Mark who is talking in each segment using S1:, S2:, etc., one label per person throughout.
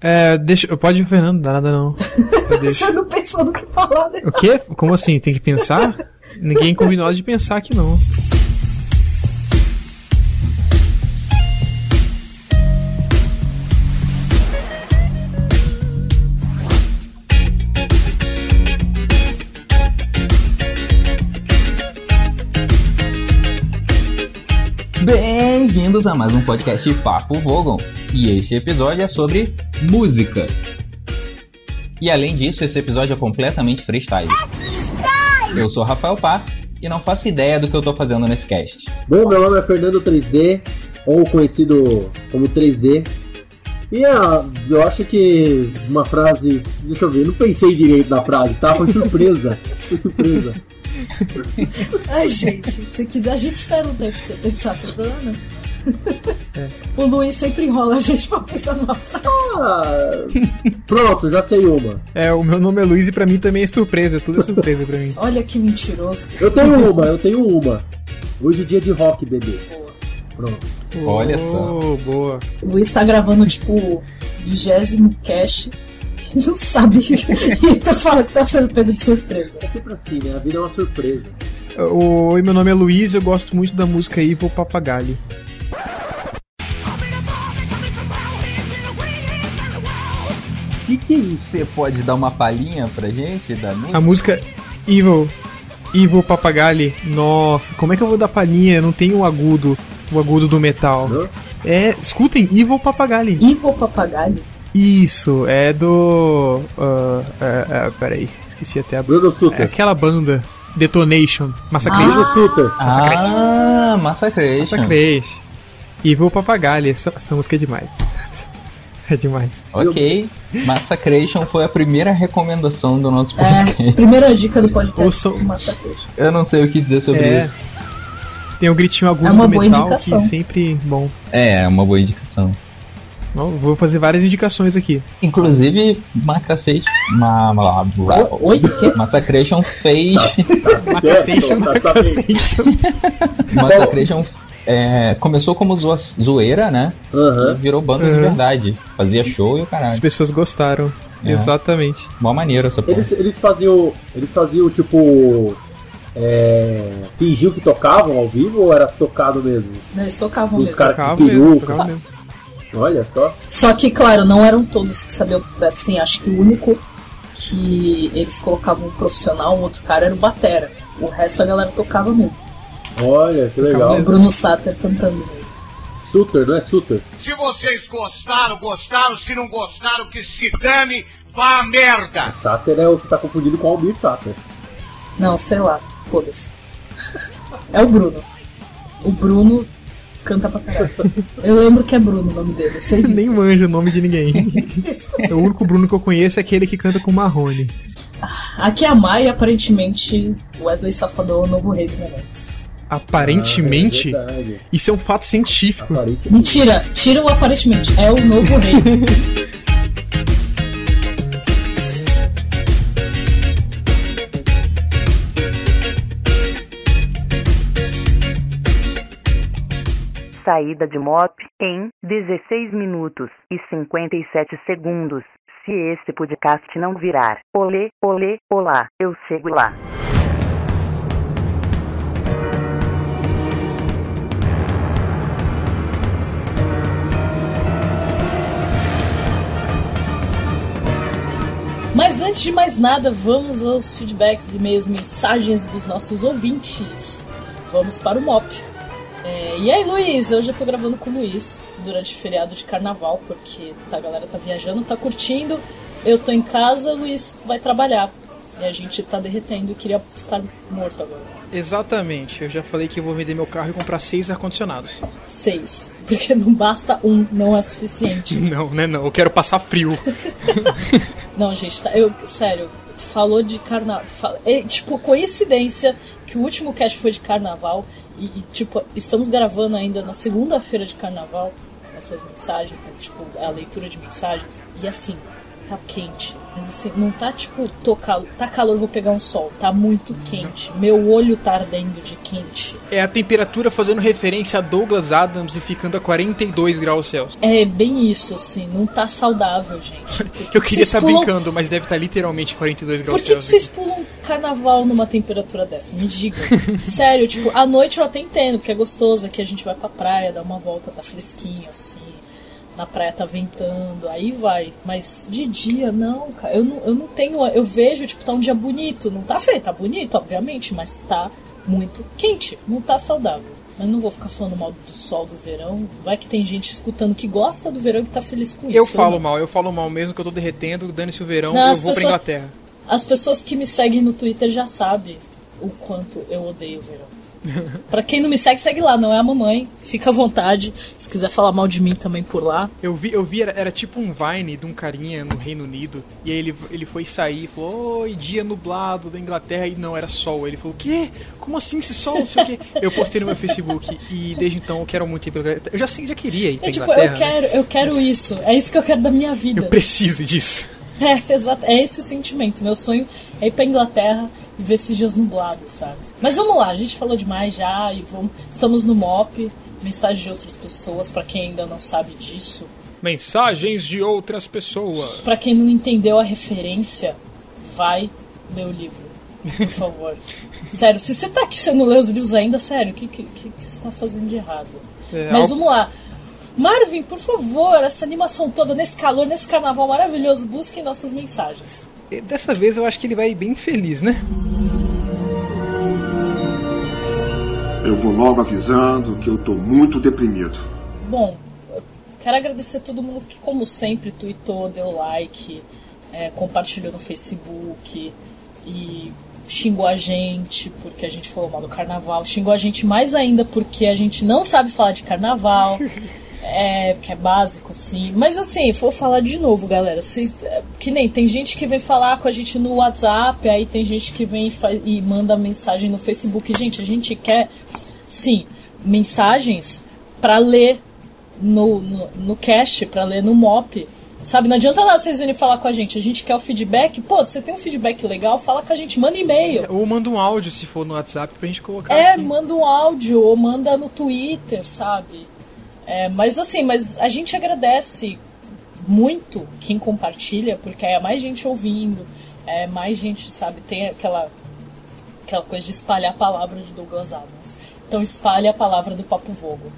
S1: É, deixa, pode ir, Fernando, dá nada não.
S2: Você não pensou no que falar, né?
S1: O quê? Como assim? Tem que pensar? Ninguém combinou de pensar aqui não.
S3: Bem-vindos a mais um podcast Papo Vogon. E este episódio é sobre música. E além disso, esse episódio é completamente freestyle. Eu sou Rafael Pá e não faço ideia do que eu tô fazendo nesse cast.
S4: Bom, meu nome é Fernando 3D, ou conhecido como 3D. E ah, eu acho que uma frase. Deixa eu ver, não pensei direito na frase, tá? Foi surpresa. Foi surpresa.
S2: Ai, gente, se quiser, a gente espera um tempo pra você pensar, não tem problema não. O Luiz sempre enrola a gente pra pensar numa frase.
S4: Ah, pronto, já sei uma.
S1: É, o meu nome é Luiz e pra mim também é surpresa, tudo é surpresa pra mim.
S2: Olha que mentiroso.
S4: Eu tenho uma, eu tenho uma. Hoje é dia de rock, bebê. Pronto.
S3: Olha só.
S1: Oh, boa.
S2: O Luiz tá gravando, tipo, o vigésimo cast. e Não sabe. e tá falando que tá sendo pego de surpresa.
S4: É sempre assim, né? A vida é uma surpresa.
S1: Oi, meu nome é Luiz, eu gosto muito da música Evil Papagalho.
S3: O que, que é isso? Você pode dar uma palhinha pra gente da música?
S1: A música Evil, Evil Papagalho. Nossa, como é que eu vou dar palhinha? Eu não tenho o agudo, o agudo do metal.
S4: Não?
S1: É, escutem, Evil Papagalho.
S2: Ivo Papagalho.
S1: Isso, é do. ah, ah, ah, peraí, esqueci até a.
S4: Bruno
S1: É
S4: Suter.
S1: aquela banda, Detonation, Massacration.
S4: Bruno Suter.
S3: Ah, Massacration.
S1: Massacration. Evil Papagalho, essa, essa música é demais. é demais.
S3: Ok. Massacration foi a primeira recomendação do nosso
S2: É,
S3: podcast.
S2: primeira dica do podcast.
S1: Ouçam-
S2: Massacre.
S3: Eu não sei o que dizer sobre
S1: É.
S3: isso.
S1: Tem o gritinho agudo
S2: É uma
S1: do
S2: boa
S1: metal que
S2: indicação.
S1: sempre bom.
S3: É, uma boa indicação.
S1: Bom, Vou fazer várias indicações aqui.
S3: Inclusive, Macracete. Ma, ma, ma,
S2: O- Oi? Quê?
S3: Massacration fez.
S1: Massacration,
S4: tá, tá bem.
S1: Massacration.
S3: Massacration é, começou como zoa- zoeira, né? E
S4: Aham.
S3: virou banda de
S1: Uhum.
S3: verdade. Fazia show e o
S1: As
S3: caralho.
S1: pessoas gostaram.
S3: Tá. É.
S1: Exatamente.
S3: Mó maneiro essa porra.
S4: Eles, eles faziam. Eles faziam tipo. É, fingiu que tocavam ao vivo ou era tocado mesmo?
S2: Eles tocavam
S4: Os
S2: mesmo.
S4: caras-
S1: Tocava
S4: que
S1: mesmo,
S4: Tá peruca.
S1: tocava mesmo.
S4: Olha só.
S2: Só que, claro, não eram todos que sabiam. Assim, acho que o único que eles colocavam um profissional, um outro cara, era o Batera. O resto a galera tocava mesmo.
S4: Olha, que legal.
S2: O Bruno Sater cantando.
S4: Suter, não é Suter?
S5: Se vocês gostaram, gostaram. Se não gostaram, que se dane, vá à merda.
S4: Sater é o você tá confundindo com o Almir Sater.
S2: Não, sei lá, foda-se. É o Bruno. O Bruno canta pra caralho. Eu lembro que é Bruno o nome dele, eu sei disso.
S1: Nem manjo o nome de ninguém. o único Bruno que eu conheço é aquele que canta com Marrone.
S2: Aqui é a Mai, aparentemente, Wesley Safadão é o novo rei do momento.
S1: Aparentemente,
S4: Ah, é verdade.
S1: isso é um fato científico.
S4: Aparentemente.
S2: Mentira, tira o aparentemente, é o novo rei.
S6: Saída de MOP em 16 minutos e 57 segundos. Se este podcast não virar, olê, olê, olá, eu chego lá.
S2: Mas antes de mais nada, vamos aos feedbacks, e-mails, mensagens dos nossos ouvintes. Vamos para o MOP. É, e aí, Luiz? Hoje eu tô gravando com o Luiz durante o feriado de carnaval, porque tá, a galera tá viajando, tá curtindo. Eu tô em casa, o Luiz vai trabalhar. E a gente tá derretendo, queria estar morto agora.
S1: Exatamente. Eu já falei que vou vender meu carro e comprar seis ar-condicionados.
S2: Seis. Porque não basta um, não é suficiente.
S1: Não, né? Não, eu quero passar frio.
S2: Não, gente, tá, eu, sério, falou de carnaval. É, tipo, coincidência que o último cast foi de carnaval e, e, tipo, estamos gravando ainda na né, segunda-feira de carnaval essas mensagens, é, tipo, a leitura de mensagens. E assim, tá quente. Mas assim, não tá tipo, tô cal... tá calor, vou pegar um sol. Tá muito
S1: Uhum.
S2: quente. Meu olho tá ardendo de quente.
S1: É a temperatura fazendo referência a Douglas Adams e ficando a 42 graus Celsius.
S2: É bem isso, assim, não tá saudável, gente. Por
S1: Que eu queria
S2: vocês
S1: estar
S2: pulam-
S1: brincando, mas deve estar literalmente 42
S2: Por
S1: graus
S2: que, que
S1: Celsius.
S2: vocês pulam um carnaval numa temperatura dessa? Me digam. Sério, tipo, à noite eu até entendo, porque é gostoso, aqui a gente vai pra praia, dá uma volta, tá fresquinho, assim. Na praia tá ventando, aí vai. Mas de dia, não, cara. Eu não, eu não tenho. Eu vejo, tipo, tá um dia bonito. Não tá feio, tá bonito, obviamente, mas tá muito quente. Não tá saudável. Mas não vou ficar falando mal do sol do verão. Vai que tem gente escutando que gosta do verão e que tá feliz com isso.
S1: Eu falo
S2: não.
S1: mal, eu falo mal mesmo que eu tô derretendo, dane-se o verão,
S2: Não,
S1: eu
S2: as
S1: vou pra
S2: pessoas-
S1: Inglaterra.
S2: As pessoas que me seguem no Twitter já sabem o quanto eu odeio o verão. pra quem não me segue, segue lá, não é a mamãe. Fica à vontade. Se quiser falar mal de mim também por lá.
S1: Eu vi, eu vi era, era tipo um Vine de um carinha no Reino Unido, e aí ele, ele foi sair e falou, oi, dia nublado da Inglaterra, e não, era sol. Ele falou, o quê? Como assim esse sol? Não sei o quê. Eu postei no meu Facebook, e desde então eu quero muito ir pra Inglaterra. Eu já, sei- já queria ir pra
S2: É tipo,
S1: Inglaterra.
S2: eu
S1: né?
S2: quero, eu quero isso. É isso que eu quero da minha vida.
S1: Eu preciso disso.
S2: É, exato. É esse o sentimento. Meu sonho é ir pra Inglaterra e ver esses dias nublados, sabe? Mas vamos lá, a gente falou demais já e vamos, estamos no MOP. Mensagem de outras pessoas, pra quem ainda não sabe disso.
S1: Mensagens de outras pessoas.
S2: Pra quem não entendeu a referência, vai ler o livro, por favor. sério, se você tá aqui e você não leu os livros ainda, sério, o que, que, que, que você tá fazendo de errado?
S1: É,
S2: Mas
S1: al-
S2: vamos lá. Marvin, por favor, essa animação toda, nesse calor, nesse carnaval maravilhoso, busquem nossas mensagens.
S1: E Dessa vez eu acho que ele vai bem feliz, né?
S7: Eu vou logo avisando que eu tô muito deprimido.
S2: Bom, eu quero agradecer a todo mundo que, como sempre, tweetou, deu like, é, compartilhou no Facebook e xingou a gente porque a gente falou mal do carnaval. Xingou a gente mais ainda porque a gente não sabe falar de carnaval. É, que é básico, assim. Mas assim, vou falar de novo, galera. Vocês, é, que nem tem gente que vem falar com a gente no WhatsApp, aí tem gente que vem e, fa- e manda mensagem no Facebook. Gente, a gente quer, sim, mensagens pra ler no, no, no cache, pra ler no MOP. Sabe, não adianta lá vocês virem falar com a gente. A gente quer o feedback. Pô, você tem um feedback legal? Fala com a gente, manda e-mail.
S1: Ou manda um áudio se for no WhatsApp pra gente colocar.
S2: É,
S1: aqui.
S2: manda um áudio ou manda no Twitter, sabe? É, mas assim, mas a gente agradece muito quem compartilha, porque é mais gente ouvindo, é mais gente, sabe, tem aquela, aquela coisa de espalhar a palavra de Douglas Adams. Então espalha a palavra do Papo Vogo.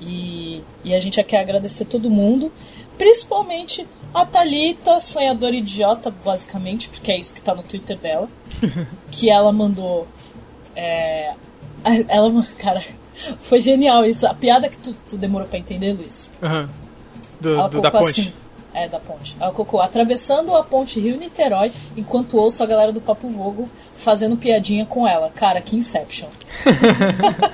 S2: E, e a gente quer agradecer todo mundo, principalmente a Thalita, sonhadora idiota, basicamente, porque é isso que tá no Twitter dela que ela mandou. É, a- ela, ma- cara, foi genial isso. A piada que tu, tu demorou pra entender, Luiz.
S1: Aham. Do-
S2: Ela
S1: do- da
S2: colocou
S1: ponte.
S2: assim. É, da ponte. Ela colocou atravessando a ponte Rio-Niterói enquanto ouço a galera do Papo Vogo fazendo piadinha com ela. Cara, que Inception.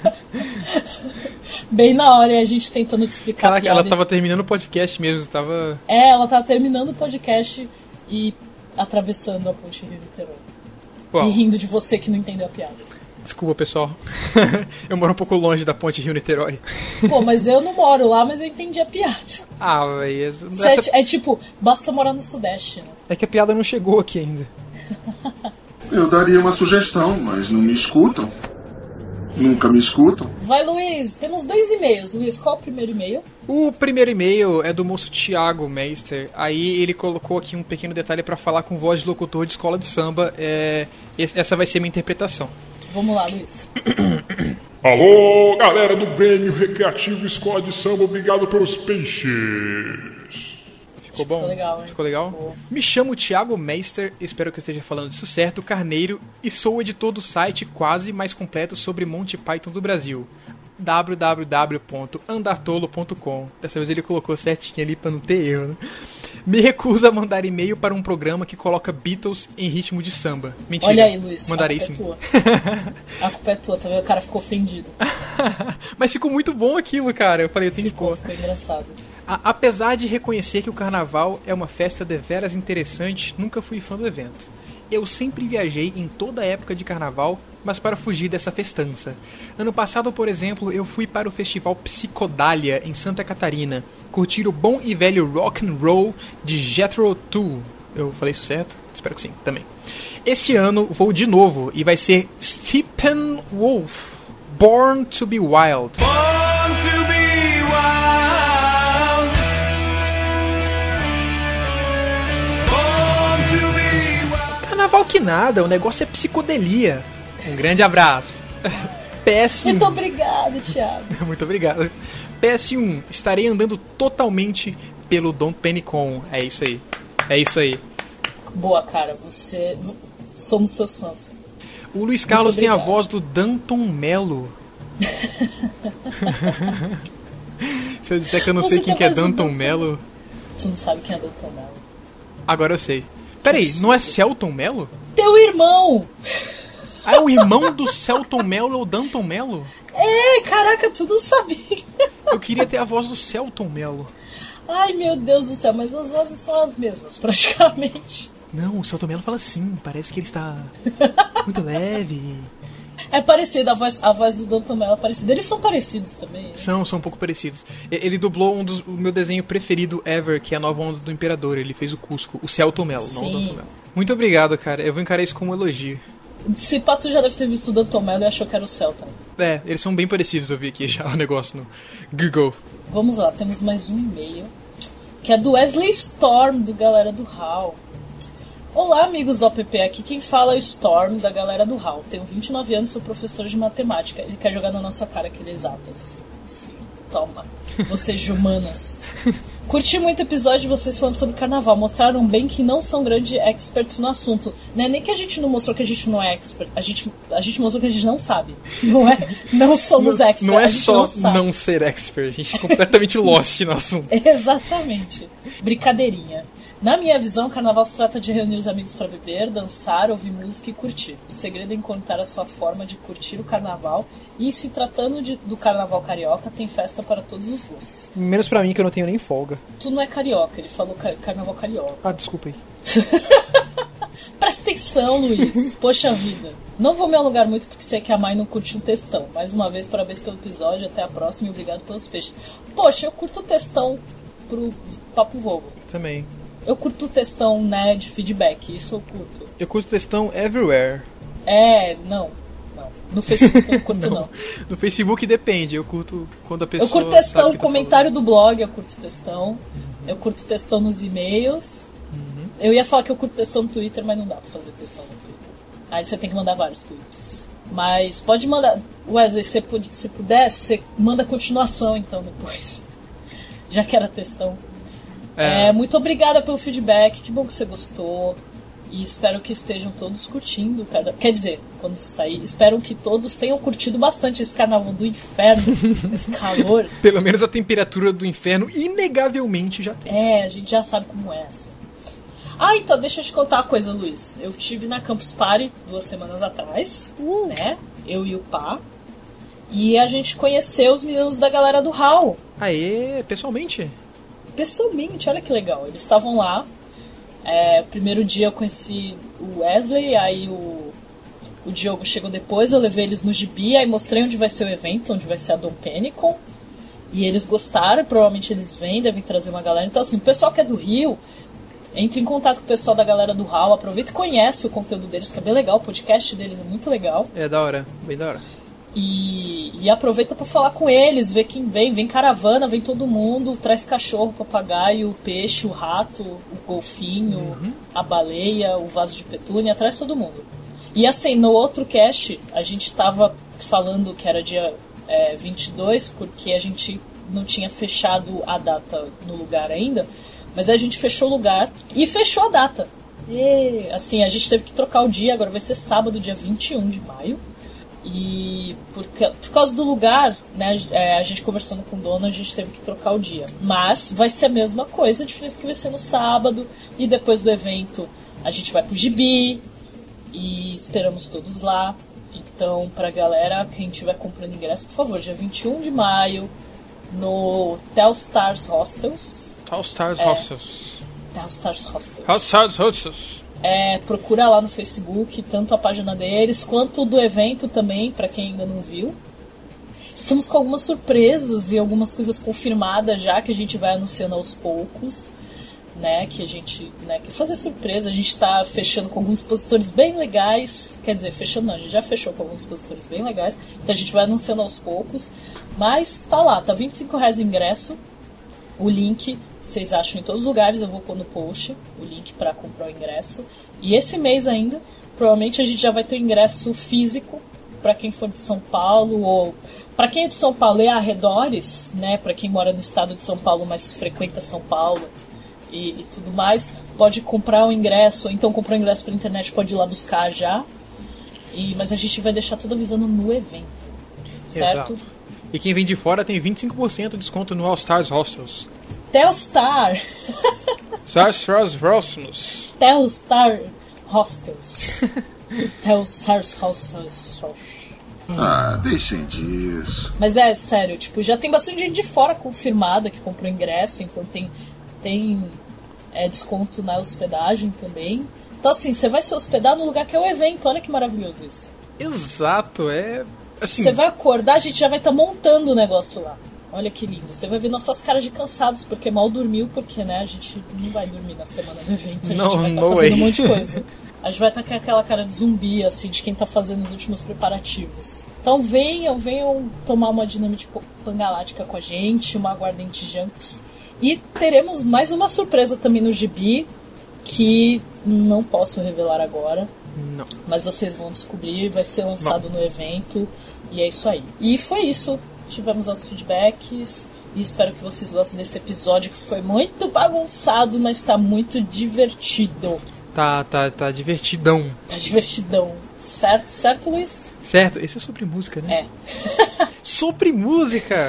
S2: Bem na hora e a gente tentando te explicar a
S1: Caraca,
S2: piada.
S1: ela tava terminando o podcast mesmo, tava.
S2: É, ela tá terminando o podcast e atravessando a ponte Rio-Niterói.
S1: Uau.
S2: E rindo de você que não entendeu a piada.
S1: Desculpa, pessoal. eu moro um pouco longe da ponte Rio-Niterói.
S2: Pô, mas eu não moro lá, mas eu entendi a piada.
S1: Ah, velho. essa-
S2: Isso é ti-
S1: essa-
S2: É, tipo, basta morar no Sudeste, né?
S1: É que a piada não chegou aqui ainda.
S7: Eu daria uma sugestão, mas não me escutam. Nunca me escutam.
S2: Vai, Luiz, temos dois e-mails. Luiz, qual é o primeiro e-mail?
S1: O primeiro e-mail é do moço Thiago Meister. Aí ele colocou aqui um pequeno detalhe pra falar com voz de locutor de escola de samba. É, es- Essa vai ser minha interpretação.
S2: Vamos lá, Luiz.
S8: Alô, galera do Grêmio Recreativo Escola de Samba, obrigado pelos peixes.
S1: Ficou bom?
S2: Ficou legal, hein?
S1: Ficou legal?
S2: Ficou.
S1: Me chamo Thiago Meister, espero que eu esteja falando isso certo, Carneiro, e sou editor do site quase mais completo sobre Monty Python do Brasil. www.andartolo.com Dessa vez ele colocou certinho ali pra não ter erro, né? Me recuso a mandar e-mail para um programa que coloca Beatles em ritmo de samba. Mentira.
S2: Olha aí, Luiz.
S1: Mandarei
S2: a
S1: sim.
S2: culpa é tua. A culpa é tua, tá vendo? O cara ficou ofendido.
S1: Mas ficou muito bom aquilo, cara. Eu falei, eu tenho que pôr.
S2: Ficou, ficou engraçado.
S1: A- apesar de reconhecer que o carnaval é uma festa deveras interessante, nunca fui fã do evento. Eu sempre viajei em toda época de carnaval, mas para fugir dessa festança. Ano passado, por exemplo, eu fui para o festival Psicodália em Santa Catarina, curtir o bom e velho rock and roll de Jethro Tull. Eu falei isso certo? Espero que sim, também. Este ano vou de novo e vai ser Stephen Wolf, Born to be Wild.
S9: Born to be wild. Born to be wild.
S1: Carnaval que nada, o negócio é psicodelia. Um grande abraço.
S2: Muito
S1: PS1.
S2: obrigado, Thiago.
S1: Muito obrigado. PS1, estarei andando totalmente pelo Don't Penicon. É isso aí. É isso aí.
S2: Boa, cara. Você. Somos seus fãs.
S1: O Luiz Carlos tem a
S2: obrigado.
S1: voz do Danton Mello. Se eu disser que eu não
S2: Você
S1: sei quem
S2: tem
S1: que é
S2: voz do
S1: Danton
S2: Danton.
S1: Mello,
S2: Tu não sabe quem é Dalton Mello.
S1: agora eu sei. Peraí, não é Celton Mello?
S2: Teu irmão!
S1: Ah, é o irmão do Celton Mello ou Danton Mello?
S2: É, caraca, tu não sabia.
S1: Eu queria ter a voz do Celton Mello.
S2: Ai, meu Deus do céu, mas as vozes são as mesmas, praticamente.
S1: Não, o Celton Mello fala assim, parece que ele está muito leve.
S2: É parecida, a voz, a voz do Dalton Mello é parecida. Eles são parecidos também. né?
S1: São, são um pouco parecidos. E- Ele dublou um dos o meu desenho preferido ever, que é a Nova Onda do Imperador. Ele fez o Cusco, o Celton Mello, não o
S2: Sim.
S1: Danton Mello. Muito obrigado, cara. Eu vou encarar isso como um elogio.
S2: Se pá, tu já deve ter visto o Dalton Mello e achou que era o Celton.
S1: É, eles são bem parecidos, eu vi aqui já o negócio no Google.
S2: Vamos lá, temos mais um e-mail. Que é do Wesley Storm, do Galera do Hall. Olá, amigos do OPP. Aqui quem fala é o Storm, da Galera do Hall. Tenho 29 anos, sou professor de matemática. Ele quer jogar na nossa cara que ele é exatas. Sim, toma. Vocês de humanas. Curti muito o episódio de vocês falando sobre carnaval. Mostraram bem que não são grandes experts no assunto. Não é nem que a gente não mostrou que a gente não é expert. A gente, a gente mostrou que a gente não sabe. Não é? Não somos experts.
S1: não é
S2: a gente
S1: só
S2: não sabe.
S1: não ser expert, a gente é completamente lost no assunto.
S2: Exatamente. Brincadeirinha. Na minha visão, o carnaval se trata de reunir os amigos para beber, dançar, ouvir música e curtir. O segredo é encontrar a sua forma de curtir o carnaval e, se tratando de- do carnaval carioca, tem festa para todos os gostos.
S1: Menos pra mim que eu não tenho nem folga.
S2: Tu não é carioca, ele falou car- carnaval carioca.
S1: Ah, desculpa aí.
S2: Presta atenção, Luiz. Poxa vida. Não vou me alongar muito porque sei que a Mai não curte um textão. Mais uma vez, parabéns pelo episódio. Até a próxima e obrigado pelos peixes. Poxa, eu curto o textão pro Papo Vogo.
S1: Também.
S2: Eu curto textão, né, de feedback, isso eu curto.
S1: Eu curto textão everywhere.
S2: É, não, não. No Facebook eu não curto, não.
S1: No Facebook depende, eu curto quando a pessoa.
S2: Eu curto
S1: sabe
S2: textão,
S1: que tá Uhum.
S2: comentário do blog, eu curto textão. Eu curto textão nos e-mails. Eu ia falar que eu curto textão no Twitter, mas não dá pra fazer textão no Twitter. Aí você tem que mandar vários tweets. Mas pode mandar. Wesley, se pu- se pudesse, você manda continuação então depois. Já que era textão.
S1: É.
S2: É, muito obrigada pelo feedback, que bom que você gostou. E espero que estejam todos curtindo. cara. Quer dizer, quando isso sair, espero que todos tenham curtido bastante esse carnaval do inferno, esse calor.
S1: Pelo menos a temperatura do inferno, inegavelmente,
S10: tá-
S1: já tem.
S2: É, a gente já sabe como é essa. Ah, então deixa eu te contar uma coisa, Luiz. Eu tive na Campus Party duas semanas atrás, né? Eu e o Pá. E a gente conheceu os meninos da galera do Hall.
S1: Aê, pessoalmente?
S2: pessoalmente, olha que legal. Eles estavam lá. É, primeiro dia eu conheci o Wesley, aí o, o Diogo chegou depois, eu levei eles no Gibi, aí mostrei onde vai ser o evento, onde vai ser a Dom Penicon. E eles gostaram, provavelmente eles vêm, devem trazer uma galera. Então assim, o pessoal que é do Rio, entre em contato com o pessoal da galera do Hall, aproveita e conhece o conteúdo deles, que é bem legal, o podcast deles é muito legal.
S1: É da hora, bem da hora.
S2: E, e aproveita pra falar com eles, ver quem vem. Vem caravana, vem todo mundo, traz cachorro, papagaio, peixe, o rato, o golfinho, a baleia, o vaso de petúnia, traz todo mundo. E assim, no outro cast, a gente tava falando que era dia é, 22, porque a gente não tinha fechado a data no lugar ainda, mas a gente fechou o lugar e fechou a data. E, assim, a gente teve que trocar o dia, agora vai ser sábado, dia 21 de maio. E por, ca- por causa do lugar, né, é, a gente conversando com o dono, a gente teve que trocar o dia. Mas vai ser a mesma coisa, a diferença é que vai ser no sábado e depois do evento a gente vai pro Gibi e esperamos todos lá. Então, pra galera, quem estiver comprando ingresso, por favor, dia 21 de maio no Telstars Hostels.
S8: É,
S1: All Stars Hostels.
S2: Telstars Tá, Hostels.
S1: All Stars Hostels.
S2: É, procura lá no Facebook, tanto a página deles quanto do evento também, para quem ainda não viu. Estamos com algumas surpresas e algumas coisas confirmadas já que a gente vai anunciando aos poucos, né? Que a gente né, quer fazer surpresa. A gente está fechando com alguns expositores bem legais. Quer dizer, fechando não, a gente já fechou com alguns expositores bem legais. Então a gente vai anunciando aos poucos. Mas tá lá, tá R$ 25 reais o ingresso. O link vocês acham em todos os lugares, eu vou pôr no post o link para comprar o ingresso. E esse mês ainda, provavelmente a gente já vai ter ingresso físico para quem for de São Paulo ou para quem é de São Paulo e arredores, né, para quem mora no estado de São Paulo, mas frequenta São Paulo e, e tudo mais, pode comprar o ingresso, ou então comprar o ingresso pela internet, pode ir lá buscar já. E, mas a gente vai deixar tudo avisando no evento. Certo?
S10: Exato. E quem vem de fora tem 25% de desconto no All Stars Hostels.
S2: Telstar.
S10: Sastras Rosmus.
S2: Telstar Hostels. Telstar Hostels.
S7: Ah, deixem disso.
S2: Mas é sério, tipo, já tem bastante gente de fora confirmada que comprou ingresso, então tem, tem é, desconto na hospedagem também. Então assim, você vai se hospedar no lugar que é o evento, olha que maravilhoso isso.
S10: Exato, é. Assim,
S2: Você vai acordar, a gente já vai estar montando o negócio lá. Olha que lindo. Você vai ver nossas caras de cansados, porque mal dormiu, porque né, a gente não vai dormir na semana do evento, a
S10: Não,
S2: gente vai estar
S10: no
S2: fazendo
S10: way.
S2: um monte de coisa. A gente vai estar com aquela cara de zumbi, assim, de quem tá fazendo os últimos preparativos. Então venham, venham tomar uma dinamite po- pangalática com a gente, uma aguardente junks. E teremos mais uma surpresa também no gibi, que não posso revelar agora.
S10: não.
S2: Mas vocês vão descobrir, vai ser lançado no evento. E é isso aí. E foi isso. Tivemos nossos feedbacks. E espero que vocês gostem desse episódio que foi muito bagunçado, mas tá muito divertido.
S10: Tá, tá, tá divertidão.
S2: Tá divertidão. Certo? Certo, Luiz?
S10: Certo? Esse é sobre música, né?
S2: É.
S10: Sobre música!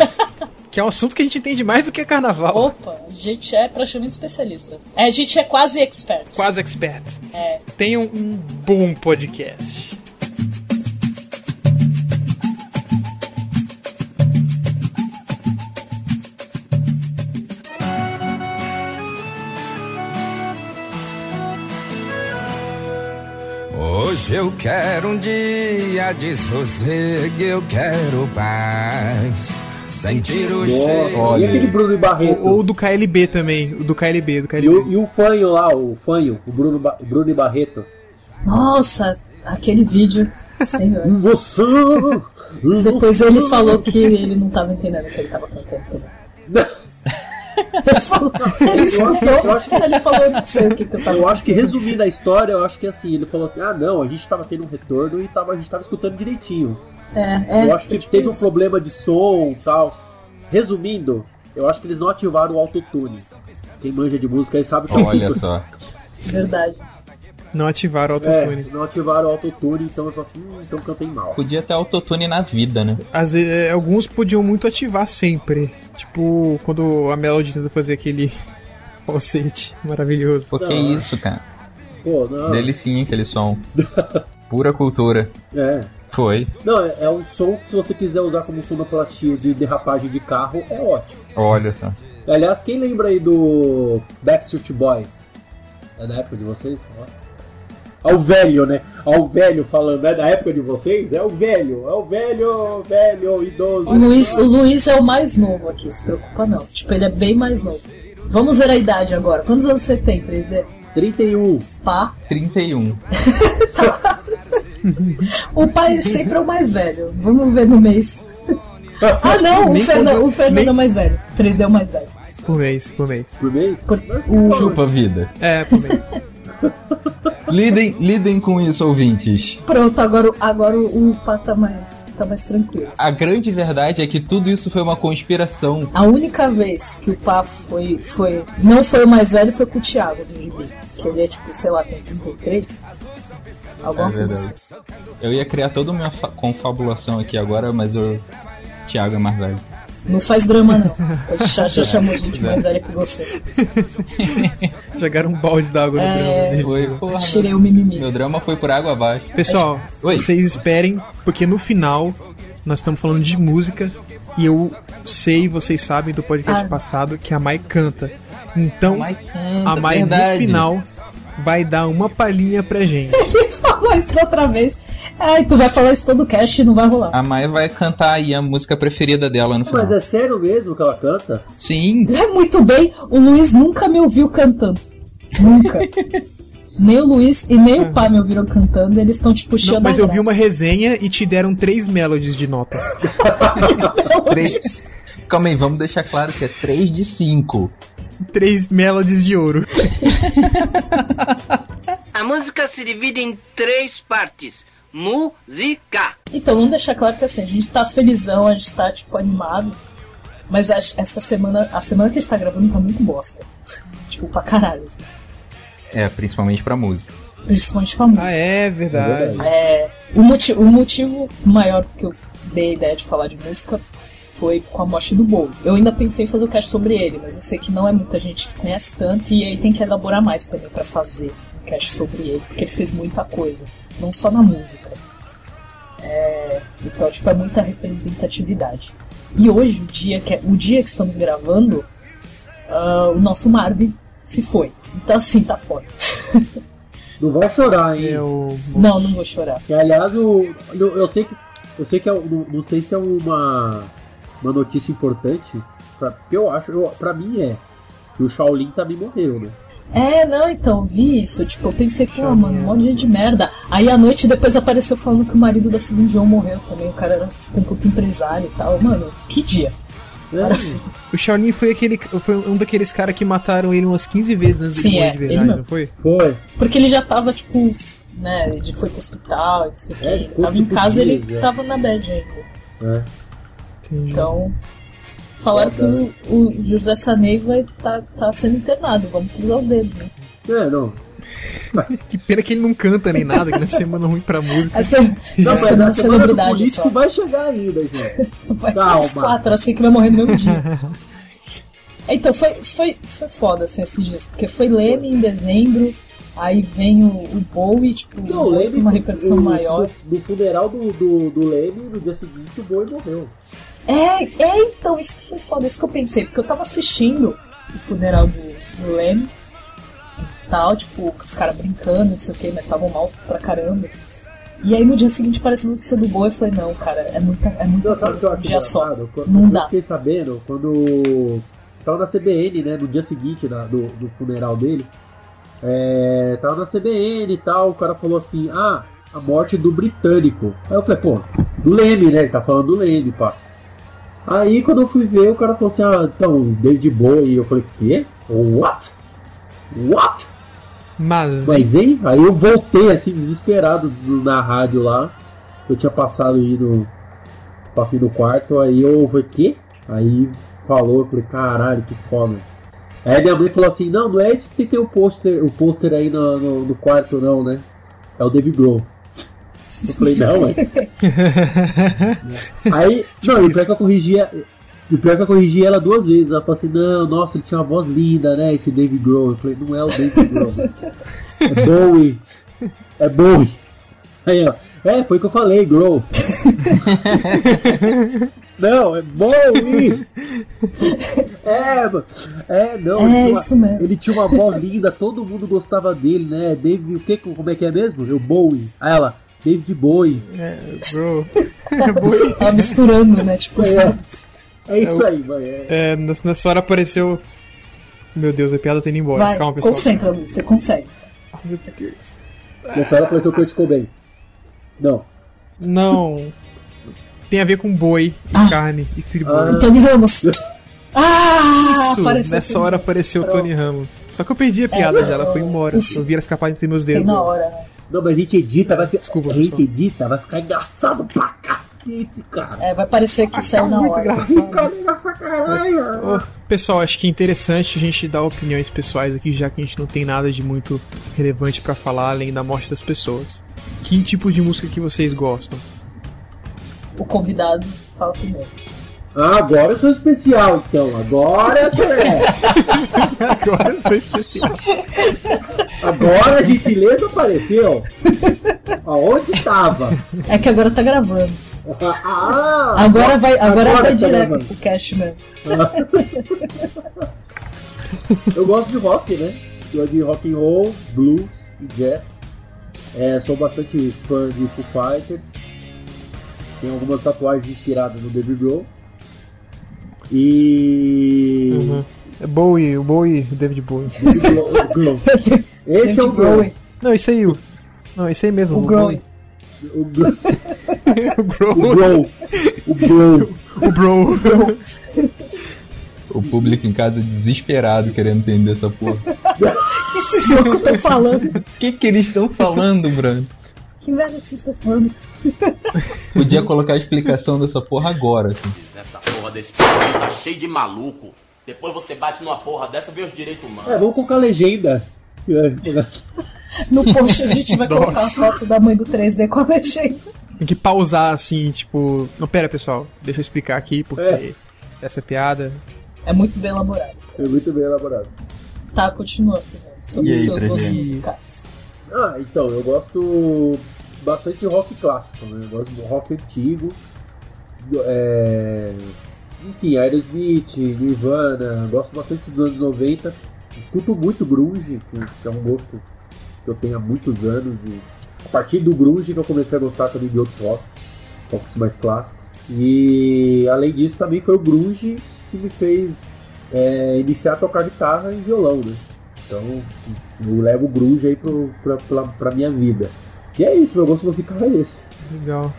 S10: que é um assunto que a gente entende mais do que carnaval.
S2: Opa, a gente é praticamente especialista. É, a gente é quase expert.
S10: Quase expert.
S2: É.
S10: Tenham um bom podcast.
S11: Hoje eu quero um dia de sossego, eu quero paz. Sentir o cheiro.
S4: Nossa, e aquele Bruno Barreto?
S10: Ou do KLB também. O do KLB, do KLB.
S4: E o, e o fanho lá, o fanho, o Bruno, Ba- Bruno Barreto.
S2: Nossa, aquele vídeo. Senhor.
S4: Você!
S2: Depois ele falou que ele não tava entendendo o que ele tava cantando também. Ele falou- ele falou- ele falou, não sei o que, que tá eu tava
S4: Eu acho que resumindo a história, eu acho que assim, ele falou assim, ah não, a gente tava tendo um retorno e tava, a gente tava escutando direitinho.
S2: É, é,
S4: eu acho que
S2: é tipo
S4: teve um
S2: isso.
S4: problema de som e tal. Resumindo, eu acho que eles não ativaram o autotune. Quem manja de música aí sabe que
S3: Olha só.
S2: Verdade.
S10: Não ativaram o
S4: É,
S10: autotune.
S4: não ativaram o autotune, então eu falo assim, hum, então cantei mal.
S3: Podia ter autotune na vida, né?
S10: Às ve- é, alguns podiam muito ativar sempre. Tipo, quando a Melody tenta fazer aquele falsete maravilhoso.
S3: Pô, que
S4: Não.
S3: isso, cara?
S4: Pô, não.
S3: Delicinha aquele som. Pura cultura.
S4: É.
S3: Foi.
S4: Não, é, é um som que se você quiser usar como sonoplastia de derrapagem de carro, é ótimo.
S3: Olha só.
S4: Aliás, quem lembra aí do Backstreet Boys? É da época de vocês? Ó. Ao velho, né? Ao velho falando, é da época de vocês? É o velho, é o velho, velho, idoso.
S2: O Luiz, o Luiz é o mais novo aqui, se preocupa não. Tipo, ele é bem mais novo. Vamos ver a idade agora. Quantos anos você tem, 3D?
S4: 31.
S2: Pá.
S3: 31.
S2: O pai sempre é o mais velho. Vamos ver no mês. Ah, não, o
S10: Nem
S2: Fernando,
S10: quando-
S2: o Fernando é
S10: nem-
S2: o mais velho. 3D é o mais velho.
S10: Por mês, por mês.
S4: Por mês?
S3: Chupa vida.
S10: É, por mês.
S3: Lidem, lidem com isso, ouvintes.
S2: Pronto, agora, o- agora o Pá tá mais, tá mais tranquilo.
S3: A grande verdade é que tudo isso foi uma conspiração.
S2: A única vez que o Pá foi, foi. Não foi o mais velho, foi com o Thiago do Gibi. Que ele é tipo, sei lá, tem 33? Alguma
S3: É
S2: coisa
S3: verdade.
S2: assim.
S3: Eu ia criar toda uma fa- confabulação aqui agora, mas o Thiago é mais velho.
S2: Não faz drama, não. Ele já, já chamou gente
S3: É.
S2: mais velha que você.
S10: Jogaram um balde d'água no drama dele.
S3: Foi, porra,
S2: Tirei
S3: meu,
S2: o mimimi.
S3: meu drama foi por água abaixo.
S10: Pessoal,
S3: Oi.
S10: vocês esperem, porque no final nós estamos falando de música e eu sei, vocês sabem do podcast
S2: Ah.
S10: passado que a Mai canta. Então,
S3: Mai canta,
S10: a Mai no
S3: verdade.
S10: final vai dar uma palhinha pra gente.
S2: Ele falou isso da outra vez. Ai, tu vai falar isso todo o cast e não vai
S10: Ah.
S2: rolar.
S3: A Maia vai cantar aí a música preferida dela no final.
S4: Mas é sério mesmo que ela canta?
S3: Sim.
S2: É muito bem, o Luiz nunca me ouviu cantando. Nunca. nem o Luiz e nem o pai me ouviram cantando, eles estão te puxando.
S10: Não, mas eu vi
S2: atrás.
S10: uma resenha e te deram três melodies de nota.
S3: Três. Calma aí, vamos deixar claro que é 3 de 5.
S10: três melodies de ouro.
S12: A música se divide em três partes. Música.
S2: Então, vamos deixar claro que assim, a gente tá felizão, a gente tá, tipo, animado. Mas a- essa semana, a semana que a gente tá gravando tá muito bosta. Tipo, pra caralho. assim.
S3: É, principalmente pra música.
S2: Principalmente pra música.
S10: Ah, é verdade.
S2: É, o, moti o motivo maior que eu dei a ideia de falar de música foi com a morte do Bowie. Eu ainda pensei em fazer o cast sobre ele, mas eu sei que não é muita gente que conhece tanto e aí tem que elaborar mais também pra fazer um cast sobre ele, porque ele fez muita coisa, não só na música. É, então, tipo, é muita representatividade. E hoje, o dia que, é- o dia que estamos gravando, ah, o nosso Marvin se foi. Então, assim, tá foda.
S4: Não vai chorar, hein?
S10: Eu...
S2: Não, não vou chorar.
S4: Que, aliás, o, eu, eu sei que. Eu sei que é, um- não, não sei se é uma, uma notícia importante. Pra, que eu acho, eu, pra mim é. Que o Shaolin também morreu, né?
S2: É, não, então, vi isso. Tipo, eu pensei, pô,
S10: eu
S2: mano,
S10: ver.
S2: um monte de gente de merda. Aí à noite depois apareceu falando que o marido da Cilindrão morreu também. O cara era, tipo, um puto empresário e tal. Mano, que dia.
S4: É,
S10: O Shaolin foi, aquele, foi um daqueles caras que mataram ele umas 15 vezes antes de
S2: Sim,
S10: morrer
S2: é,
S10: de
S2: ele
S10: verdade,
S2: mesmo.
S10: não foi?
S4: foi.
S2: Porque ele já tava, tipo, uns- né, ele foi pro hospital, não sei o quê.
S4: É,
S2: Ele
S4: ficou
S2: tava em
S4: tipo
S2: casa ele
S4: dias, é.
S2: tava na bad ainda.
S4: É.
S10: Entendi.
S2: Então, falaram que
S4: Foda.
S2: o, o José Sanei vai tá, tá sendo internado. Vamos cruzar os dedos, né?
S4: É, não.
S10: Que pena que ele não canta nem nada, que na semana ruim pra música.
S2: Essa,
S4: Não,
S2: essa é
S4: mas
S2: uma
S4: a semana do
S2: celebridade
S4: político
S2: só.
S4: vai chegar ainda,
S2: É,
S4: gente.
S2: Vai ter
S4: Calma.
S2: uns quatro, assim que vai morrer no mesmo dia. então foi, foi, foi foda assim, esses dias, porque foi Leme em dezembro, aí vem o, o Bowie, tipo,
S4: Eu
S2: foi
S4: lembro
S2: uma
S4: que
S2: repercussão
S4: o-
S2: maior.
S4: Do, do funeral do, do, do Leme, no dia seguinte o boi morreu.
S2: É, é, então, isso que foi foda, isso que eu pensei, porque eu tava assistindo o funeral do, do Leme e tal, tipo, com os caras brincando, não sei o que, mas estavam maus pra caramba. E aí no dia seguinte apareceu a notícia do Bowie, eu falei, não, cara, é muita, é muita
S4: Não, Então, sabe o que
S2: coisa,
S4: eu
S2: um
S4: acho
S2: dia só,
S4: engraçado? Quando-
S2: não
S4: eu
S2: dá.
S4: fiquei sabendo quando tava na CBN, né? No dia seguinte da- do, do funeral dele. É, tava na CBN e tal, o cara falou assim, ah, a morte do britânico. Aí eu falei, pô, do Leme, né? Ele tá falando do Leme, pá. Aí quando eu fui ver, o cara falou assim, ah, então, David Bowie. Eu falei, quê? What? What?
S10: Mas,
S4: Mas hein? Aí eu voltei assim, desesperado do- na rádio lá. Eu tinha passado aí no. Passei no quarto, aí eu falei, quê? Aí falou, eu falei, caralho, que foda. Aí minha mãe falou assim, não, não é esse que tem o pôster, o pôster aí no, no, no quarto não, né? É o David Grohl. Eu falei, não, é. aí,
S2: Tipo
S4: não, e o pior é que eu corrigia. E o pior é que eu corrigi ela duas vezes. Ela falou assim, não, nossa, ele tinha uma voz linda, né? Esse David Grohl. Eu falei, não é o David Grohl. É Bowie. É Bowie. Aí, ó. É, foi o que eu falei, Grow. não, é Bowie. É, mano.
S2: É,
S4: É, não. ele tinha uma-
S2: isso mesmo.
S4: Ele tinha uma voz linda, todo mundo gostava dele, né? David, o que, como é que é mesmo? Eu, Bowie. Aí ela, David Bowie.
S10: é, bro, é Bowie-
S2: Ela misturando, né, tipo, os
S4: É.
S2: nomes.
S4: É isso aí, mano. É,
S10: é, nessa nessa hora apareceu... Meu Deus, a piada tá indo embora.
S2: Vai,
S10: Calma, pessoal.
S2: concentra, Luiz, você consegue.
S10: Meu Deus.
S4: Nessa hora assim, apareceu o Kurt Cobain. Não.
S10: Não. Tem a ver com boi, e
S2: Ah.
S10: carne e friboi.
S4: Ah.
S2: O Tony Ramos. Ah!
S10: Isso,
S2: apareceu
S10: nessa
S2: Tony
S10: hora
S2: Ramos.
S10: apareceu o
S2: Pronto.
S10: Tony Ramos. Só que eu perdi a piada
S2: É,
S10: já, ela foi embora.
S2: uf.
S10: Eu vi ela escapar entre meus
S2: Tem
S10: dedos.
S2: na hora, né?
S4: Não, mas a gente edita, vai ficar.
S10: Desculpa,
S4: A gente
S10: pessoal.
S4: edita, vai ficar engraçado pra cacete, cara.
S2: É, vai parecer que saiu na
S10: Ah, tá Muito
S2: hora.
S10: engraçado.
S4: Nossa, caralho.
S10: Ô, Pessoal, acho que é interessante a gente dar opiniões pessoais aqui, já que a gente não tem nada de muito relevante pra falar além da morte das pessoas. Que tipo de música que vocês gostam?
S2: O convidado fala primeiro.
S4: Ah, agora eu sou especial, então. Agora, é.
S10: Agora eu sou especial.
S4: agora a gentileza apareceu. Aonde tava?
S2: É que agora tá gravando.
S4: Ah,
S2: Agora vai, agora
S4: agora
S2: vai
S4: tá
S2: direto
S4: gravando.
S2: pro cast mesmo.
S4: Eu gosto de rock, né? Eu de rock and roll, blues e jazz. É, sou bastante fã de Foo Fighters. Tenho algumas tatuagens inspiradas no Baby Grohl. E.
S13: Uhum. É Bowie, o Bowie, o David Bowie.
S4: Esse é
S2: tipo,
S4: o Grohl.
S13: Não, isso aí. o- Não, isso aí mesmo.
S4: O Grohl. O Grohl.
S13: O Grohl.
S4: O Grohl. O Grohl.
S13: O Bro.
S3: O público em casa desesperado querendo entender essa porra.
S2: O que esses loucos estão falando?
S3: O que, que eles estão falando, Bruno?
S2: Que merda que vocês estão falando?
S3: Podia colocar a explicação dessa porra agora, assim.
S8: Essa porra desse país tá cheio de maluco. Depois você bate numa porra dessa, vê os direitos humanos.
S4: É, vamos colocar a legenda.
S2: No post a gente vai colocar a
S1: Nossa.
S2: foto da mãe do 3D com a legenda.
S1: Tem que pausar assim, tipo. Não, pera pessoal, deixa eu explicar aqui porque
S13: É.
S1: essa piada.
S2: É muito bem elaborado.
S4: É muito bem elaborado.
S2: Tá, continua, Fernando. Sobre
S1: E
S2: os
S1: aí,
S2: seus gostos
S1: 3D?
S2: musicais.
S4: Ah, então, eu gosto bastante de rock clássico, né? Eu gosto do rock antigo. do- é, Enfim, Aerosmith, Nirvana, gosto bastante dos anos 90. Escuto muito grunge, que que é um gosto que eu tenho há muitos anos. E a partir do grunge que eu comecei a gostar também de outros rock, rocks mais clássicos. E além disso, também foi o grunge que me fez é, iniciar a tocar guitarra e violão, né? Então, eu levo o grunge aí pro, pra, pra, pra minha vida. E é isso, meu gosto musical é esse.
S1: Legal.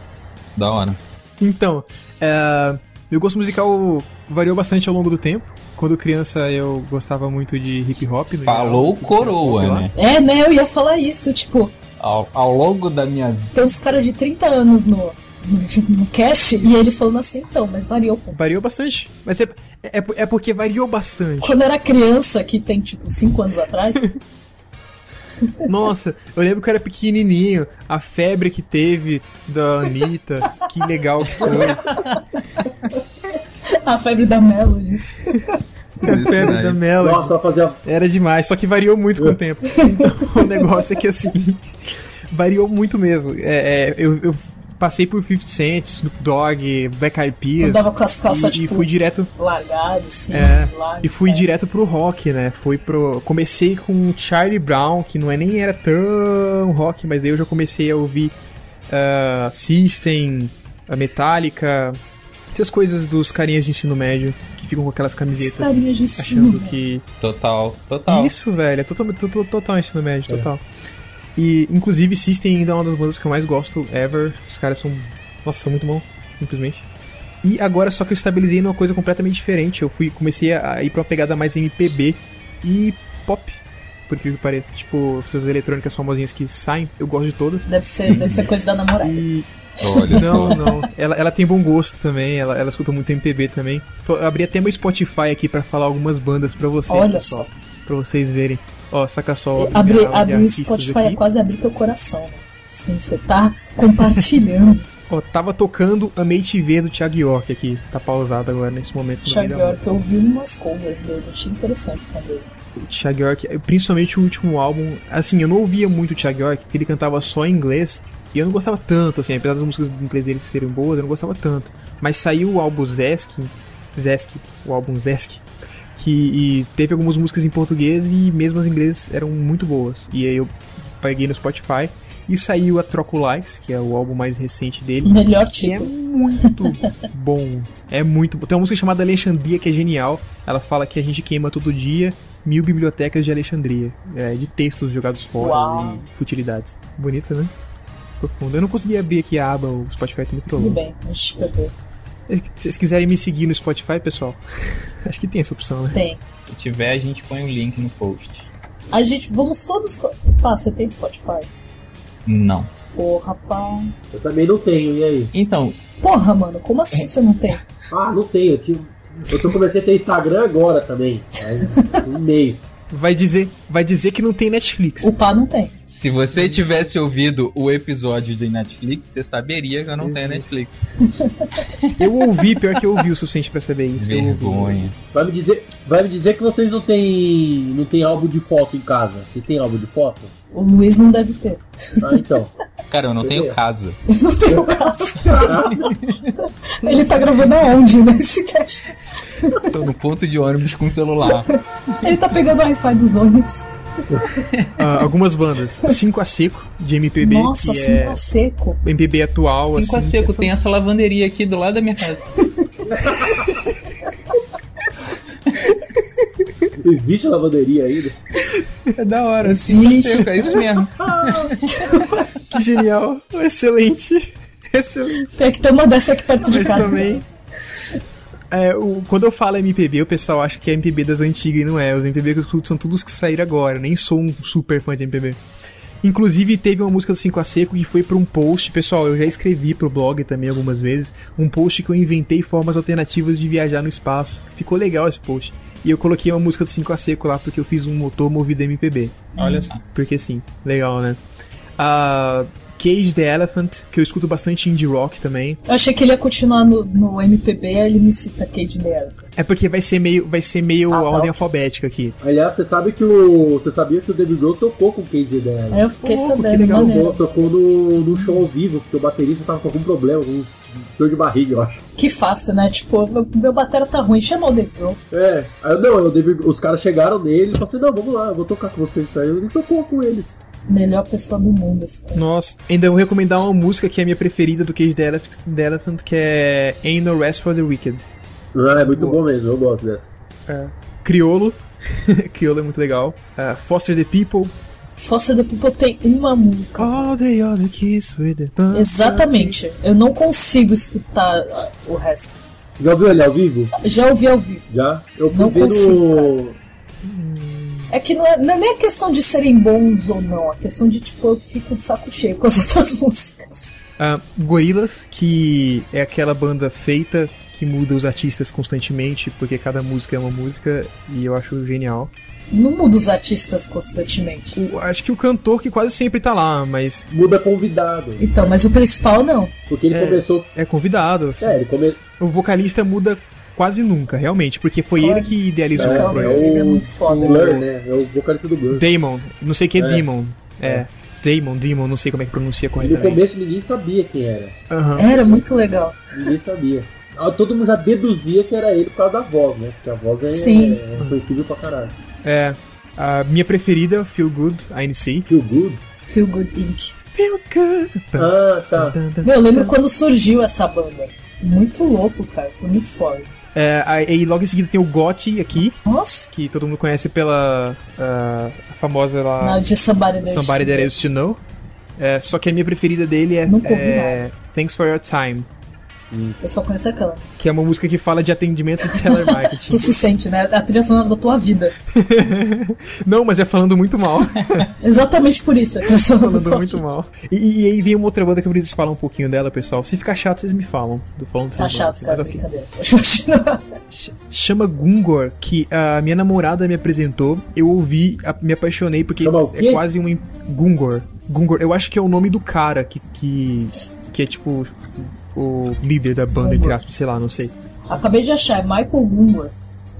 S3: Da hora.
S1: Então, é, meu gosto musical variou bastante ao longo do tempo. Quando criança eu gostava muito de hip hop. no
S3: Falou
S1: geral.
S3: coroa,
S1: Sei lá.
S3: né?
S2: É, né? Eu ia falar isso, tipo,
S3: Ao, ao longo da minha
S2: tem uns caras de 30 anos no, no, no cast e ele falando assim, então, mas variou. pô.
S1: Variou bastante. Mas é, é, é porque variou bastante.
S2: Quando eu era criança, que tem tipo 5 anos atrás,
S1: Nossa, eu lembro que eu era pequenininho, a febre que teve da Anitta, que legal que foi.
S2: a febre da Melody.
S1: A febre da Melody.
S4: Nossa, fazia.
S1: Era demais, só que variou muito com o tempo. Então, o negócio é que assim. Variou muito mesmo. É, é, eu, eu passei por 50 Cent, Snoop Dogg, Black Eyed Peas.
S2: Andava com as calças,
S1: e, e
S2: tipo,
S1: fui direto.
S2: Largado, assim,
S1: É,
S2: largo,
S1: e fui
S2: é.
S1: direto pro rock, né? Fui pro. Comecei com Charlie Brown, que não é nem era tão rock, mas daí eu já comecei a ouvir ah, System, a Metallica, essas coisas dos carinhas de ensino médio que ficam com aquelas camisetas
S2: carinhas é, de ensino
S1: assim, achando
S2: médio.
S1: que.
S3: total, total.
S1: Isso, velho, é total, total, total ensino médio, total. E, inclusive, System ainda é uma das bandas que eu mais gosto ever. Os caras são. Nossa, são muito bons, simplesmente. E agora só que eu estabilizei numa coisa completamente diferente. Eu fui, comecei a a ir pra uma pegada mais MPB e pop. Por incrível que pareça. Tipo, essas eletrônicas famosinhas que saem, eu gosto de todas.
S2: Deve ser, deve ser coisa da namorada.
S3: Olha
S1: não,
S3: só.
S1: não. Ela, ela tem bom gosto também, ela, ela escuta muito MPB também. Tô- eu abri até meu Spotify aqui pra falar algumas bandas pra vocês,
S2: Olha
S1: pessoal. Pra vocês verem. Ó, saca só.
S2: Abrir
S1: liberal de
S2: abrir o
S1: artistas
S2: Spotify
S1: aqui.
S2: é quase abrir teu coração. né? Sim, você tá compartilhando.
S1: Ó, tava tocando Amei Te Ver do Thiago York aqui. Tá pausado agora nesse momento. no meio
S2: Thiago
S1: da
S2: York,
S1: música.
S2: eu ouvi umas covers dele, achei interessante também.
S1: O Thiago York, principalmente o último álbum. Assim, eu não ouvia muito o Thiago York, porque ele cantava só em inglês. E eu não gostava tanto, assim, apesar das músicas em inglês dele serem boas, eu não gostava tanto. Mas saiu o álbum Zesk, Zesk, o álbum Zesk, que e teve algumas músicas em português e mesmo as em inglês eram muito boas. E aí eu peguei no Spotify e saiu a Troco Likes, que é o álbum mais recente dele.
S2: Melhor
S1: que é
S2: título.
S1: muito bom. É muito bom. Tem uma música chamada Alexandria que é genial. Ela fala que a gente queima todo dia mil bibliotecas de Alexandria. É, de textos jogados fora
S2: Uau.
S1: e futilidades. Bonita, né? Profundo. Eu não consegui abrir aqui a aba, o Spotify tá muito trolando.
S2: Tudo bem, tipo, a gente pegou.
S1: Se vocês quiserem me seguir no Spotify, pessoal, acho que tem essa opção, né?
S2: Tem.
S3: Se tiver, a gente põe o link no post.
S2: A gente, vamos todos. co- Pá, você tem Spotify?
S3: Não.
S2: Porra, pá.
S4: Eu também não tenho, e aí?
S3: Então,
S2: Porra, mano, como assim você não tem?
S4: Ah, não tenho. Eu, tive- eu tô- comecei a ter Instagram agora também. Faz um mês.
S1: Vai dizer, vai dizer que não tem Netflix.
S2: O pá não tem.
S3: se você tivesse ouvido o episódio de Netflix, você saberia que eu não tenho Netflix.
S1: Eu ouvi, pior que eu ouvi o suficiente pra saber isso. Eu ouvi.
S3: Vergonha.
S4: Vai me dizer, vai me dizer que vocês não tem, não tem álbum de foto em casa. Vocês têm álbum de foto?
S2: O Luiz não deve ter.
S4: Ah, então.
S3: Cara, eu não tenho casa.
S2: Eu não tenho caso. Ele tá gravando aonde nesse cast?
S3: Tô no ponto de ônibus com celular.
S2: Ele tá pegando o Wi-Fi dos ônibus.
S1: Ah, algumas bandas. 5 a Seco, de MPB.
S2: Nossa,
S1: que
S2: cinco
S1: é
S2: a seco.
S1: MPB atual,
S3: 5 a
S1: assim.
S3: seco, tem essa lavanderia aqui do lado da minha casa.
S4: Existe lavanderia ainda?
S3: É da hora,
S1: assim
S4: Sim.
S3: 5
S1: tá
S3: a seco, é isso mesmo.
S1: que genial. Excelente. Excelente.
S2: Tem que ter uma dessa aqui perto de
S1: Mas
S2: casa.
S1: também. é, o- quando eu falo MPB, o pessoal acha que é MPB das antigas e não é. Os MPB que eu escuto são todos os que saíram agora. Eu Nem sou um super fã de MPB. Inclusive, teve uma música do 5 a Seco que foi pra um post. Pessoal, eu já escrevi pro blog também algumas vezes. Um post que eu inventei formas alternativas de viajar no espaço. Ficou legal esse post. E eu coloquei uma música do 5 a Seco lá porque eu fiz um motor movido a MPB.
S3: Olha só.
S1: Porque sim, legal, né? Ah, Cage the Elephant, que eu escuto bastante indie rock também.
S2: Eu achei que ele ia continuar no, no MPB, aí ele me cita Cade Nero.
S1: É porque vai ser meio, vai ser meio a ordem alfabética aqui.
S4: Aliás, você sabe que o. Você sabia que o David Grohl tocou com o Cage dela.
S2: É, eu fiquei
S1: Pô,
S2: sabendo,
S1: que legal.
S4: Tocou-
S2: maneiro.
S4: né? Tocou no, no show ao vivo, porque o baterista tava com algum problema, com dor de barriga, eu acho.
S2: Que fácil, né? Tipo, meu, meu batera tá ruim, chama o Dave Grohl.
S4: É, aí, não, eu dei- os caras chegaram nele e falaram assim, não, vamos lá, eu vou tocar com vocês. Aí ele tocou com eles.
S2: Melhor pessoa do mundo, assim. esse cara.
S1: Nossa, ainda vou recomendar uma música que é a minha preferida do Cage the Elephant, the Elephant, que é Ain't No Rest for the Wicked.
S4: Ah, é muito bom mesmo, eu gosto dessa.
S1: É. Criolo. Criolo é muito legal. Ah, Foster the People.
S2: Foster the People tem uma música.
S1: All the other kids with the
S2: Exatamente. Eu não consigo escutar ah, o resto.
S4: Já viu ele ao vivo?
S2: Já ouvi ao vivo.
S4: Já? Eu fui
S2: Não
S4: ver
S2: consigo,
S4: no.
S2: É que não é, não é nem a questão de serem bons ou não, a questão de, tipo, eu fico de saco cheio com as outras músicas.
S1: Ah, Gorillaz, que é aquela banda feita que muda os artistas constantemente, porque cada música é uma música, e eu acho genial.
S2: Não muda os artistas constantemente.
S1: O- acho que o cantor que quase sempre tá lá, mas.
S4: Muda convidado.
S2: Então, mas o principal não.
S4: Porque ele
S1: É,
S4: começou.
S1: É convidado. assim.
S4: É, ele come...
S1: O vocalista muda quase nunca, realmente, porque foi ele que idealizou
S4: é,
S1: o projeto.
S4: é o,
S2: foda,
S4: o Blur, né? É o vocalista do Blur.
S1: Damon, não sei o que é,
S4: É.
S1: Demon. É. Damon, Demon, não sei como é que pronuncia
S4: No
S1: corretamente.
S4: começo ninguém sabia quem era.
S1: Aham.
S2: Era muito legal.
S4: Ninguém sabia. Ah, Todo mundo já deduzia que era ele por causa da voz, né? Porque a voz é,
S2: Sim.
S4: é sensível pra caralho.
S1: É. A minha preferida, Feel Good, ANC.
S4: Feel Good?
S2: Feel Good Inc.
S1: Feel Good.
S4: Ah, tá.
S2: Meu, eu lembro quando surgiu essa banda. Muito louco, cara. Foi muito foda.
S1: É, aí logo em seguida tem o Gotti aqui,
S2: Nossa,
S1: que todo mundo conhece pela ah, a famosa lá.
S2: na de Somebody That
S1: Somebody That I Used to Know. É, só que a minha preferida dele é,
S2: Nunca ouvi
S1: é Thanks for Your Time,
S2: Eu só conheço aquela.
S1: que é uma música que fala de atendimento de telemarketing.
S2: Tu se sente, né? A trilha sonora da tua vida.
S1: Não, mas é falando muito mal.
S2: Exatamente por isso. A trilha sonora da
S1: falando
S2: tua
S1: muito
S2: vida.
S1: mal. E, e aí vem uma outra banda que eu preciso falar um pouquinho dela, pessoal. Se ficar chato, vocês me falam. Tô falando
S2: Tá
S1: dessa banda,
S2: chato, cara.
S1: mas ok.
S2: Brincadeira. Deixa eu continuar.
S1: Ch- Chama Gungor, que a minha namorada me apresentou. Eu ouvi, a- me apaixonei, porque
S4: Chama o
S1: é
S4: quê?
S1: quase um. im- Gungor. Gungor, eu acho que é o nome do cara que. que, que é tipo. O líder da banda, entre aspas, sei lá, não sei.
S2: Acabei de achar. É Michael Gumber.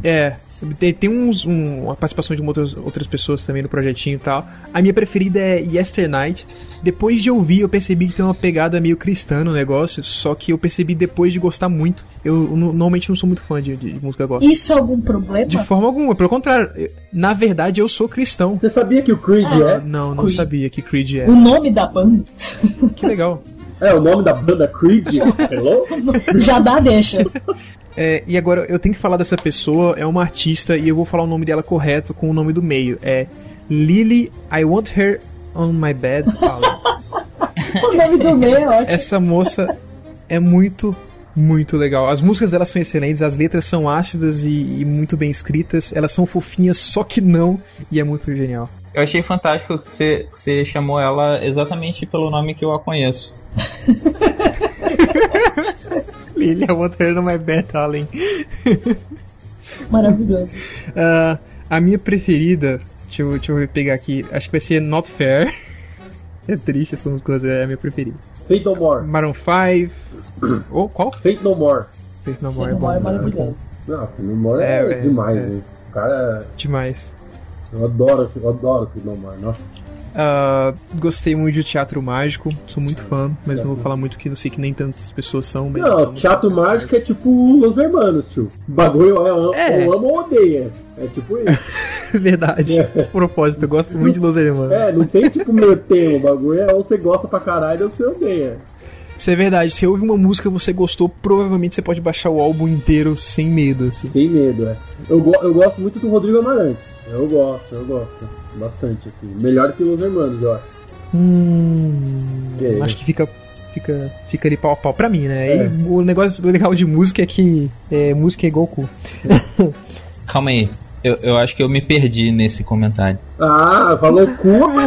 S1: É, tem, tem uns, um- uma participação de outras, outras pessoas também no projetinho e tal. A minha preferida é Yesterday Night. Depois de ouvir, eu percebi que tem uma pegada meio cristã no negócio, só que eu percebi depois de gostar muito. Eu n- normalmente não sou muito fã de, de música gospel.
S2: Isso é algum problema?
S1: De forma alguma, pelo contrário. eu- Na verdade, eu sou cristão.
S4: Você sabia que o Creed
S1: É,
S4: é?
S1: não, não
S2: Creed.
S1: sabia que Creed
S2: O
S1: é.
S2: nome da banda
S1: Que legal.
S4: É, o nome da banda Creed? Hello?
S2: já dá deixas.
S1: É, e agora, eu tenho que falar dessa pessoa, é uma artista, e eu vou falar o nome dela correto com o nome do meio. É Lily, I Want Her on My Bed Allen.
S2: O nome do meio é ótimo.
S1: Essa moça é muito, muito legal. As músicas dela são excelentes, as letras são ácidas e, e muito bem escritas. Elas são fofinhas, só que não, e é muito genial.
S3: Eu achei fantástico que você, que você chamou ela exatamente pelo nome que eu a conheço.
S1: Lily, I want her on my bed, Allen. É.
S2: Maravilhoso.
S1: Ah, a minha preferida, deixa eu, deixa eu pegar aqui, acho que vai ser Not Fair. É triste essa música, mas é a minha preferida.
S4: Fate No More.
S1: Maroon 5. Ou qual?
S4: Fate No More.
S1: Faith No More
S2: Foi
S1: é
S2: no
S1: bom.
S2: mar
S1: né? Muito bom
S2: maravilhoso.
S4: Não, Fate No More é,
S1: É, é,
S4: demais,
S1: é.
S4: né? O cara,
S1: demais.
S4: eu adoro, eu adoro Fate No More, nossa.
S1: Ah, gostei muito de Teatro Mágico, sou muito fã, mas não vou falar muito que não sei que nem tantas pessoas são. Mas
S4: Não, Teatro Mágico é tipo Los Hermanos, tio. O Bagulho é,
S1: É.
S4: ou ama ou odeia. É É tipo isso.
S1: Verdade. Propósito, eu gosto muito de Los Hermanos.
S4: É, não tem tipo meio termo, o bagulho é ou você gosta pra caralho ou você odeia.
S10: Isso é verdade. Se ouve uma música que você gostou, provavelmente você pode baixar o álbum inteiro sem medo. Assim.
S4: Sem medo, é. Eu, go eu gosto muito do Rodrigo Amarante. Eu gosto, eu gosto. Bastante, assim. Melhor que Los Hermanos, eu acho.
S1: Hum.
S4: Que é
S1: acho que fica, fica, fica ali pau a pau pra mim, né? E o negócio legal de música é que é, música é igual cu.
S3: Calma aí. Eu, eu acho que eu me perdi nesse comentário.
S4: Ah, falou cu, um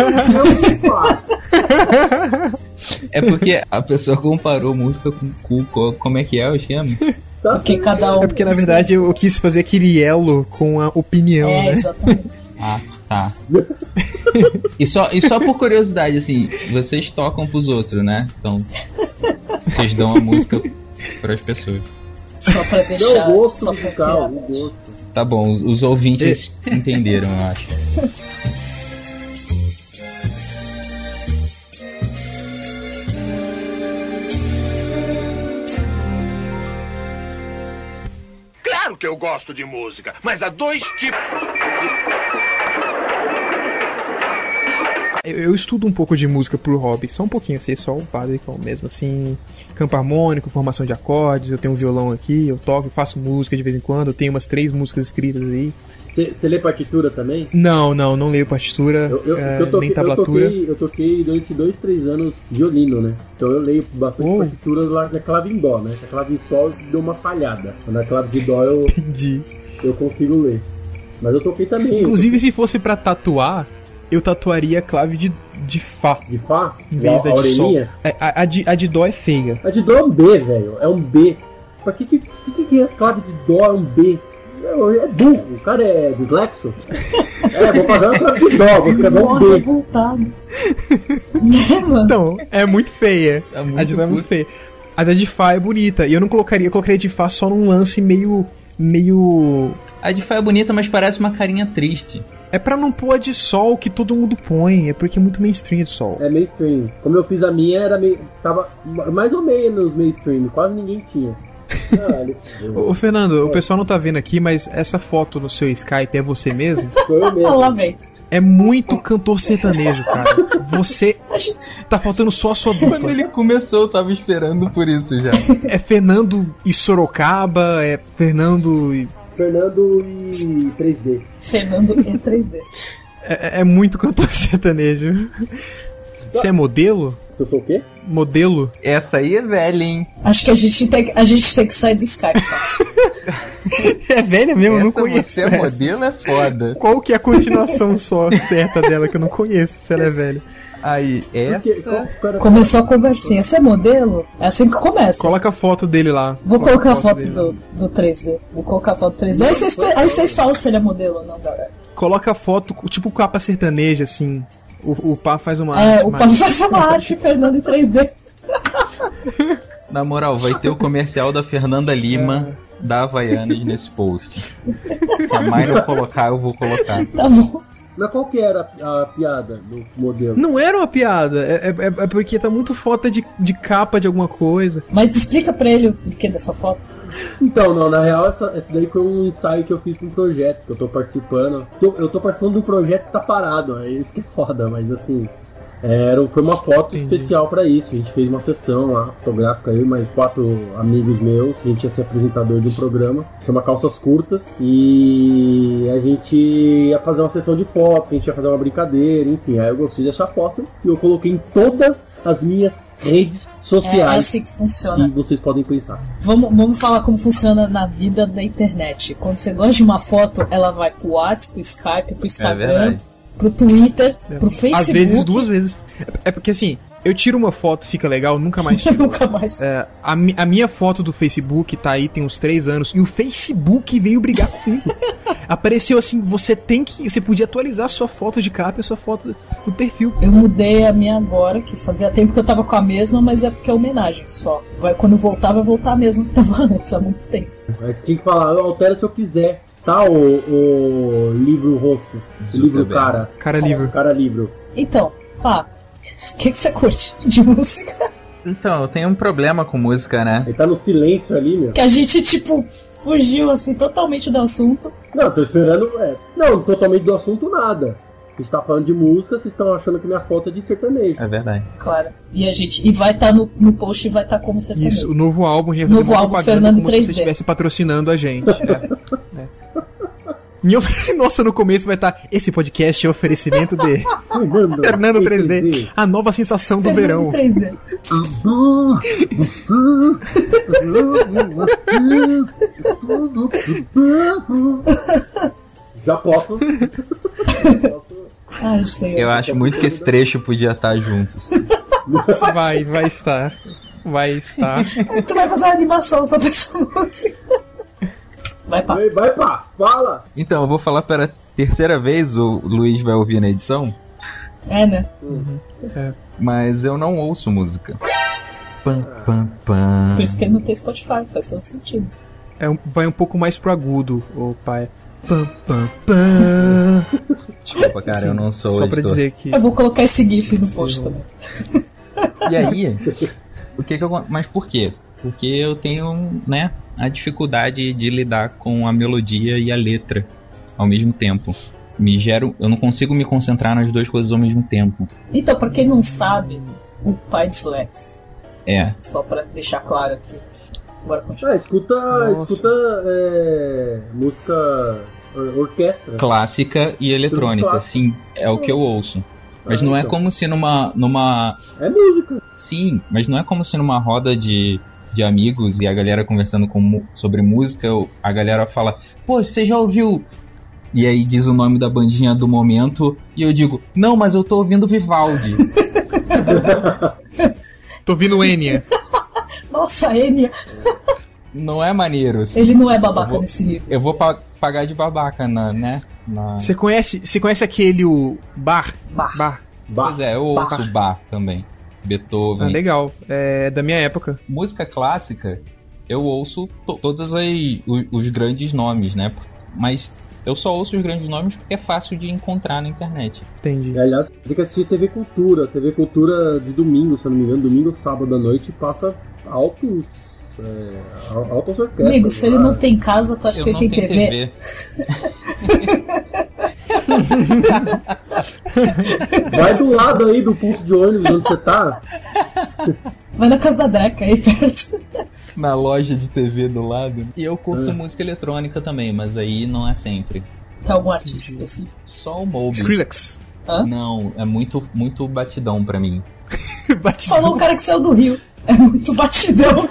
S3: É porque a pessoa comparou música com cu. co- Como é que é o esquema?
S4: Tá
S2: Porque cada um.
S1: É porque na verdade eu quis fazer aquele elo com a opinião,
S2: É,
S1: né?
S2: exatamente.
S3: Ah, tá. E só, e só por curiosidade, assim, vocês tocam pros outros, né? Então, vocês dão a música pras pessoas.
S2: Só pra deixar.
S4: Não, o gosto
S2: só pra
S4: musical,
S2: criar. né?
S4: o gosto.
S3: Tá bom, os, os ouvintes entenderam, eu acho.
S5: Claro que eu gosto de música, mas há dois tipos.
S1: Eu, eu estudo um pouco de música pro hobby, só um pouquinho, sei só o basicão mesmo, assim, campo harmônico, formação de acordes, eu tenho um violão aqui, eu toco, faço música de vez em quando, eu tenho umas três músicas escritas aí.
S4: Você você lê partitura também?
S1: Não, não, não leio partitura,
S4: Eu, eu,
S1: eh,
S4: eu, toquei,
S1: nem
S4: eu,
S1: tablatura.
S4: toquei, eu toquei durante dois, três anos violino, né? Então eu leio bastante
S1: Oh.
S4: partituras lá na clave em dó, né? Na clave em sol deu uma falhada. Na clave de dó eu,
S1: Entendi.
S4: eu consigo ler. Mas eu toquei também.
S1: Inclusive, se fosse pra tatuar, eu tatuaria a clave de, de Fá.
S4: De Fá?
S1: Em vez
S4: A-
S1: da
S4: a
S1: de Sol.
S4: orelhinha?
S1: É, A, a de, a de Dó é feia.
S4: A de dó é um B, velho. É um B. Pra que que, que, que que é a clave de dó é um B? É, é burro. O cara é dislexo. é, vou fazer uma clave de dó, vou escrever um
S2: Porra,
S4: B.
S2: revoltado. Né,
S1: Então, é muito feia.
S3: muito
S1: a de Dó é muito feia. Mas a de Fá é bonita. E eu não colocaria, eu colocaria de Fá só num lance meio. meio.
S3: A de Fá é bonita, mas parece uma carinha triste.
S1: É pra não pôr a de sol que todo mundo põe, é porque é muito mainstream de sol.
S4: É mainstream. Como eu fiz a minha, era meio. Tava ma- mais ou menos mainstream, quase ninguém tinha. Caralho.
S1: Ô, ô, Fernando, o pessoal não tá vendo aqui, mas essa foto no seu Skype é você mesmo?
S4: Sou eu
S2: Ah, lá
S4: mesmo.
S2: vem.
S1: É muito cantor sertanejo, cara. Você. Tá faltando só a sua
S3: Quando
S1: dupla.
S3: ele começou, eu tava esperando por isso já.
S1: É Fernando e Sorocaba, é Fernando e.
S4: Fernando e 3D.
S2: Fernando em 3D.
S1: É, é muito cantor sertanejo. Você é modelo?
S4: Se eu sou o quê?
S1: Modelo?
S3: Essa aí é velha, hein?
S2: Acho que a gente tem, que- a gente tem que sair do Skype. tá?
S1: É velha mesmo, eu não
S3: Essa
S1: conheço.
S3: você
S1: essa.
S3: é modelo é foda.
S1: Qual que é a continuação só certa dela que eu não conheço, se ela é velha?
S3: Aí,
S4: Porque,
S3: essa...
S4: qual- qual era-
S2: Começou a conversinha. Você é modelo? É assim que começa.
S1: Coloca a foto dele lá.
S2: Vou
S1: Coloca
S2: colocar a foto
S1: dele
S2: do,
S1: lá.
S2: do 3D. Vou colocar a foto do 3D. Aí vocês, aí vocês falam se ele é modelo ou não, galera.
S1: Coloca a foto, tipo capa sertaneja, assim. O, o pá faz uma
S2: é,
S1: arte
S2: o
S1: mais-
S2: Pablo faz uma arte, Fernando em 3D.
S3: Na moral, vai ter o comercial da Fernanda Lima da Havaianas nesse post. Se a Mai não colocar, eu vou colocar.
S2: Tá bom.
S4: Mas qual que era a, a piada do modelo?
S1: Não era uma piada, é, é- é porque tá muito foto de, de capa de alguma coisa.
S2: Mas explica pra ele o porquê dessa foto.
S4: Então, não, na real, essa, esse daí foi um ensaio que eu fiz pra um projeto que eu tô participando. Eu, eu tô participando de um projeto que tá parado, é isso que é foda, mas assim. Era, foi uma foto
S1: Entendi.
S4: especial pra isso. A gente fez uma sessão lá, fotográfica aí, mais quatro amigos meus. A gente ia ser apresentador de um programa, chama Calças Curtas. E a gente ia fazer uma sessão de foto, a gente ia fazer uma brincadeira, enfim. Aí eu gostei dessa foto e eu coloquei em todas as minhas redes
S2: É, é
S4: sociais.
S2: assim que funciona.
S4: E vocês podem pensar.
S2: Vamos, vamos falar como funciona na vida da internet. Quando você gosta de uma foto, ela vai pro WhatsApp, pro Skype, pro Instagram,
S3: verdade.
S2: pro Twitter, pro Facebook.
S1: É Às vezes, duas vezes. É, é porque assim, eu tiro uma foto, fica legal, nunca mais tiro.
S2: Nunca mais.
S1: É, a, mi- a minha foto do Facebook tá aí tem uns três anos e o Facebook veio brigar comigo. Apareceu assim, você tem que. Você podia atualizar a sua foto de capa e a sua foto do perfil.
S2: Eu mudei a minha agora, que fazia tempo que eu tava com a mesma, mas é porque é homenagem só. Vai, quando voltar, vai voltar a mesma que tava antes, há muito tempo.
S4: Mas tinha que falar, eu altero se eu quiser, tá? O, o livro rosto, o livro
S3: Zuckerberg.
S4: cara,
S1: Cara livre.
S4: cara livro.
S2: Então, pá, o que, que você curte de música?
S3: Então, eu tenho um problema com música, né?
S4: Ele tá no silêncio ali, meu.
S2: Que a gente, tipo, fugiu assim totalmente do assunto.
S4: Não, tô esperando. é, não, totalmente do assunto nada. A gente tá falando de música, vocês estão achando que minha foto é de sertanejo.
S3: É verdade.
S2: Claro. E a gente. E vai estar no, no post e vai estar como sertanejo.
S1: Isso, o novo álbum já
S2: Novo álbum, Fernando
S1: como
S2: 3D.
S1: se você estivesse patrocinando a gente. É, é. Em ofe- Nossa, no começo vai estar. Esse podcast é oferecimento de
S4: Fernando,
S1: Fernando 3D, a nova sensação do verão.
S4: Já posso.
S2: Ai, senhor.
S3: Eu acho muito que esse trecho podia estar juntos.
S1: Vai, vai estar. Vai estar.
S2: Tu vai fazer uma animação só pra essa música. Vai pá.
S4: Vai, vai pá, fala!
S3: Então, eu vou falar pela terceira vez, o Luiz vai ouvir na edição,
S2: É, né?
S3: mas eu não ouço música. Pam, pam, pam.
S2: Por isso que ele não tem Spotify, faz todo sentido.
S1: É um- vai um pouco mais pro agudo, ô pai. Pam, pam, pam.
S3: Desculpa, cara, eu não sou
S1: Só pra
S3: editor.
S1: dizer que.
S2: Eu vou colocar esse GIF no post também.
S3: E aí, o que que eu, mas por quê? Porque eu tenho, né, a dificuldade de lidar com a melodia e a letra ao mesmo tempo. Me gero, eu não consigo me concentrar nas duas coisas ao mesmo tempo.
S2: Então, pra quem não sabe, o pai de Slax,
S3: É,
S2: só pra deixar claro aqui. Bora continuar.
S4: Ah, escuta,
S1: Nossa.
S4: escuta é, música or- orquestra.
S3: clássica e eletrônica,
S4: clássico.
S3: sim, é o que eu ouço. Mas
S4: Ah,
S3: não é
S4: então.
S3: como se numa numa
S4: É música.
S3: Sim, mas não é como se numa roda de, de amigos e a galera conversando com mu- sobre música, o- a galera fala, pô, você já ouviu? E aí diz o nome da bandinha do momento, e eu digo, não, mas eu tô ouvindo Vivaldi.
S1: Tô ouvindo Enya.
S2: Nossa, Enya,
S3: não é maneiro. assim.
S2: ele não é babaca
S3: Eu vou-
S2: nesse nível.
S3: Eu vou pa- pagar de babaca, na, né? Na...
S1: Você conhece, você conhece aquele o bar?
S2: Bah.
S1: Bar.
S4: Bah.
S3: Pois é, eu ouço
S1: Bach.
S3: Bach também.
S1: Ah,
S3: Beethoven.
S1: legal. É da minha época.
S3: música clássica, eu ouço to- todos aí os, os grandes nomes, né? Mas eu só ouço os grandes nomes porque é fácil de encontrar na internet.
S1: Entendi.
S3: é.
S4: E, aliás, tem que assistir TV Cultura. TV Cultura de domingo, se eu não me engano, domingo ou sábado à noite passa altos. É, al- altas orquestras. né?
S2: Amigo, se ele
S4: lá.
S2: não tem casa, tu acha
S3: eu
S2: que ele
S3: não
S2: tem
S3: tenho
S2: TV?
S3: TV.
S4: Vai do lado aí do ponto de ônibus onde você tá.
S2: Vai na casa da Dreca aí perto.
S3: Na loja de TV do lado. E eu curto música eletrônica também, mas aí não é sempre.
S2: Tem Tá algum artista específico?
S3: Só o Moby.
S1: Skrillex.
S2: Hã?
S3: Não, é muito, muito batidão pra mim.
S2: Falou um cara que saiu do Rio. É muito batidão.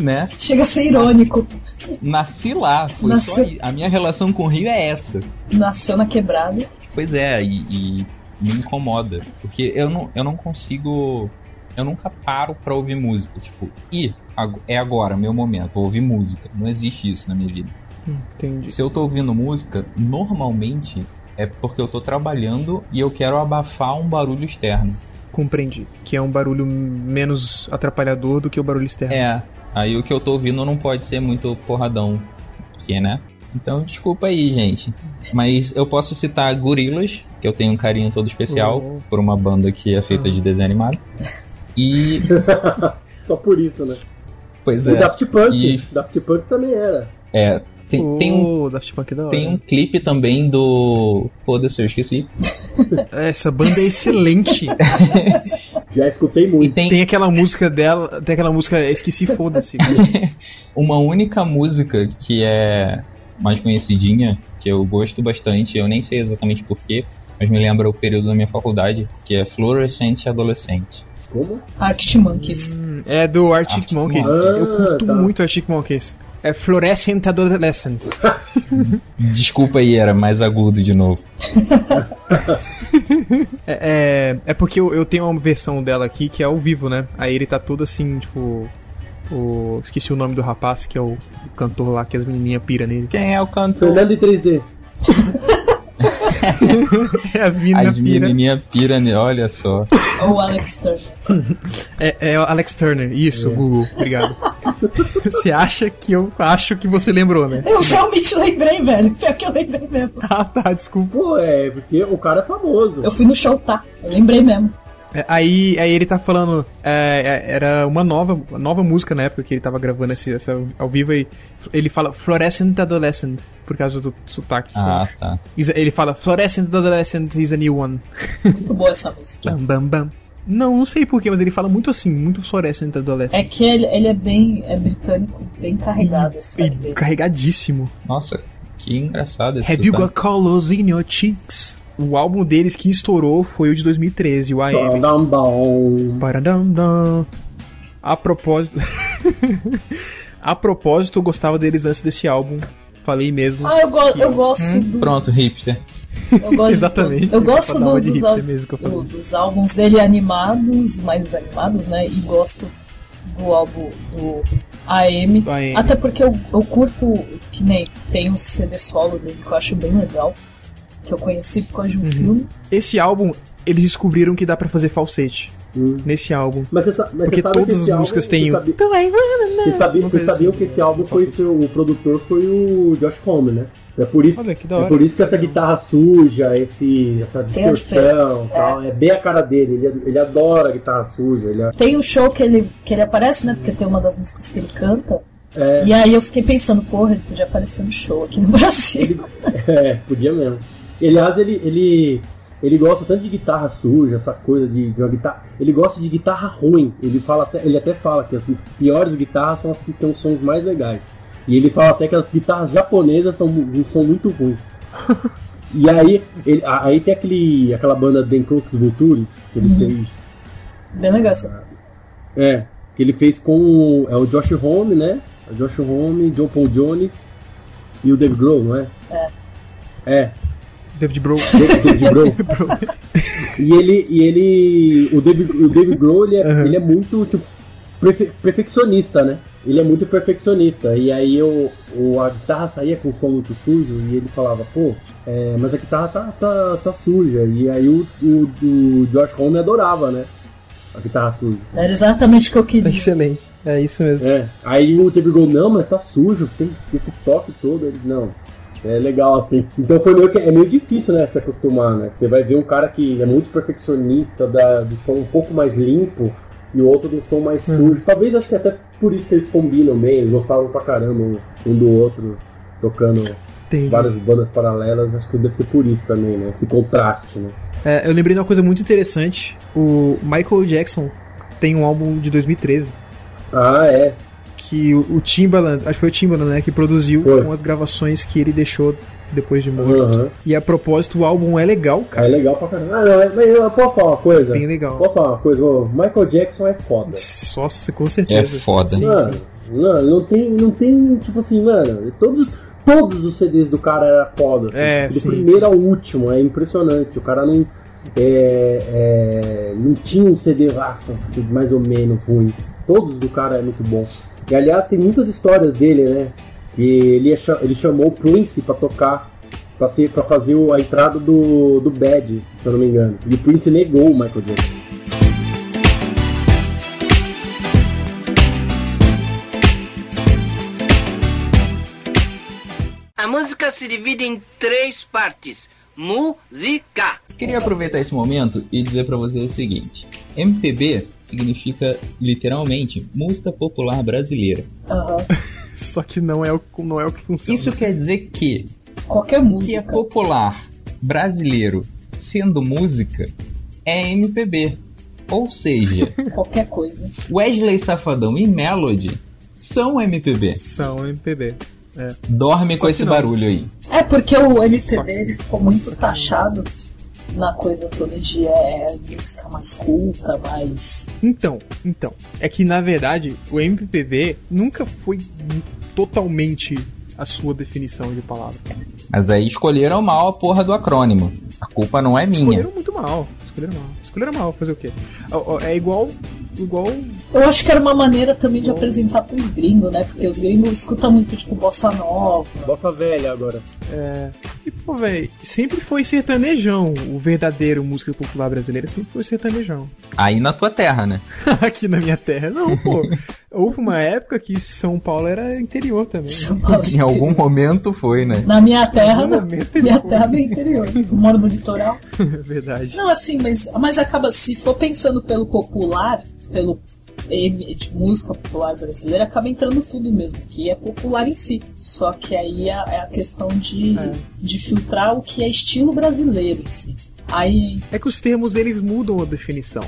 S3: Né?
S2: Chega a ser irônico.
S3: Nasci lá, foi só
S2: Nasceu-
S3: aí. A minha relação com o Rio é essa.
S2: Nasceu na quebrada.
S3: Pois é, e, e me incomoda. Porque eu não, eu não consigo. Eu nunca paro pra ouvir música. Tipo, e é agora, meu momento, vou ouvir música. Não existe isso na minha vida.
S1: Entendi.
S3: Se eu tô ouvindo música, normalmente é porque eu tô trabalhando e eu quero abafar um barulho externo.
S1: Compreendi. Que é um barulho menos atrapalhador do que o barulho externo.
S3: É, aí o que eu tô ouvindo não pode ser muito porradão. Porque, né? Então, desculpa aí, gente. Mas eu posso citar Gorilas, que eu tenho um carinho todo especial
S1: Oh.
S3: por uma banda que é feita de desenho animado. E,
S4: Só por isso, né?
S3: pois
S4: E
S3: é,
S4: Daft Punk.
S3: E-
S4: Daft Punk também era.
S3: é tem, tem um,
S1: oh, Daft Punk é da hora.
S3: tem um clipe também do. Foda-se, eu esqueci. um-
S1: Essa banda é excelente.
S4: Já escutei
S3: E
S4: muito.
S3: tem
S1: tem aquela música dela, tem aquela música Esqueci Foda-se.
S3: uma única música que é mais conhecidinha, que eu gosto bastante, eu nem sei exatamente porquê, mas me lembra o período da minha faculdade, que é Fluorescente Adolescente.
S4: Como?
S2: Arctic Monkeys.
S1: Hum, é do Arctic,
S3: Arctic
S1: Monkeys.
S4: Monkeys.
S1: Eu curto
S4: Ah, tá.
S1: muito Arctic Monkeys. É Fluorescent Adolescent.
S3: Desculpa aí, era mais agudo de novo.
S1: É, é, é porque eu, eu tenho uma versão dela aqui que é ao vivo, né? Aí ele tá todo assim, tipo. O, esqueci o nome do rapaz, que é o, o cantor lá que as menininhas piram nele.
S3: Quem é o cantor?
S4: Fernando em 3D.
S1: As
S3: As
S1: meninas piram.
S3: menininhas pirane, olha só.
S2: Ou Alex Turner.
S1: É, é o Alex Turner, isso, Google, obrigado. você acha que eu acho que você lembrou, né?
S2: Eu realmente lembrei, velho. Pior que eu lembrei mesmo.
S1: Ah, tá, desculpa.
S4: Pô, é, porque o cara é famoso.
S2: Eu fui no show, tá? Eu lembrei mesmo.
S1: É, Aí, aí ele tá falando, é, é, era uma nova, nova música na época que ele tava gravando esse, essa ao vivo e ele fala Fluorescent Adolescent, por causa do sotaque.
S3: Ah, tá.
S1: Is- Ele fala Fluorescent Adolescent is a new one.
S2: Muito boa essa música.
S1: Bam, bam, bam. Não, não sei porquê, mas ele fala muito assim, muito Fluorescent Adolescent.
S2: É que ele, ele é bem é britânico, bem carregado esse cara
S1: É.
S2: dele.
S1: Carregadíssimo.
S3: Nossa, que engraçado esse
S1: Have you got
S3: sotaque.
S1: colors in your cheeks? O álbum deles que estourou foi o de 2013, o AM.
S4: um
S1: Paradam-dam. A propósito. A propósito, eu gostava deles antes desse álbum. Falei mesmo.
S2: Ah, eu, go eu gosto do.
S3: Pronto, hipster.
S2: Eu gosto
S1: Hum. Exatamente.
S2: Do, eu gosto
S1: Pra dar uma
S2: do,
S1: de
S2: dos,
S1: hipster
S2: álbuns,
S1: mesmo que eu
S2: do-
S1: falei.
S2: dos álbuns dele animados, mais animados, né? E gosto do álbum do AM.
S1: AM.
S2: Até porque eu, eu curto, que nem tem um CD solo dele que eu acho bem legal. Que eu conheci por causa de um
S1: Uhum.
S2: filme.
S1: Esse álbum, eles descobriram que dá pra fazer falsete. Nesse álbum.
S4: Mas Hum. você, sa- mas
S1: Porque
S4: você sabe que
S1: todas as
S4: esse álbum,
S1: músicas têm. um-
S4: Você
S1: o-
S4: sabia, você sabia,
S1: Uma
S4: você
S1: coisa
S4: sabia que esse álbum foi seu- o produtor foi o Josh Homme, né? É por isso,
S1: Olha, que da
S4: é
S1: hora.
S4: por isso que essa guitarra suja, esse, essa
S2: Tem a
S4: distorção,
S2: diferença,
S4: tal, é bem a cara dele. Ele, ele adora guitarra suja. Ele, é
S2: Tem um show que ele, que ele aparece, né? Porque tem uma das músicas que ele canta.
S4: é,
S2: E aí eu fiquei pensando, porra, ele podia aparecer no show aqui no Brasil.
S4: É, podia mesmo. Ele, aliás, ele, ele, ele gosta tanto de guitarra suja, essa coisa de, de uma guitarra. Ele gosta de guitarra ruim. Ele, fala até, ele até fala que as piores guitarras são as que têm os sons mais legais. E ele fala até que as guitarras japonesas são um som muito ruim. E aí, ele- a- aí tem aquele, aquela banda Denkouks Vultures, que ele fez.
S2: Bem legal essa.
S4: É, que ele fez com é o Josh Homme, né? O Josh Homme, John Paul Jones e o Dave Grohl, não é?
S2: É.
S4: É,
S1: David Bro.
S4: David Grohl. e ele, e ele, o David, o David Grohl, ele é, ele é muito tipo, prefe- perfeccionista, né? Ele é muito perfeccionista. E aí eu, o, a guitarra saía com som muito sujo e ele falava, pô, é, mas a guitarra tá, tá, tá suja. E aí o, o, o Josh Homme adorava, né? A guitarra suja.
S2: Era exatamente o que eu queria.
S1: Excelente. É isso mesmo.
S4: É. Aí o David Grohl, não, mas tá sujo, tem esse toque todo. Ele, não, é legal assim. Então foi meio que, é meio difícil, né, se acostumar, né? Você vai ver um cara que é muito perfeccionista, da, do som um pouco mais limpo, e o outro do som mais sujo. Talvez acho que até por isso que eles combinam bem, eles gostavam pra caramba um- um do outro, tocando
S1: Entendi.
S4: várias bandas paralelas. Acho que deve ser por isso também, né? Esse contraste, né?
S1: É, eu lembrei de uma coisa muito interessante. O Michael Jackson tem um álbum de 2013
S4: Ah, é.
S1: que o, o Timbaland, acho que foi o Timbaland, né, que produziu com as gravações que ele deixou depois de morto.
S4: Aham.
S1: E a propósito, o álbum é legal,
S4: É
S1: cara.
S4: legal pra caramba. Ah, não, é- mas eu posso falar uma coisa?
S1: Bem legal.
S4: Posso falar uma coisa? O Michael Jackson é foda.
S1: Só se- com certeza.
S3: É foda.
S1: Sim,
S4: mano,
S1: sim.
S4: mano, não tem, não tem, tipo assim, mano, todos, todos os CDs do cara era foda. assim.
S1: É,
S4: do
S1: sim,
S4: primeiro ao último, é impressionante. O cara não. é, é, não tinha um CD raça, mais ou menos ruim. Todos do cara é muito bom. E aliás, tem muitas histórias dele, né? Que ele, acha- ele chamou o Prince pra tocar, pra, ser, pra fazer o- a entrada do, do Bad, se eu não me engano. E o Prince negou o Michael Jackson.
S12: A música se divide em três partes. Música.
S3: Queria aproveitar esse momento e dizer pra vocês o seguinte: MPB significa literalmente música popular brasileira.
S2: Aham.
S1: Só que não é o, não é o que funciona.
S3: Isso quer dizer que
S2: Qualquer
S3: o que é
S2: música.
S3: popular brasileiro sendo música é MPB. Ou seja,
S2: Qualquer coisa.
S3: Wesley Safadão e Melody são MPB.
S1: São MPB. É.
S3: Dorme
S1: Só
S3: com
S1: que
S3: esse
S1: não.
S3: barulho aí.
S2: É porque o MPB
S1: Só que-
S2: ele ficou muito taxado na coisa toda de é, música mais culta, mais.
S1: Então, então. É que na verdade o MPB nunca foi totalmente a sua definição de palavra.
S3: Mas aí escolheram mal a porra do acrônimo. A culpa não é minha.
S1: Escolheram muito mal. Escolheram mal. Escolheram mal, fazer o quê? Ó, ó, É igual. Igual.
S2: Eu acho que era uma maneira também de apresentar pros gringos, né? Porque os gringos escutam muito, tipo, bossa nova.
S4: Bossa velha agora.
S1: É... E, pô, velho, sempre foi sertanejão. O verdadeiro música popular brasileira sempre foi sertanejão.
S3: Aí na tua terra, né?
S1: Aqui na minha terra, não, pô. Houve uma época que São Paulo era interior também. Né?
S3: Em algum momento foi, né?
S2: Na minha terra,
S1: é
S2: na minha terra é interior. Eu moro no litoral.
S1: Verdade.
S2: Não, assim, mas, mas acaba, se for pensando pelo popular, pelo de música popular brasileira, acaba entrando tudo mesmo, que é popular em si. Só que aí é, a questão de, é. de filtrar o que é estilo brasileiro em si. Aí...
S1: É que os termos eles mudam a definição.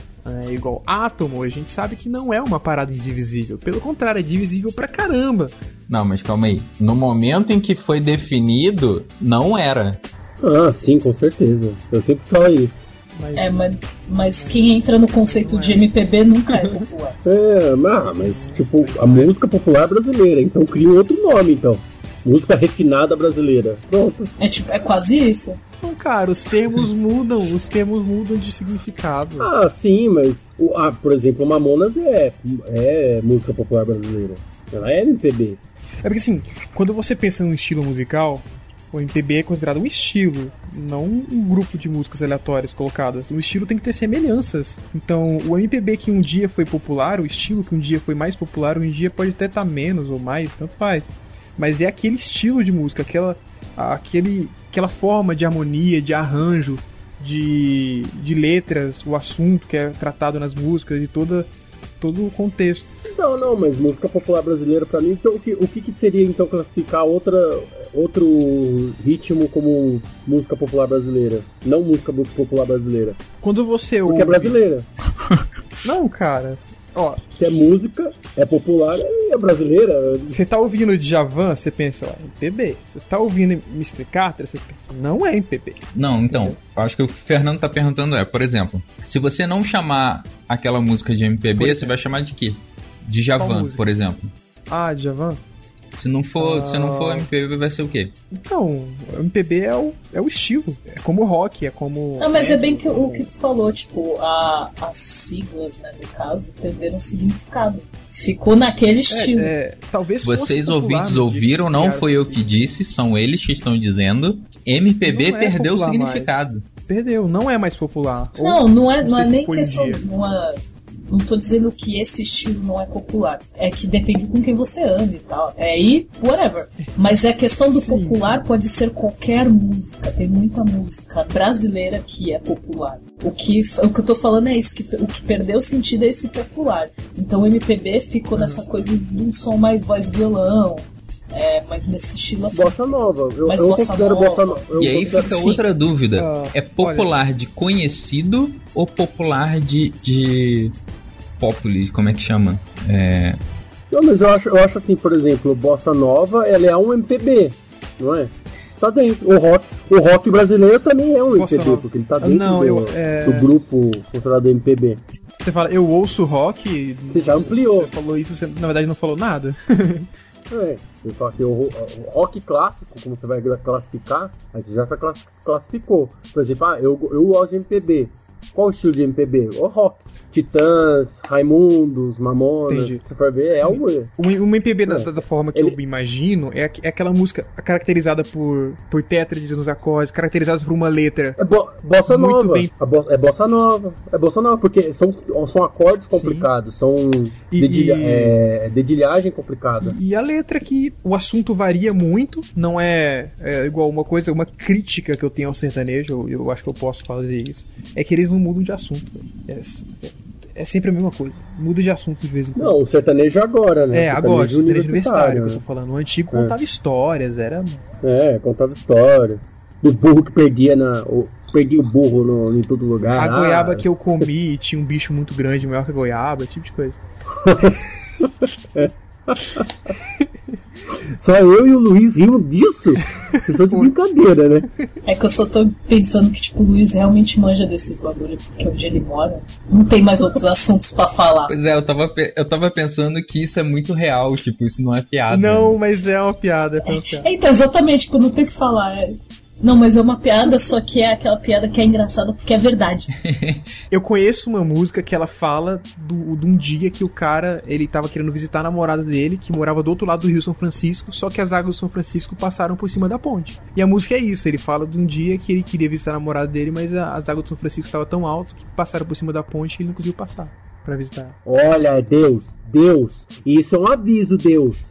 S1: É igual átomo, a gente sabe que não é uma parada indivisível. Pelo contrário, é divisível pra caramba.
S3: Não, mas calma aí. No momento em que foi definido, não era.
S4: Ah, sim, com certeza. Eu sempre falo isso.
S2: Mas... É, mas, mas quem entra no conceito de MPB nunca é popular.
S4: É, não, mas tipo, a música popular brasileira, então cria um outro nome, então. Música refinada brasileira. Pronto.
S2: É, tipo, é quase isso.
S1: Não, cara, os termos mudam, os termos mudam de significado.
S4: Ah, sim, mas, o, ah, por exemplo, Mamonas é, é música popular brasileira. Ela é MPB.
S1: É porque assim, quando você pensa num estilo musical, o MPB é considerado um estilo, não um grupo de músicas aleatórias colocadas. O estilo tem que ter semelhanças. Então, o MPB que um dia foi popular, o estilo que um dia foi mais popular, um dia pode até estar menos ou mais, tanto faz. Mas é aquele estilo de música, aquela, aquele, aquela forma de harmonia, de arranjo, de, de letras, o assunto que é tratado nas músicas e toda todo o contexto.
S4: Não, não, mas música popular brasileira para mim, então o que, o que, que, seria então classificar outra, outro ritmo como música popular brasileira? Não música popular brasileira.
S1: Quando você
S4: Porque
S1: ouve...
S4: é brasileira.
S1: não, cara. Ó,
S4: se é música, é popular, é brasileira.
S1: Você tá ouvindo Djavan, você pensa, ó, MPB. Você tá ouvindo Mr. Carter, você pensa, não é MPB.
S3: Não, então, Entendeu? acho que o que o Fernando tá perguntando é, por exemplo, se você não chamar aquela música de MPB, você vai chamar de quê? De Javan, por exemplo.
S1: Ah, Javan?
S3: Se não for, ah. se não for MPB, vai ser o quê?
S1: Então, MPB é o, é o estilo. É como rock, é como.
S2: Não, mas é, é bem que o que tu falou, tipo, a, as siglas, né, no caso, perderam significado. Ficou naquele estilo. É, é,
S1: talvez
S3: Vocês ouvintes ouviram, não foi
S1: assim.
S3: eu que disse, são eles que estão dizendo. MPB perdeu o significado.
S1: Mais. Perdeu, não é mais popular.
S2: Não, Ou, não é, não, não é nem questão. Uma, não tô dizendo que esse estilo não é popular. É que depende com quem você anda e tal. É aí, whatever. Mas a questão do sim, popular sim. pode ser qualquer música. Tem muita música brasileira que é popular. O que, o que eu tô falando é isso, que o que perdeu sentido é esse popular. Então o MPB ficou nessa coisa de um som mais voz violão. É, mas nesse estilo assim.
S4: Bossa nova. Eu, mas eu bossa considero nova. bossa nova. Eu
S3: e aí fica sim. outra dúvida. Ah, é popular olha. de conhecido ou popular de, de populi, como é que chama? É...
S4: Não, mas eu acho, eu acho assim, por exemplo, Bossa Nova, ela é um MPB, não é? Tá dentro. O rock, o rock brasileiro também é um Bossa MPB, nova. porque ele tá dentro não, do, eu, é... do grupo considerado MPB.
S1: Você fala, eu ouço rock.
S4: Você já ampliou.
S1: Você falou isso, você na verdade não falou nada.
S4: é, você fala que o, rock clássico, como você vai classificar, a gente já se classificou. Por exemplo, ah, eu, eu gosto de MPB. Qual o estilo de MPB? O rock. Titãs, Raimundos, Mamonas, Entendi. você vai ver, é algo.
S1: Uma MPB da, da, forma que Ele... eu imagino é, é, aquela música caracterizada por, por tétrides nos acordes, caracterizadas por uma letra.
S4: É bo bossa muito nova. Bem... Bo é bossa nova. É bossa nova, porque são, são acordes complicados, Sim. são dedilha, e... é, dedilhagem complicada.
S1: E, e, a letra que o assunto varia muito, não é, é, igual uma coisa, uma crítica que eu tenho ao sertanejo, eu, eu acho que eu posso fazer isso, é que eles não mudam de assunto. Yes é sempre a mesma coisa. Muda de assunto de vez em quando.
S4: Não, o sertanejo agora, né?
S1: É, agora, o sertanejo universitário, né? que eu tô falando. O antigo contava é. histórias, era.
S4: É, contava histórias. Do burro que perdia na. O, perdi o burro no, em todo lugar.
S1: A goiaba ah. que eu comi tinha um bicho muito grande, maior que a goiaba, esse tipo de coisa.
S4: Só eu e o Luiz rimos disso? Vocês são de brincadeira, né?
S2: É que eu só tô pensando que, tipo, o Luiz realmente manja desses bagulhos, porque onde ele mora não tem mais outros assuntos para falar.
S3: Pois é, eu tava, eu tava pensando que isso é muito real, tipo, isso não é piada.
S1: Não, né? mas é uma piada. É,
S2: é, é, então, exatamente, tipo, não tem o que falar. É... Não, mas é uma piada, só que é aquela piada que é engraçada porque é verdade.
S1: eu conheço uma música que ela fala do, de um dia que o cara, ele tava querendo visitar a namorada dele, que morava do outro lado do Rio São Francisco, só que as águas do São Francisco passaram por cima da ponte. E a música é isso, ele fala de um dia que ele queria visitar a namorada dele, mas a, as águas do São Francisco estavam tão altas que passaram por cima da ponte e ele não conseguiu passar. para visitar.
S4: Olha, Deus, Deus, isso é um aviso, Deus.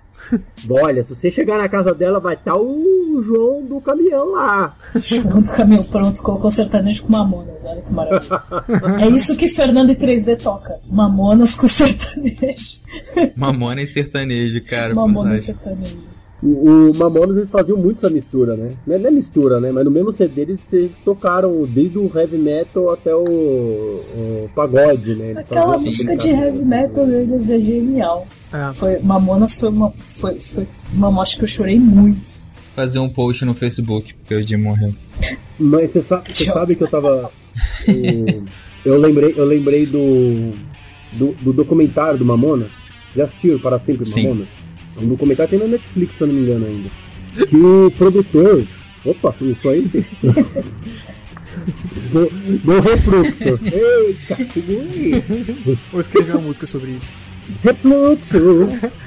S4: Olha, se você chegar na casa dela, vai estar o João do caminhão lá.
S2: João do caminhão, pronto, colocou sertanejo com Mamonas, olha que maravilha. é isso que Fernando e 3D toca: Mamonas com sertanejo.
S3: Mamona e sertanejo, cara.
S2: Mamona e sertanejo.
S4: O, o Mamonas eles faziam muito essa mistura, né? Não é, não é mistura, né? Mas no mesmo CD eles, eles tocaram desde o heavy metal até o, o pagode, né? Eles
S2: Aquela música de heavy metal deles é genial. Ah. Foi, Mamonas foi uma, foi, foi uma morte que eu chorei muito.
S3: Fazer um post no Facebook, porque o Jim morreu.
S4: Mas você sabe, você sabe que eu tava. eu, eu lembrei, eu lembrei do, do, do documentário do Mamonas. Já assistiu Para Sempre Sim. Mamonas? Um documentário tem na Netflix, se eu não me engano ainda. Que o produtor. Opa, sumiu só aí? Deu, deu refluxo. Eita, segura aí.
S1: Vou escrever uma música sobre isso.
S4: Refluxo,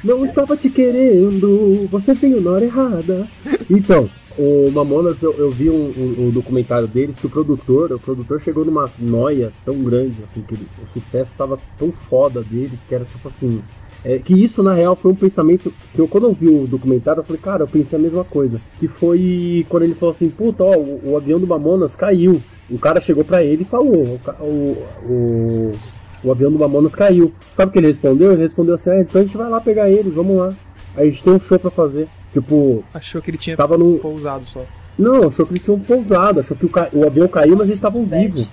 S4: não estava te querendo, você tem na hora errada. Então, o Mamonas, eu, eu vi um, um, um, documentário deles que o produtor, o produtor chegou numa noia tão grande, assim, que ele, o sucesso estava tão foda deles, que era tipo assim, é, que isso na real foi um pensamento que eu quando eu vi o documentário eu falei, cara, eu pensei a mesma coisa. Que foi quando ele falou assim, puta, ó, o, o avião do Mamonas caiu. O cara chegou para ele e falou, o, o, o, avião do Mamonas caiu. Sabe o que ele respondeu? Ele respondeu assim, ah, então a gente vai lá pegar ele, vamos lá. Aí a gente tem um show pra fazer. Tipo.
S1: Achou que ele tinha tava no... pousado só.
S4: Não, achou que eles tinham pousado, achou que o, ca... o avião caiu, mas eles estavam vivos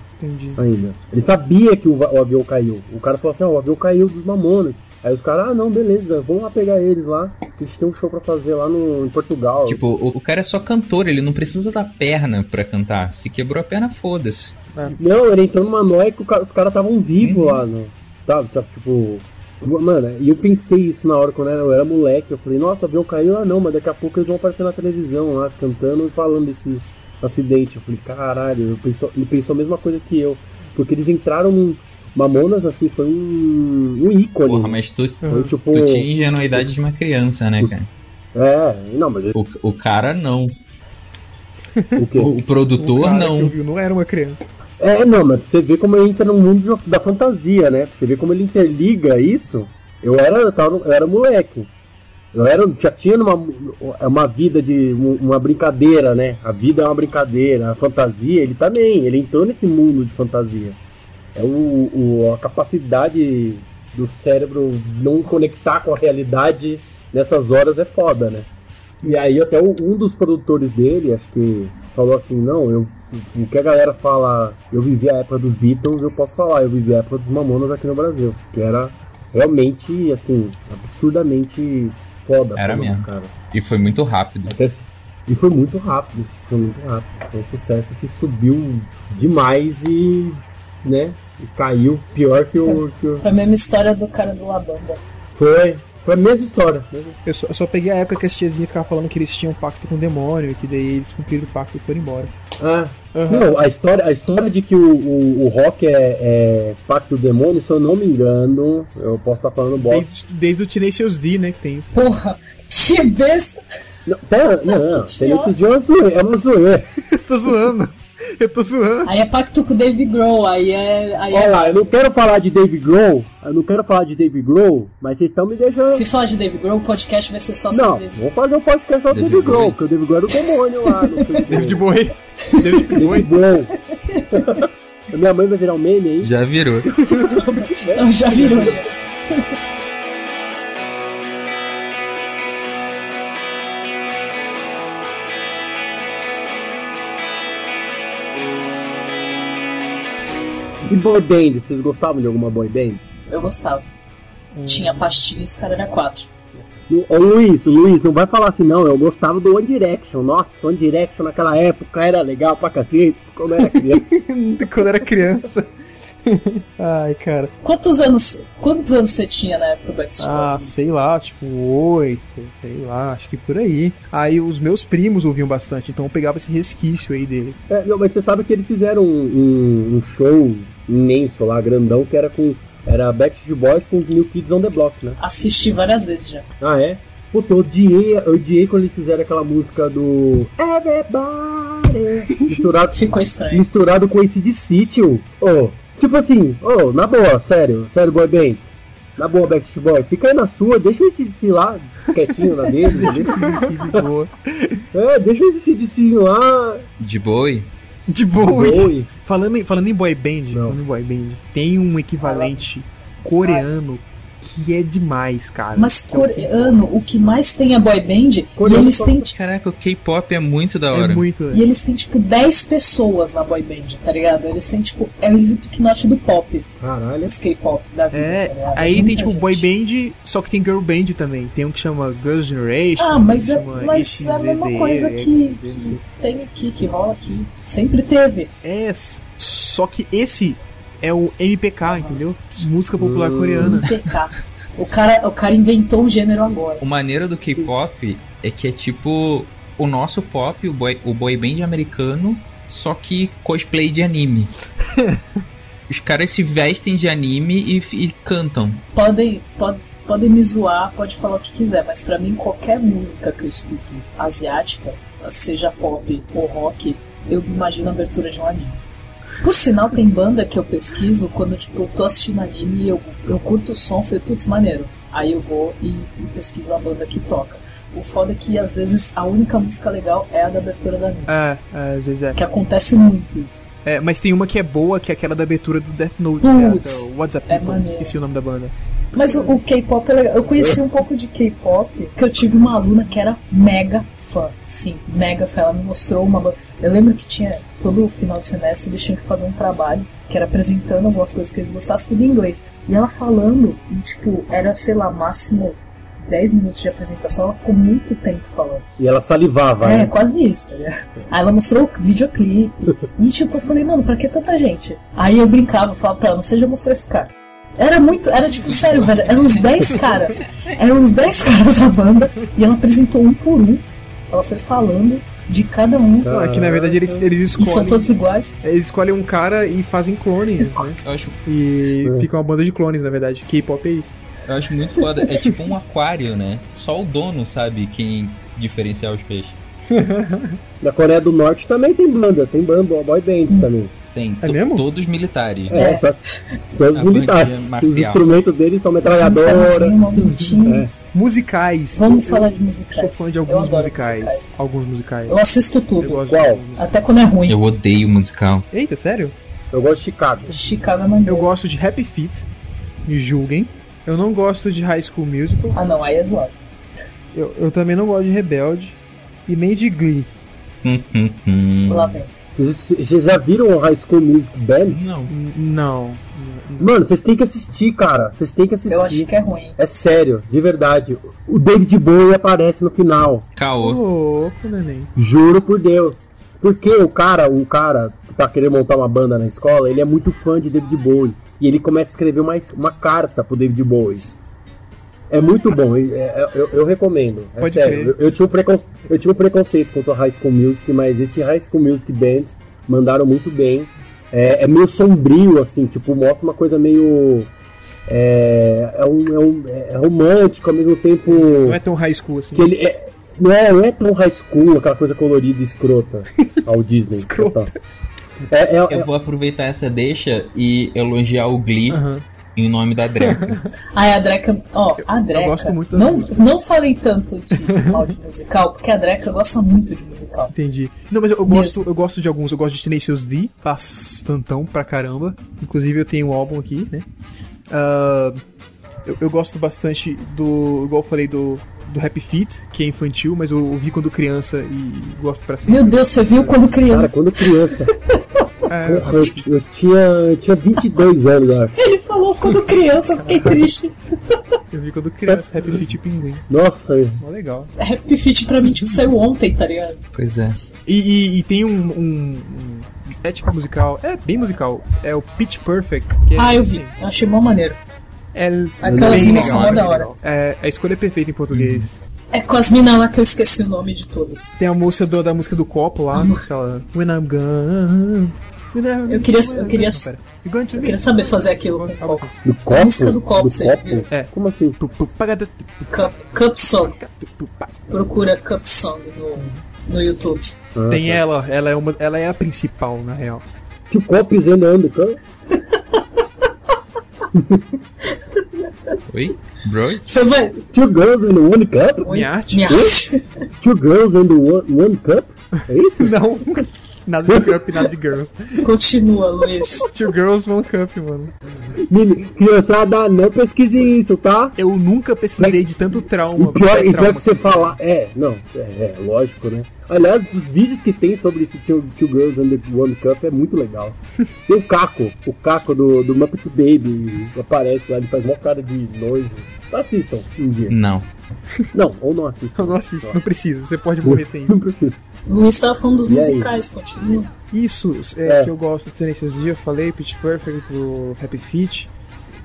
S4: ainda. Ele sabia que o, o, avião caiu. O cara falou assim, ó, ah, o avião caiu dos mamonas. Aí os caras, ah não, beleza, vamos lá pegar eles lá, que a gente tem um show pra fazer lá no, em Portugal.
S3: Tipo, o, o cara é só cantor, ele não precisa da perna pra cantar. Se quebrou a perna, foda-se.
S4: É. Não, ele entrou numa noia que cara, os caras estavam vivos uhum. lá, né? Sabe, sabe, tipo. Mano, e eu pensei isso na hora quando eu era, eu era moleque, eu falei, nossa, o avião caiu, ah não, mas daqui a pouco eles vão aparecer na televisão lá, cantando e falando desse acidente. Eu falei, caralho, ele pensou, ele pensou a mesma coisa que eu. Porque eles entraram num. Mamonas, assim, foi um, um ícone.
S3: Porra, mas tu, foi, tipo, tu tinha ingenuidade de uma criança, né, cara?
S4: É, não, mas.
S3: O, o cara não. O, o, o produtor
S1: o
S3: não.
S1: Viu, não era uma criança.
S4: É, não, mas você vê como ele entra no mundo da fantasia, né? Você vê como ele interliga isso. Eu era, eu tava, eu era moleque. Eu era, já tinha uma, uma vida de um, uma brincadeira, né? A vida é uma brincadeira, a fantasia, ele também, ele entrou nesse mundo de fantasia é o, o, a capacidade do cérebro não conectar com a realidade nessas horas é foda, né? E aí até o, um dos produtores dele, acho que falou assim, não, eu o que a galera fala, eu vivi a época dos Beatles, eu posso falar, eu vivi a época dos Mamonas aqui no Brasil, que era realmente assim, absurdamente foda,
S3: era
S4: foda,
S3: mesmo. cara. E foi muito rápido.
S4: Até, é assim. e foi muito rápido, foi muito rápido. Foi um sucesso que subiu demais e né? E caiu pior que o. Que o...
S2: Foi a mesma história do cara do Labamba.
S4: Foi. Foi a mesma história.
S1: Eu só, eu só peguei a época que as tiazinhas ficavam falando que eles tinham um pacto com o demônio, que daí eles cumpriram o pacto e foram embora.
S4: Ah. Uhum. Não, a história, a história de que o, o, o rock é, é, pacto do demônio, se eu não me engano, eu posso estar falando bosta.
S1: Desde, desde o Tenacious D, né, que tem isso.
S2: Porra, que besta!
S4: Não, pera, não, não, Tenacious D é uma zoeira. É uma zoeira.
S1: Tô zoando. Eu tô zoando.
S2: Aí é pacto com o Dave Grohl, aí é. Aí
S4: Olha é... lá, eu não quero falar de Dave Grohl, eu não quero falar de Dave Grohl, mas vocês estão me deixando.
S2: Se falar de Dave Grohl, o podcast vai ser só sobre
S4: Não,
S2: Dave.
S4: vou fazer um podcast só sobre Dave, Dave Grohl, porque o Dave Grohl é do demônio lá.
S1: David Bowie. David Bowie.
S4: Grohl. Minha mãe vai virar um meme aí.
S3: Já virou.
S2: então, já virou, já.
S4: E boy band, vocês gostavam de alguma boy band?
S2: Eu gostava. Hum. Tinha pastinha e os caras eram quatro.
S4: Ô Luiz, Luiz, não vai falar assim não, eu gostava do One Direction. Nossa, One Direction naquela época era legal pra cacete, quando era criança.
S1: quando era criança. Ai, cara.
S2: Quantos anos, quantos anos você tinha na época do Backstreet
S1: Ah, sei lá, tipo oito, sei lá, acho que por aí. Aí os meus primos ouviam bastante, então eu pegava esse resquício aí deles.
S4: É, não, mas você sabe que eles fizeram um, um, um show imenso lá, grandão, que era com era Backstreet Boys com New Kids on the Block, né?
S2: Assisti várias vezes já.
S4: Ah, é? Puta, eu odiei, eu odiei quando eles fizeram aquela música do Everybody misturado,
S2: Ficou estranho.
S4: misturado com esse de sítio. Oh, Tipo assim, ô, na boa, sério, sério, boy bands. Na boa, Backstreet Boys, fica aí na sua, deixa eu se lá, quietinho na dele, deixa eu se de boa. É, deixa eu se lá.
S3: De boi?
S1: De boy. Falando, em, falando em boy band, falando em boy band, tem um equivalente coreano que é demais, cara.
S2: Mas coreano, o que mais tem é boy band, e eles têm tipo,
S3: Caraca, o K-pop é muito da hora.
S2: e eles têm tipo 10 pessoas na boy band, tá ligado? Eles têm tipo é o Slipknot do pop.
S4: Caralho.
S2: Os K-pop da vida. tá
S1: É,
S2: ligado?
S1: aí
S2: Muita
S1: tem tipo
S2: gente.
S1: boy band, só que tem girl band também. Tem um que chama Girls Generation.
S2: Ah, mas
S1: um que
S2: é,
S1: chama
S2: mas é a mesma
S1: XZD,
S2: coisa que,
S1: XZD,
S2: que tem aqui, que rola aqui. Sempre teve.
S1: É, s- só que esse é o MPK, entendeu? Música popular coreana.
S2: MPK. O cara, o cara inventou um gênero agora.
S3: O maneiro do K-pop é que é tipo o nosso pop, o boy, o boy band americano, só que cosplay de anime. Os caras se vestem de anime e, f- e cantam.
S2: Podem, pod- podem me zoar, pode falar o que quiser, mas pra mim qualquer música que eu escuto asiática, seja pop ou rock, eu imagino a abertura de um anime. Por sinal, tem banda que eu pesquiso quando tipo, eu tô assistindo anime e eu, eu curto o som, falei, putz, maneiro. Aí eu vou e, e pesquiso a banda que toca. O foda é que às vezes a única música legal é a da abertura do anime.
S1: Ah, ah, Zezé.
S2: Que acontece muito isso.
S1: É, mas tem uma que é boa, que é aquela da abertura do Death Note,
S2: Putz,
S1: né? Do WhatsApp
S2: é
S1: People,
S2: maneiro.
S1: esqueci o nome da banda.
S2: Mas o, o K-pop é legal. Eu conheci um pouco de K-pop, porque eu tive uma aluna que era mega fã. Sim, mega fã. Ela me mostrou uma. ba- Eu lembro que tinha todo o final de semestre eles tinham que fazer um trabalho, que era apresentando algumas coisas que eles gostassem, tudo em inglês. E ela falando, e tipo, era, sei lá, máximo 10 minutos de apresentação, ela ficou muito tempo falando.
S4: E ela salivava,
S2: É,
S4: né?
S2: quase isso, tá ligado? Aí ela mostrou o videoclipe. E tipo, eu falei, mano, pra que tanta gente? Aí eu brincava, falava pra ela, você já mostrou esse cara. Era muito, era tipo, sério, velho, eram uns 10 caras. Eram uns 10 caras da banda. E ela apresentou um por um. Ela foi falando de cada um.
S4: Tá,
S1: Não, é que na verdade eles, eles
S2: E são
S1: escolhem.
S2: todos iguais.
S1: Eles escolhem um cara e fazem clones, né?
S3: Eu acho,
S1: E fica uma banda de clones, na verdade. K-pop é isso.
S3: eu acho muito foda. É tipo um aquário, né? Só o dono sabe quem diferenciar os peixes.
S4: Na Coreia do Norte também tem banda, tem banda, boy bands também.
S3: Tem to- todos os militares.
S4: É,
S3: né?
S4: só, só os
S3: A
S4: militares.
S3: bandinha
S4: Os
S3: marcial.
S4: instrumentos deles são
S2: Assim,
S4: metralhadora.
S2: uma bonitinha.
S4: É.
S1: Musicais.
S2: Vamos
S1: Eu-
S2: falar de
S1: Eu sou
S2: musicais.
S1: fã de
S2: Eu
S1: alguns
S2: adoro
S1: musicais. Alguns musicais.
S2: Eu assisto tudo.
S1: Eu gosto de
S4: Qual?
S1: alguns.
S2: Até quando é ruim.
S3: Eu odeio musical.
S1: Eita, sério?
S4: Eu gosto de Chicago.
S2: Chicago é maneiro.
S1: Eu gosto de Happy Feet. Me julguem. Eu não gosto de High School Musical.
S2: Ah não, aí é zoado.
S1: Eu, eu também não gosto de Rebelde. E nem de Glee.
S3: Hum, hum, hum.
S2: Lá vem.
S4: Vocês vocês já viram o High School Music Band?
S3: Não.
S1: N- Não.
S4: Mano, vocês têm que assistir, cara. Vocês têm que assistir.
S2: Eu acho que é ruim.
S4: É sério, de verdade. O David Bowie aparece no final.
S1: Ô,
S3: Caô.
S1: Louco, neném.
S4: Juro por Deus. Porque o cara, o cara que tá querendo montar uma banda na escola, ele é muito fã de David Bowie. E ele começa a escrever uma, uma carta pro David Bowie. É muito bom, e- é- é- eu, eu recomendo. É
S1: Pode
S4: sério.
S1: crer.
S4: Eu, eu tinha um preconce- eu tinha um preconceito contra o High School Music, mas esse High School Music Band mandaram muito bem. É, é meio sombrio, assim, tipo, mostra uma coisa meio. É, é, um, é, um- é romântico, ao mesmo tempo.
S1: Não é tão high school assim.
S4: Que ele é. Não é, não é tão high school, aquela coisa colorida e escrota ao Disney.
S1: Escrota.
S4: Tá. É, é,
S3: Eu
S4: é,
S3: vou aproveitar essa deixa e elogiar o Glee
S1: Aham.
S3: em nome da Dreca.
S2: Ai, a Dreca. Ó, a Dreca.
S1: gosto muito da
S2: não,
S1: música.
S2: não falei tanto de mal de musical, porque a Dreca gosta muito de musical.
S1: Entendi. Não, mas eu, eu
S2: Mesmo.
S1: gosto, eu gosto de alguns. Eu gosto de Tenacious D, bastantão pra caramba. Inclusive eu tenho um álbum aqui, né? Ah, eu, eu gosto bastante do, igual eu falei, do, do Happy Feet, que é infantil, mas eu ouvi quando criança e gosto pra sempre.
S2: Meu Deus, você viu quando
S4: cara,
S2: criança?
S4: quando criança.
S1: É,
S4: porra, eu, eu tinha, eu tinha 22 anos, eu acho.
S2: Ele falou quando criança, eu fiquei triste.
S1: eu vi quando criança, Happy Feet e Pinguim.
S4: Nossa, eu-
S1: Mó legal.
S2: Happy Fit pra mim, tipo, saiu ontem, tá ligado?
S3: pois é.
S1: E, e- e tem um, um- um- É tipo musical, é bem musical. É o Pitch Perfect. que é-
S2: Ah, eu vi. Eu achei mó maneiro.
S1: É
S2: Aquelas
S1: bem
S2: minas
S1: legal,
S2: são
S1: é
S2: mó
S1: bem
S2: da hora.
S1: legal. É, a escolha é perfeita em português.
S2: É com as minas lá que eu esqueci o nome de todas.
S1: Tem a música do- da música do copo lá, aquela When I'm gone. when I'm
S2: Eu queria-
S1: gone.
S2: eu queria-
S1: Não, pera. You're going to
S2: Eu
S1: me-
S2: queria saber fazer aquilo com copo.
S4: do copo?
S2: música do copo, você viu?
S1: É.
S4: Como assim?
S1: Pu- pu- pagada-
S2: Cup, cup Song.
S1: pu- pu- pa-
S2: Procura Cup Song no, no YouTube.
S4: Ah,
S1: Tem
S4: tá.
S1: ela, ela é uma, ela é a principal na real.
S4: tá? Que copo pisando on the cup?
S3: Oi? Bro?
S2: Você vai.
S4: Two Girls and One Cup?
S1: Minha arte?
S2: Minha arte.
S4: Two Girls and One, one Cup? É isso?
S1: Não. Nada de cup, nada de girls.
S2: Continua, Luiz.
S1: Two girls, one cup, mano.
S4: Menino, criançada, não pesquise isso, tá?
S1: Eu nunca pesquisei de tanto trauma.
S4: E pior,
S1: mas é
S4: e pior
S1: trauma.
S4: que você falar. É, não, é, é, lógico, né? Aliás, os vídeos que tem sobre esse Two, Two Girls and the One Cup é muito legal. Tem o Caco, o Caco do, do Muppet Baby, aparece lá, ele faz uma cara de nojo. Assistam um dia.
S3: Não.
S4: Não, ou não assistam.
S1: Não, não assista, não precisa. Você pode morrer sem isso.
S4: Não precisa.
S2: Luiz tava falando dos
S4: E aí?
S2: musicais, continua.
S1: Isso é,
S4: É.
S1: que eu gosto de ser nesses dias. Eu falei Pitch Perfect do Happy Feet.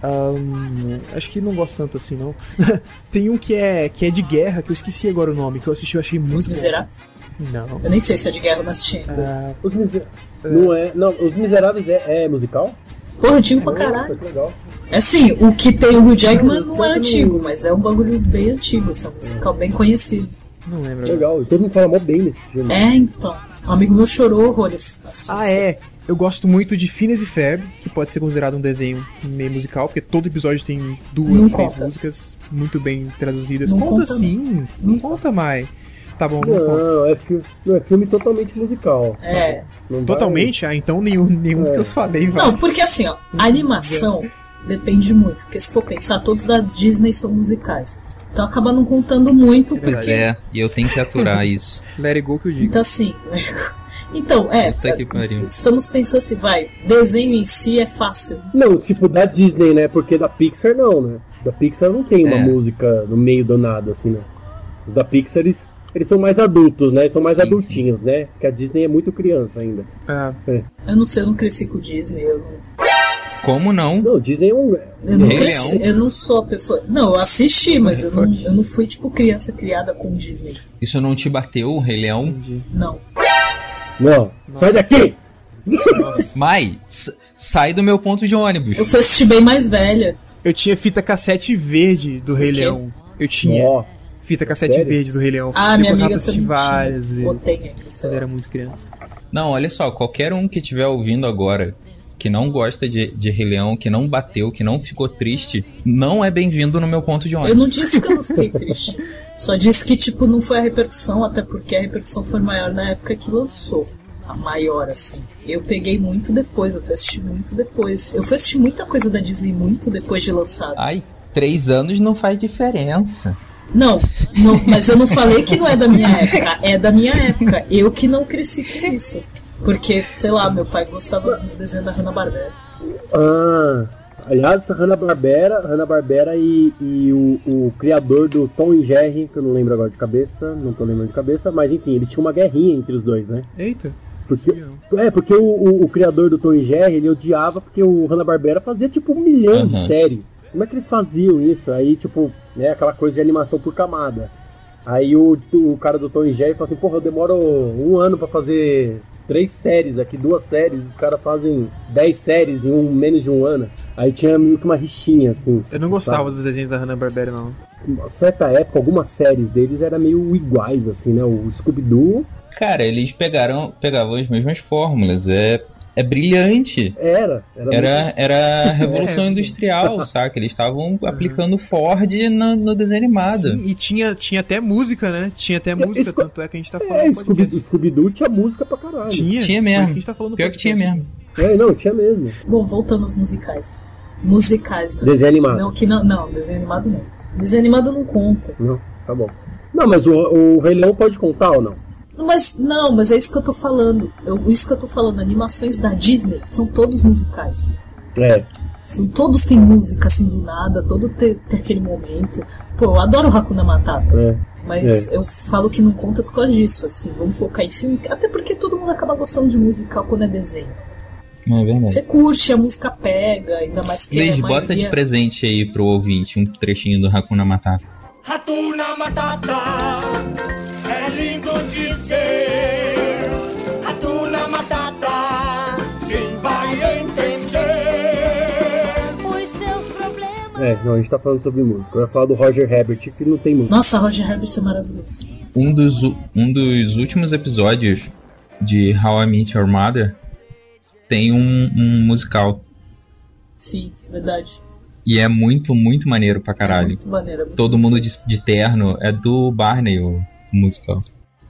S1: Ahn, acho que não gosto tanto assim, não. Tem um que é, que é de guerra, que eu esqueci agora o nome, que eu assisti e achei muito.
S2: Os
S1: bom.
S2: Miseráveis?
S1: Não.
S2: Eu nem sei se é de guerra, mas tinha.
S1: Ah,
S4: Os Miser- Não é. Não, Os Miseráveis é, é musical?
S2: Porra, antigo pra
S4: Nossa,
S2: caralho.
S4: que legal.
S2: É assim, o que tem o Hugh Jackman não é antigo, mas é um bagulho bem antigo, assim, é um musical bem conhecido.
S1: não lembro. agora.
S4: Legal. E todo mundo fala mó bem nesse filme.
S2: É, então. Um amigo meu chorou horrores. assistindo
S1: Ah,
S2: isso.
S1: é. Eu gosto muito de Phineas e Ferb, que pode ser considerado um desenho meio musical, porque todo episódio tem duas,
S2: Não
S1: três
S2: conta.
S1: músicas muito bem traduzidas.
S2: Não
S1: conta,
S2: conta, não.
S1: sim. Não conta, mais. Tá bom, não, conta.
S4: Não, é filme, não, é filme totalmente musical.
S2: É.
S4: Não vai-
S1: Totalmente? Ah, então nenhum, nenhum
S4: É.
S1: que eu falei vai.
S2: Não, porque assim, ó, a animação depende muito. Porque se for pensar, todos da Disney são musicais. Então acaba não contando muito,
S3: Pois
S2: porque.
S3: é, e eu tenho que aturar isso.
S1: Let it go que eu digo.
S2: Então assim. né? Então, é.
S3: Puta que pariu.
S2: Estamos pensando assim, vai, desenho em si é fácil.
S4: Não, tipo da Disney, né? Porque da Pixar não, né? Da Pixar não tem uma
S3: É.
S4: música no meio do nada, assim, né? Os da Pixar, eles, eles são mais adultos, né? Eles são mais
S3: Sim,
S4: adultinhos, né? Porque a Disney é muito criança ainda.
S1: Ah,
S2: Eu não sei, eu não cresci com Disney, eu não
S3: Como não?
S4: Não, Disney é um.
S2: Eu não,
S3: Rei
S2: cresci, eu não sou a pessoa. Não, eu assisti, mas eu não, eu não fui tipo criança criada com Disney.
S3: Isso não te bateu, o Rei Leão?
S1: entendi.
S2: Não.
S4: Não, sai daqui!
S1: Nossa.
S3: Mai, s- sai do meu ponto de ônibus.
S2: Eu fui assistir bem mais velha.
S1: Eu tinha fita cassete verde do Rei
S2: quê?
S1: Leão. Eu tinha
S4: Nossa.
S1: fita cassete
S4: sério?
S1: verde do Rei Leão.
S2: Ah,
S1: eu
S2: minha
S1: botava pra
S2: amiga
S1: assistir
S2: também
S1: várias
S2: tinha.
S1: vezes.
S2: Botei aqui, sei
S1: Quando
S2: lá.
S1: era muito criança.
S3: Não, olha só, qualquer um que estiver ouvindo agora, que não gosta de, de Rei Leão, que não bateu, que não ficou triste, não é bem-vindo no meu ponto de
S2: Eu
S3: ônibus.
S2: não disse que eu não fiquei triste. Só disse que, tipo, não foi a repercussão, até porque a repercussão foi maior na época que lançou. A maior, assim. Eu peguei muito depois, eu fui assistir muito depois. Eu fui assistir muita coisa da Disney muito depois de lançado.
S3: Ai, três anos não faz diferença.
S2: Não, não, mas eu não falei que não é da minha época. É da minha época. Eu que não cresci com isso. Porque, sei lá, meu pai gostava dos desenhos da Hanna-Barbera.
S4: Ah, aliás, Hanna-Barbera, Hanna-Barbera e, e o, o criador do Tom e Jerry, que eu não lembro agora de cabeça, não tô lembrando de cabeça, mas enfim, eles tinham uma guerrinha entre os dois, né?
S1: Eita.
S4: Porque, é, porque o, o- o criador do Tom e Jerry, ele odiava porque o Hanna-Barbera fazia tipo um milhão
S3: Aham.
S4: de séries. Como é que eles faziam isso? Aí, tipo, né, aquela coisa de animação por camada. Aí o, o cara do Tom e Jerry fala assim, porra, eu demoro um ano pra fazer três séries aqui, duas séries, os caras fazem dez séries em um, menos de um ano. Aí tinha meio que uma rixinha, assim.
S1: Eu não gostava dos desenhos da Hanna-Barbera, não.
S4: Certa época, algumas séries deles eram meio iguais, assim, né? O Scooby-Doo
S3: Cara, eles pegaram, pegavam as mesmas fórmulas. É, é brilhante.
S4: era. Era,
S3: Era,
S2: É,
S3: era a Revolução Industrial, saca? Eles estavam
S2: Uhum.
S3: aplicando Ford na- no desenho animado.
S1: Sim, e tinha, tinha até música, né? Tinha até música,
S4: isso-
S1: tanto é que a gente tá
S4: muito-
S1: falando.
S4: É,
S1: no podcast.
S4: Scooby- Scooby-Doo tinha música pra caralho.
S1: Tinha?
S3: Tinha
S1: Por isso
S3: mesmo.
S1: que a gente tá falando no
S3: Pior que tinha
S1: podcast.
S3: mesmo.
S4: É, não, tinha mesmo.
S2: Bom, voltando aos musicais. Musicais, meu.
S4: Desenho animado.
S2: Não, que não, não, desenho animado não. Desenho animado não conta.
S4: Não, tá bom. Não, mas o, o Rei Leão pode contar ou não?
S2: Mas não, mas é isso que eu tô falando. Eu, isso que eu tô falando, animações da Disney são todos musicais.
S4: É.
S2: São, todos têm música assim do nada, todo tem, tem aquele momento. Pô, eu adoro Hakuna Matata.
S4: É.
S2: Mas eu falo que não conta por causa disso, assim. Vamos focar em filme. Até porque todo mundo acaba gostando de musical quando é desenho.
S3: É verdade.
S2: Você curte, a música pega, ainda mais que
S3: Leis,
S2: a
S3: bota de
S2: maioria...
S3: presente aí pro ouvinte um trechinho do Hakuna Matata.
S5: Ratuna Matata é lindo de ver. Ratuna Matata, sim, vai entender.
S14: Os seus problemas.
S4: É, não, a gente tá falando sobre música. Eu ia falar do Roger Herbert, que não tem música.
S2: Nossa, Roger Herbert é maravilhoso.
S3: Um dos, u- um dos últimos episódios de How I Met Your Mother tem um, um musical.
S2: Sim, verdade.
S3: E é muito, muito maneiro pra caralho.
S2: Muito maneiro. é muito-
S3: Todo mundo de, de terno é do Barney, o musical.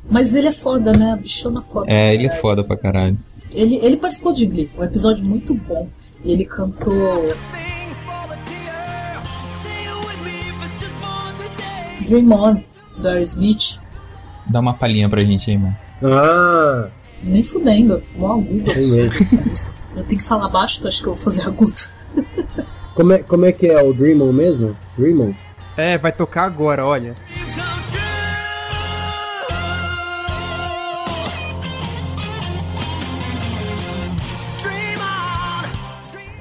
S2: Mas ele é foda, né? Bichona foda.
S3: É, ele é
S2: Caralho.
S3: foda pra caralho.
S2: Ele, ele participou de Glee, um episódio muito bom. Ele cantou. Dream On, do Aerosmith.
S3: Dá uma palhinha pra gente aí, mano.
S4: Ah!
S2: Nem fudendo, mó agudo.
S4: Tem mesmo.
S2: Eu tenho que falar baixo, tu acha que eu vou fazer agudo?
S4: Como é, como é que é o Dream On mesmo? Dream On?
S1: É, vai tocar agora, olha.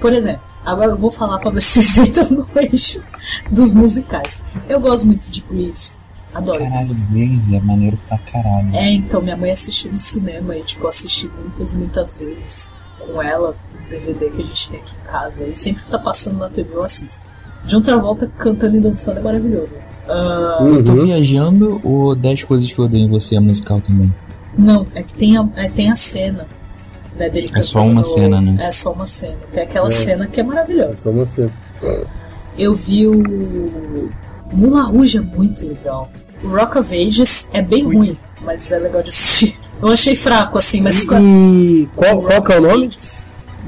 S2: Por exemplo, agora eu vou falar pra vocês então no eixo dos musicais. Eu gosto muito de Grease, adoro.
S3: Caralho, Blaze é maneiro pra caralho.
S2: É, então, minha mãe assistiu no cinema e, tipo, assisti muitas, muitas vezes com ela, o DVD que a gente tem aqui em casa. E sempre que tá passando na TV eu assisto. John Travolta cantando e dançando é maravilhoso. Ah,
S3: Eu tô
S4: Uhum.
S3: viajando ou 10 coisas que eu odeio em você é musical também?
S2: Não, é que tem a, é, tem a cena. Né, dele
S3: É só
S2: cantando-
S3: uma cena, né?
S2: É só uma cena. Tem aquela
S3: É.
S2: cena que é maravilhosa.
S4: Só você.
S2: Eu vi o. Mula Rouge é muito legal. O Rock of Ages é bem ruim, mas é legal de assistir. Eu achei fraco, assim, mas.
S4: E qual, qual que é o nome?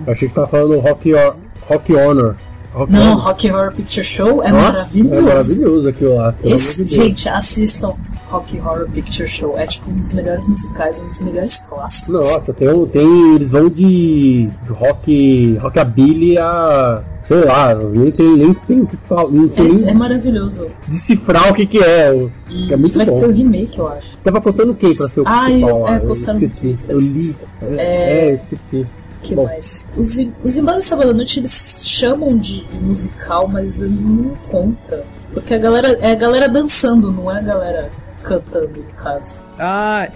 S2: Eu
S4: achei que você tava falando do Rock, Ho- Rock Honor. Rock
S2: Não,
S4: Honor.
S2: Rock Horror Picture Show é
S4: Nossa,
S2: maravilhoso.
S4: É maravilhoso aquilo lá. pelo amor
S2: Esse-
S4: de Deus.
S2: gente, assistam Rock Horror Picture Show. É tipo um dos melhores musicais, um dos melhores clássicos.
S4: Nossa, tem, um- tem. Eles vão de rock. rockabilly a. sei lá, eu nem tem, nem tem o que falar. Não sei
S2: É, é
S4: nem
S2: maravilhoso.
S4: decifrar o que, que é. o- que é muito
S2: Vai
S4: bom.
S1: um-
S2: ter o remake, eu acho.
S4: Tava contando quem pra ser o
S2: Ah,
S4: principal
S2: eu-
S4: lá?
S2: é, postaram
S4: eu esqueci. Eu li. É,
S2: É.
S4: eu esqueci.
S2: que mais? Os, im- os Embalos de Sábado à Noite eles chamam de musical, mas eu não conta. Porque a galera é a galera dançando, não é a galera cantando, no caso.
S1: Ah,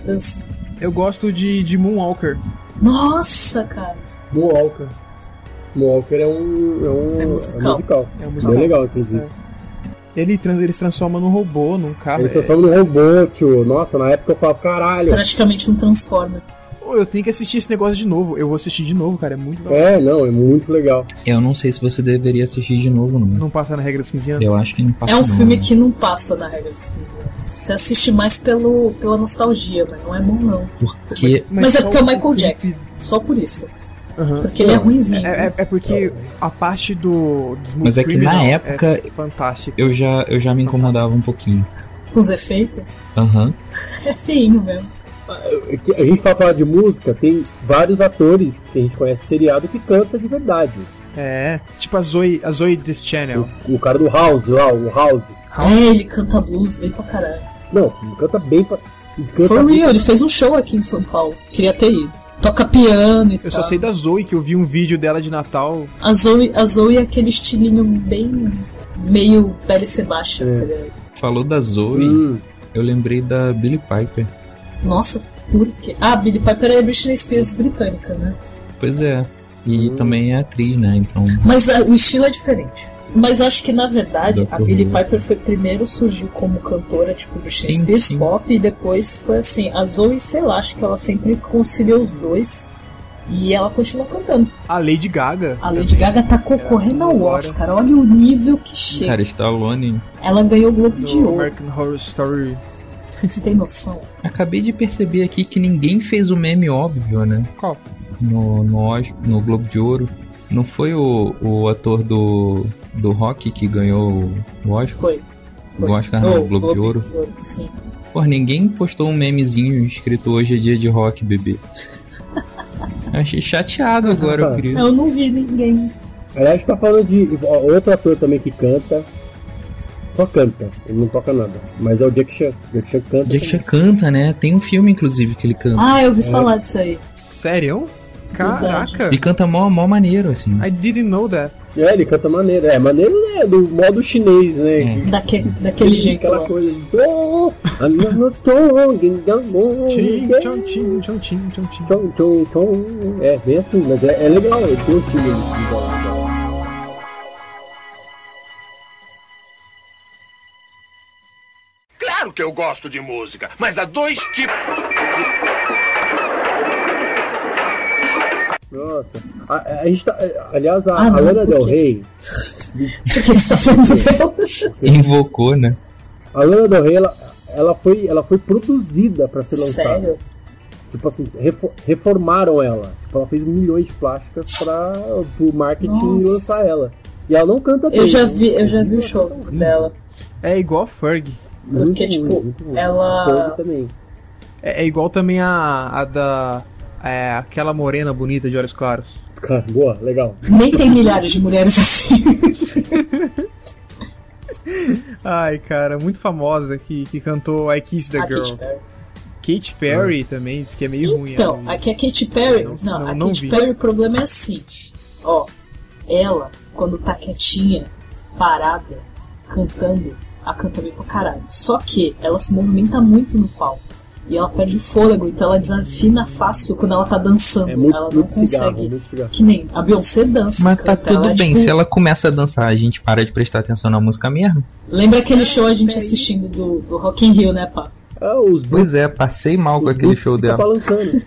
S1: eu gosto de, de Moonwalker.
S2: Nossa, cara.
S4: Moonwalker. Moonwalker é um. É um
S1: É musical. É um musical.
S4: Bem legal, inclusive.
S1: Ele, trans- ele se transforma num robô, num carro.
S4: Ele
S1: É-
S4: transforma no um robô, tio. Nossa, na época eu falava, caralho.
S2: Praticamente um Transformer.
S1: Pô, eu tenho que assistir esse negócio de novo. Eu vou assistir de novo, cara. É muito da hora.
S4: É, não, é muito legal.
S3: Eu não sei se você deveria assistir de novo, não.
S1: Não passa na regra dos 15 anos.
S3: Eu acho que não passa
S2: É um
S3: não,
S2: filme
S3: né?
S2: que não passa na regra dos 15 anos. Você assiste mais pelo, pela nostalgia, mas não é bom não.
S3: Porque...
S2: Mas, é porque é o Michael Jackson. Só por isso. Porque ele é ruimzinho.
S1: É, é- é porque a parte do, dos
S3: Mas é que
S1: Criminal
S3: na
S1: é
S3: época-
S1: fantástico.
S3: Eu já, eu já me incomodava um pouquinho.
S2: Com os efeitos.
S3: Aham.
S2: É feinho mesmo.
S4: É que A gente tá falando de música, tem vários atores que a gente conhece seriado que canta de verdade.
S1: É, tipo a Zoe, a Zoe This Channel.
S4: O cara do House lá, o House.
S2: É, ele canta blues bem pra caralho.
S4: Não, ele canta bem pra. ele Canta
S2: For
S4: bem
S2: real, ele fez um show aqui em São Paulo. Queria ter ido. Toca piano e
S1: Eu só sei da Zoe, que eu vi um vídeo dela de Natal.
S2: A Zoe, a Zoe é aquele estilinho bem... Meio Pele Sebastian. tá ligado?
S3: Falou da Zoe,
S4: Hum.
S3: eu lembrei da Billie Piper.
S2: Nossa, por quê? Ah, Billy Piper é Britney Spears britânica, né?
S3: Pois é. E também é atriz, né? Então.
S2: Mas ah, o estilo é diferente. Mas acho que na verdade
S3: Dr.
S2: a Billie
S3: Who.
S2: Piper foi primeiro surgiu como cantora, tipo Britney
S3: Sim,
S2: Spears
S3: sim.
S2: pop, e depois foi assim. A Zoe, sei lá, acho que ela sempre conciliou os dois. E ela continua cantando.
S1: A Lady Gaga.
S2: A Lady Gaga tá concorrendo ao Oscar. Olha o nível que chega.
S3: Cara, Stallone.
S2: ela ganhou o Globo de
S1: Do
S2: Ouro.
S1: American Horror Story.
S2: Você tem noção?
S3: Acabei de perceber aqui que ninguém fez o meme óbvio, né?
S1: Qual?
S3: No, no, Os- no Globo de Ouro. Não foi o, o ator do, do rock que ganhou o Oscar?
S2: Foi.
S3: O Oscar não, o Globo de Ouro.
S2: Sim.
S3: Pô, ninguém postou um memezinho escrito hoje é dia de rock, bebê. Eu Achei chateado agora, eu queria.
S2: Eu não vi ninguém.
S4: Aliás, tá falando de ó, outro ator também que canta. Só canta, ele não toca nada. Mas é o Jack Chan. Jack Chan canta.
S3: Jack Chan é canta, né? Tem um filme, inclusive, que ele canta.
S2: Ah, eu ouvi falar disso aí.
S1: Sério? Caraca.
S3: Ele canta mó, mó maneiro, assim.
S1: I didn't know that.
S4: também. É, ele canta maneiro. É, maneiro é do modo chinês, né?
S2: Daque, daquele É. jeito.
S4: Aquela
S2: lá.
S4: coisa de. "Oh, I'm not talking, I'm not
S1: Tchim,
S4: talking."
S1: tchau, tchim, tchau, tchim, tchau, tchim.
S4: Tchau, tchau, tchau. Então, É, bem assim, mas é, é legal, eu curti ele.
S5: Claro que eu gosto de música, mas há dois tipos.
S4: Nossa. A, a gente tá, aliás, a, ah, não, a Lana Del Rey.
S2: Por que você tá falando dela?
S3: Invocou, né?
S4: A Lana Del Rey, ela, ela, foi, ela foi produzida pra ser lançada.
S2: Sério?
S4: Tipo assim, reformaram ela. Tipo, ela fez milhões de plásticas pra o marketing
S2: Nossa.
S4: lançar ela. E ela não canta bem. né?
S2: Eu já vi, eu já vi o show dela.
S1: É igual a Ferg.
S2: Porque, tipo, ela-
S4: Ferg também.
S1: É, é igual também a, a da. é, aquela morena bonita de olhos claros.
S4: Cara, boa, legal.
S2: Nem tem milhares de mulheres assim.
S1: Ai, cara, muito famosa que, que cantou I Kiss the
S2: A
S1: Girl.
S2: Katy Perry.
S1: Kate Perry também, diz que é meio ruim.
S4: um
S2: Então,
S1: ela.
S2: aqui a Katy Perry. Não,
S1: Não, não,
S2: a
S1: não
S2: Katy
S1: vi.
S2: Perry o problema é assim. Ó, ela, quando tá quietinha, parada, cantando, ela canta bem pra caralho. Só que ela se movimenta muito no palco. E ela perde o fôlego, então ela desafina fácil quando ela tá dançando.
S4: Hum. É muito,
S2: ela não
S4: muito
S2: consegue.
S4: cigarro, muito cigarro.
S2: Que nem a Beyoncé dança.
S3: Mas tá
S2: canta, ela
S3: tudo
S2: é,
S3: bem,
S2: tipo,
S3: se ela começa a dançar, a gente para de prestar atenção na música mesmo?
S2: Lembra aquele show a gente assistindo do, do Rock in Rio, né, pá?
S4: Ah, os dois
S3: Pois é, passei mal
S2: Uhum.
S3: com aquele show
S4: ficam
S3: dela,
S4: balançando.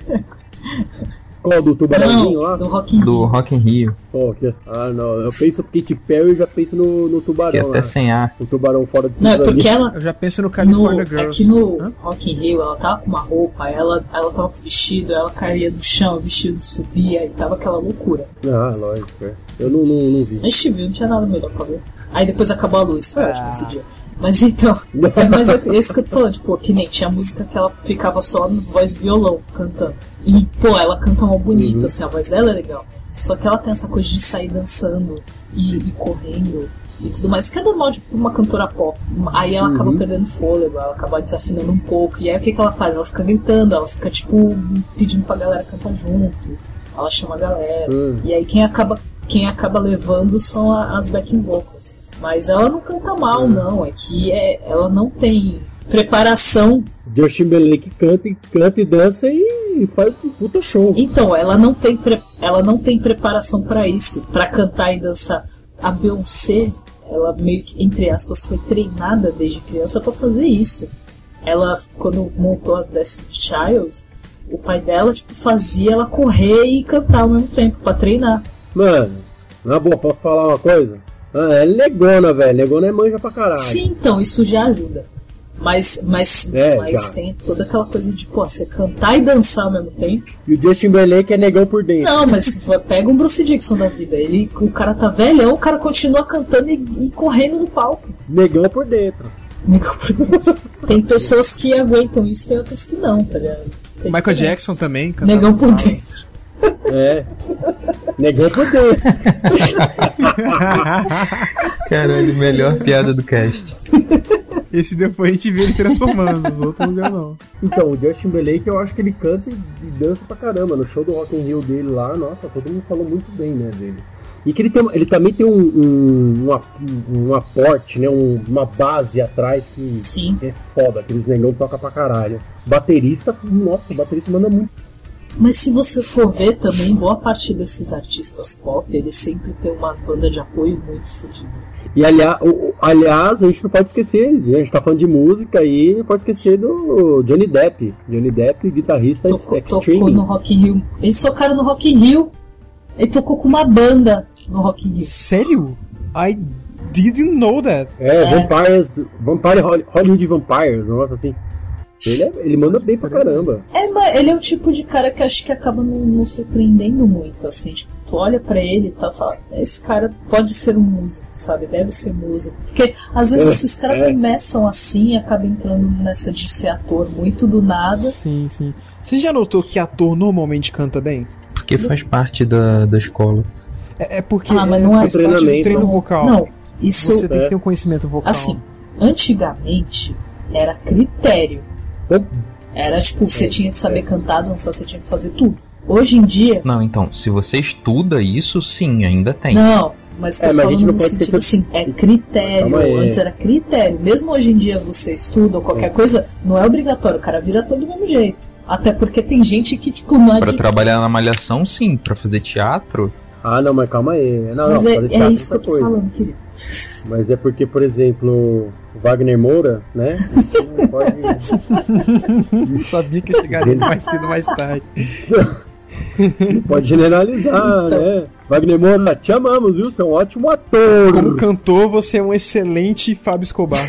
S4: Qual, do tubarãozinho lá?
S2: Do Rock in Rio.
S3: do Rock in Rio,
S4: Qual que é? Ah, não. Eu penso no Katy Perry e já penso no, no
S3: que é
S4: tubarão
S3: até
S4: lá.
S3: sem ar.
S4: O tubarão fora de
S2: Não, é
S4: cinturão
S2: porque
S4: ali.
S2: ela,
S1: Eu já penso no
S2: No,
S1: California Girls.
S2: aqui no
S1: Hã?
S2: Rock in Rio, ela tava com uma roupa, ela, ela tava com vestido, ela caía do chão, o vestido subia e tava aquela loucura.
S4: Ah, lógico. é. Eu não, não, não vi.
S2: A gente viu, não tinha nada melhor pra ver. Aí depois acabou a luz, foi ótimo esse dia. Mas então, é, mas é isso que eu tô falando, tipo, que nem tinha música que ela ficava só no voz e violão cantando. E, pô, ela canta mal bonita, assim, a voz dela é legal. Só que ela tem essa coisa de sair dançando e, e correndo e tudo mais, que é normal de uma cantora pop. Aí ela acaba perdendo fôlego, ela acaba desafinando um pouco. E aí o que, que ela faz? Ela fica gritando, ela fica, tipo, pedindo pra galera cantar junto. Ela chama a galera.
S4: Hum.
S2: E aí quem acaba, quem acaba levando são a- as backing vocals. Mas ela não canta mal, não. É que é, ela não tem preparação.
S4: Justin Timberlake canta, e- canta e dança e faz um puta show.
S2: Então, ela não tem, pre- ela não tem preparação pra isso, pra cantar e dançar. A Beyoncé, ela meio que, entre aspas, foi treinada desde criança pra fazer isso. Ela, quando montou as Destiny Child, o pai dela, tipo, fazia ela correr e cantar ao mesmo tempo, pra treinar.
S4: Mano, na boa, posso falar uma coisa? Ah, é negona, velho. Negona é manja pra caralho.
S2: Sim, então, isso já ajuda. Mas, mas,
S4: É,
S2: mas
S4: já.
S2: tem toda aquela coisa de, pô, você cantar e dançar ao mesmo tempo.
S4: E o Justin Timberlake é negão por dentro.
S2: Não, mas vai- pega um Bruce Dixon da vida. Ele, o cara tá velhão, o cara continua cantando e, e correndo no palco.
S4: Negão por dentro.
S2: Tem pessoas que aguentam isso, tem outras que não, tá ligado? Tem um
S1: Michael
S2: diferença.
S1: Jackson também, cara.
S2: Negão por dentro.
S4: É. negão por dentro.
S3: Caralho, melhor piada do cast.
S1: Esse depois a gente vê ele transformando, os outros não deu não.
S4: Então, o Justin Timberlake eu acho que ele canta e e dança pra caramba. No show do Rock in Rio dele lá, nossa, todo mundo falou muito bem, né, dele. E que ele, tem, ele também tem um, um, um, ap- um aporte, né, um- uma base atrás que
S2: Sim.
S4: é foda, aqueles negão toca pra caralho. Baterista, nossa, o baterista manda muito.
S2: Mas se você for ver também, boa parte desses artistas pop, eles sempre tem umas bandas de apoio muito fodidas.
S4: E aliás, aliás, a gente não pode esquecer, a gente tá falando de música e não pode esquecer do Johnny Depp. Johnny Depp, guitarrista
S2: Tocou, tocou no
S4: extreme.
S2: Rock in Rio. Eles tocaram no Rock in Rio. Ele tocou com uma banda no Rock in Rio.
S1: Sério? I didn't know that.
S4: É, Vampires, Vampire, Holly- Hollywood Vampires, um negócio assim. Ele, é- ele manda bem pra caramba.
S2: É, mas ele é o tipo de cara que acho que acaba não, não surpreendendo muito, assim, tipo, tu olha pra ele e tá fala, esse cara pode ser um músico, sabe? Deve ser músico. Porque às vezes
S4: É,
S2: esses caras
S4: é.
S2: começam assim e acabam entrando nessa de ser ator muito do nada.
S1: Sim, sim. Você já notou que ator normalmente canta bem?
S3: Porque faz parte da, da escola.
S1: É, é porque
S2: Ah, mas
S1: é,
S2: não é
S1: faz parte do
S4: treinamento.
S1: treino vocal.
S2: Não, isso
S1: Você tem
S4: É.
S1: que ter um conhecimento vocal.
S2: assim, antigamente era critério.
S4: Hum.
S2: Era tipo, você tinha que
S4: é.
S2: saber cantar, dançar, você tinha que fazer tudo. Hoje em dia,
S3: Não, então, se você estuda isso, sim, ainda tem.
S2: Não, mas tô
S4: É, mas a
S2: falando
S4: gente não
S2: no
S4: pode
S2: sentido
S4: esquecer-
S2: assim, é critério.
S4: Calma aí.
S2: Antes era critério. Mesmo hoje em dia você estuda ou qualquer coisa, não é obrigatório, o cara vira todo do mesmo jeito. Até porque tem gente que, tipo, não é
S3: Pra
S2: de-
S3: trabalhar na malhação, sim. Pra fazer teatro,
S4: Ah, não, mas calma aí. Não,
S2: Mas
S4: não,
S2: é,
S4: pode
S2: é
S4: deixar
S2: isso que eu
S4: outra
S2: tô falando, querido.
S4: Mas é porque, por exemplo, o Wagner Moura, né? Não pode-
S1: Sabia que ia chegar
S4: Ele-
S1: mais cedo, mais tarde.
S4: Não pode generalizar, né? Wagner Moura, te amamos, viu? Você é um ótimo ator.
S1: Como cantor, você é um excelente Fábio Escobar.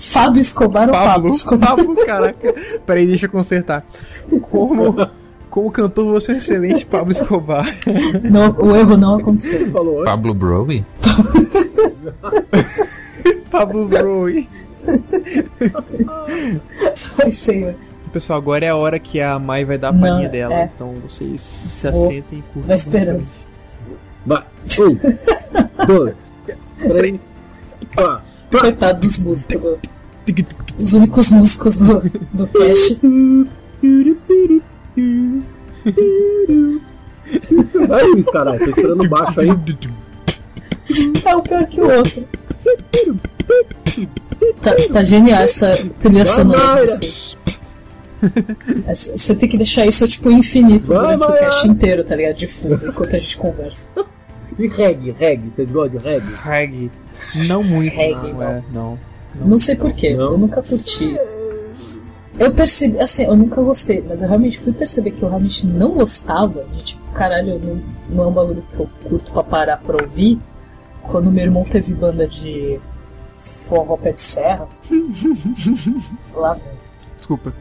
S2: Fábio Escobar ou Pablo? Pablo Escobar?
S1: Pablo, caraca. Peraí, deixa eu consertar. Como... Como cantor, você é um excelente Pablo Escobar.
S2: Não, o erro não aconteceu.
S3: Pablo Browy?
S1: Pablo Browy.
S2: Ai, senhor.
S1: Pessoal, agora é a hora que a Mai vai dar a palhinha
S2: Não,
S1: dela.
S2: é.
S1: Então vocês se
S2: Vou-
S1: assentem e curtam.
S2: vai esperando.
S1: bastante.
S4: Vai. Um, dois, três, quatro.
S2: Coitado dos músicos. do- Os únicos músicos do, do cast.
S4: É isso, caralho. Tô esperando baixo aí.
S2: É um pior que o outro. Tá, tá genial essa trilha sonora.
S4: Vai,
S2: de vocês. Essa- Você tem que deixar isso tipo infinito
S4: Vai,
S2: durante o
S4: vai,
S2: cast
S4: vai.
S2: inteiro, tá ligado? De fundo, enquanto a gente conversa.
S4: E reggae, reggae. Vocês gostam de reggae?
S1: Reggae. Não muito,
S2: Reggae,
S1: não, é, não.
S2: Não sei porquê, eu nunca curti. Eu percebi, assim, eu nunca gostei, mas eu realmente fui perceber que eu realmente não gostava de tipo, caralho, não, não é um bagulho que eu curto pra parar pra ouvir. Quando meu irmão teve banda de forró pé de serra. lá,
S1: Desculpa.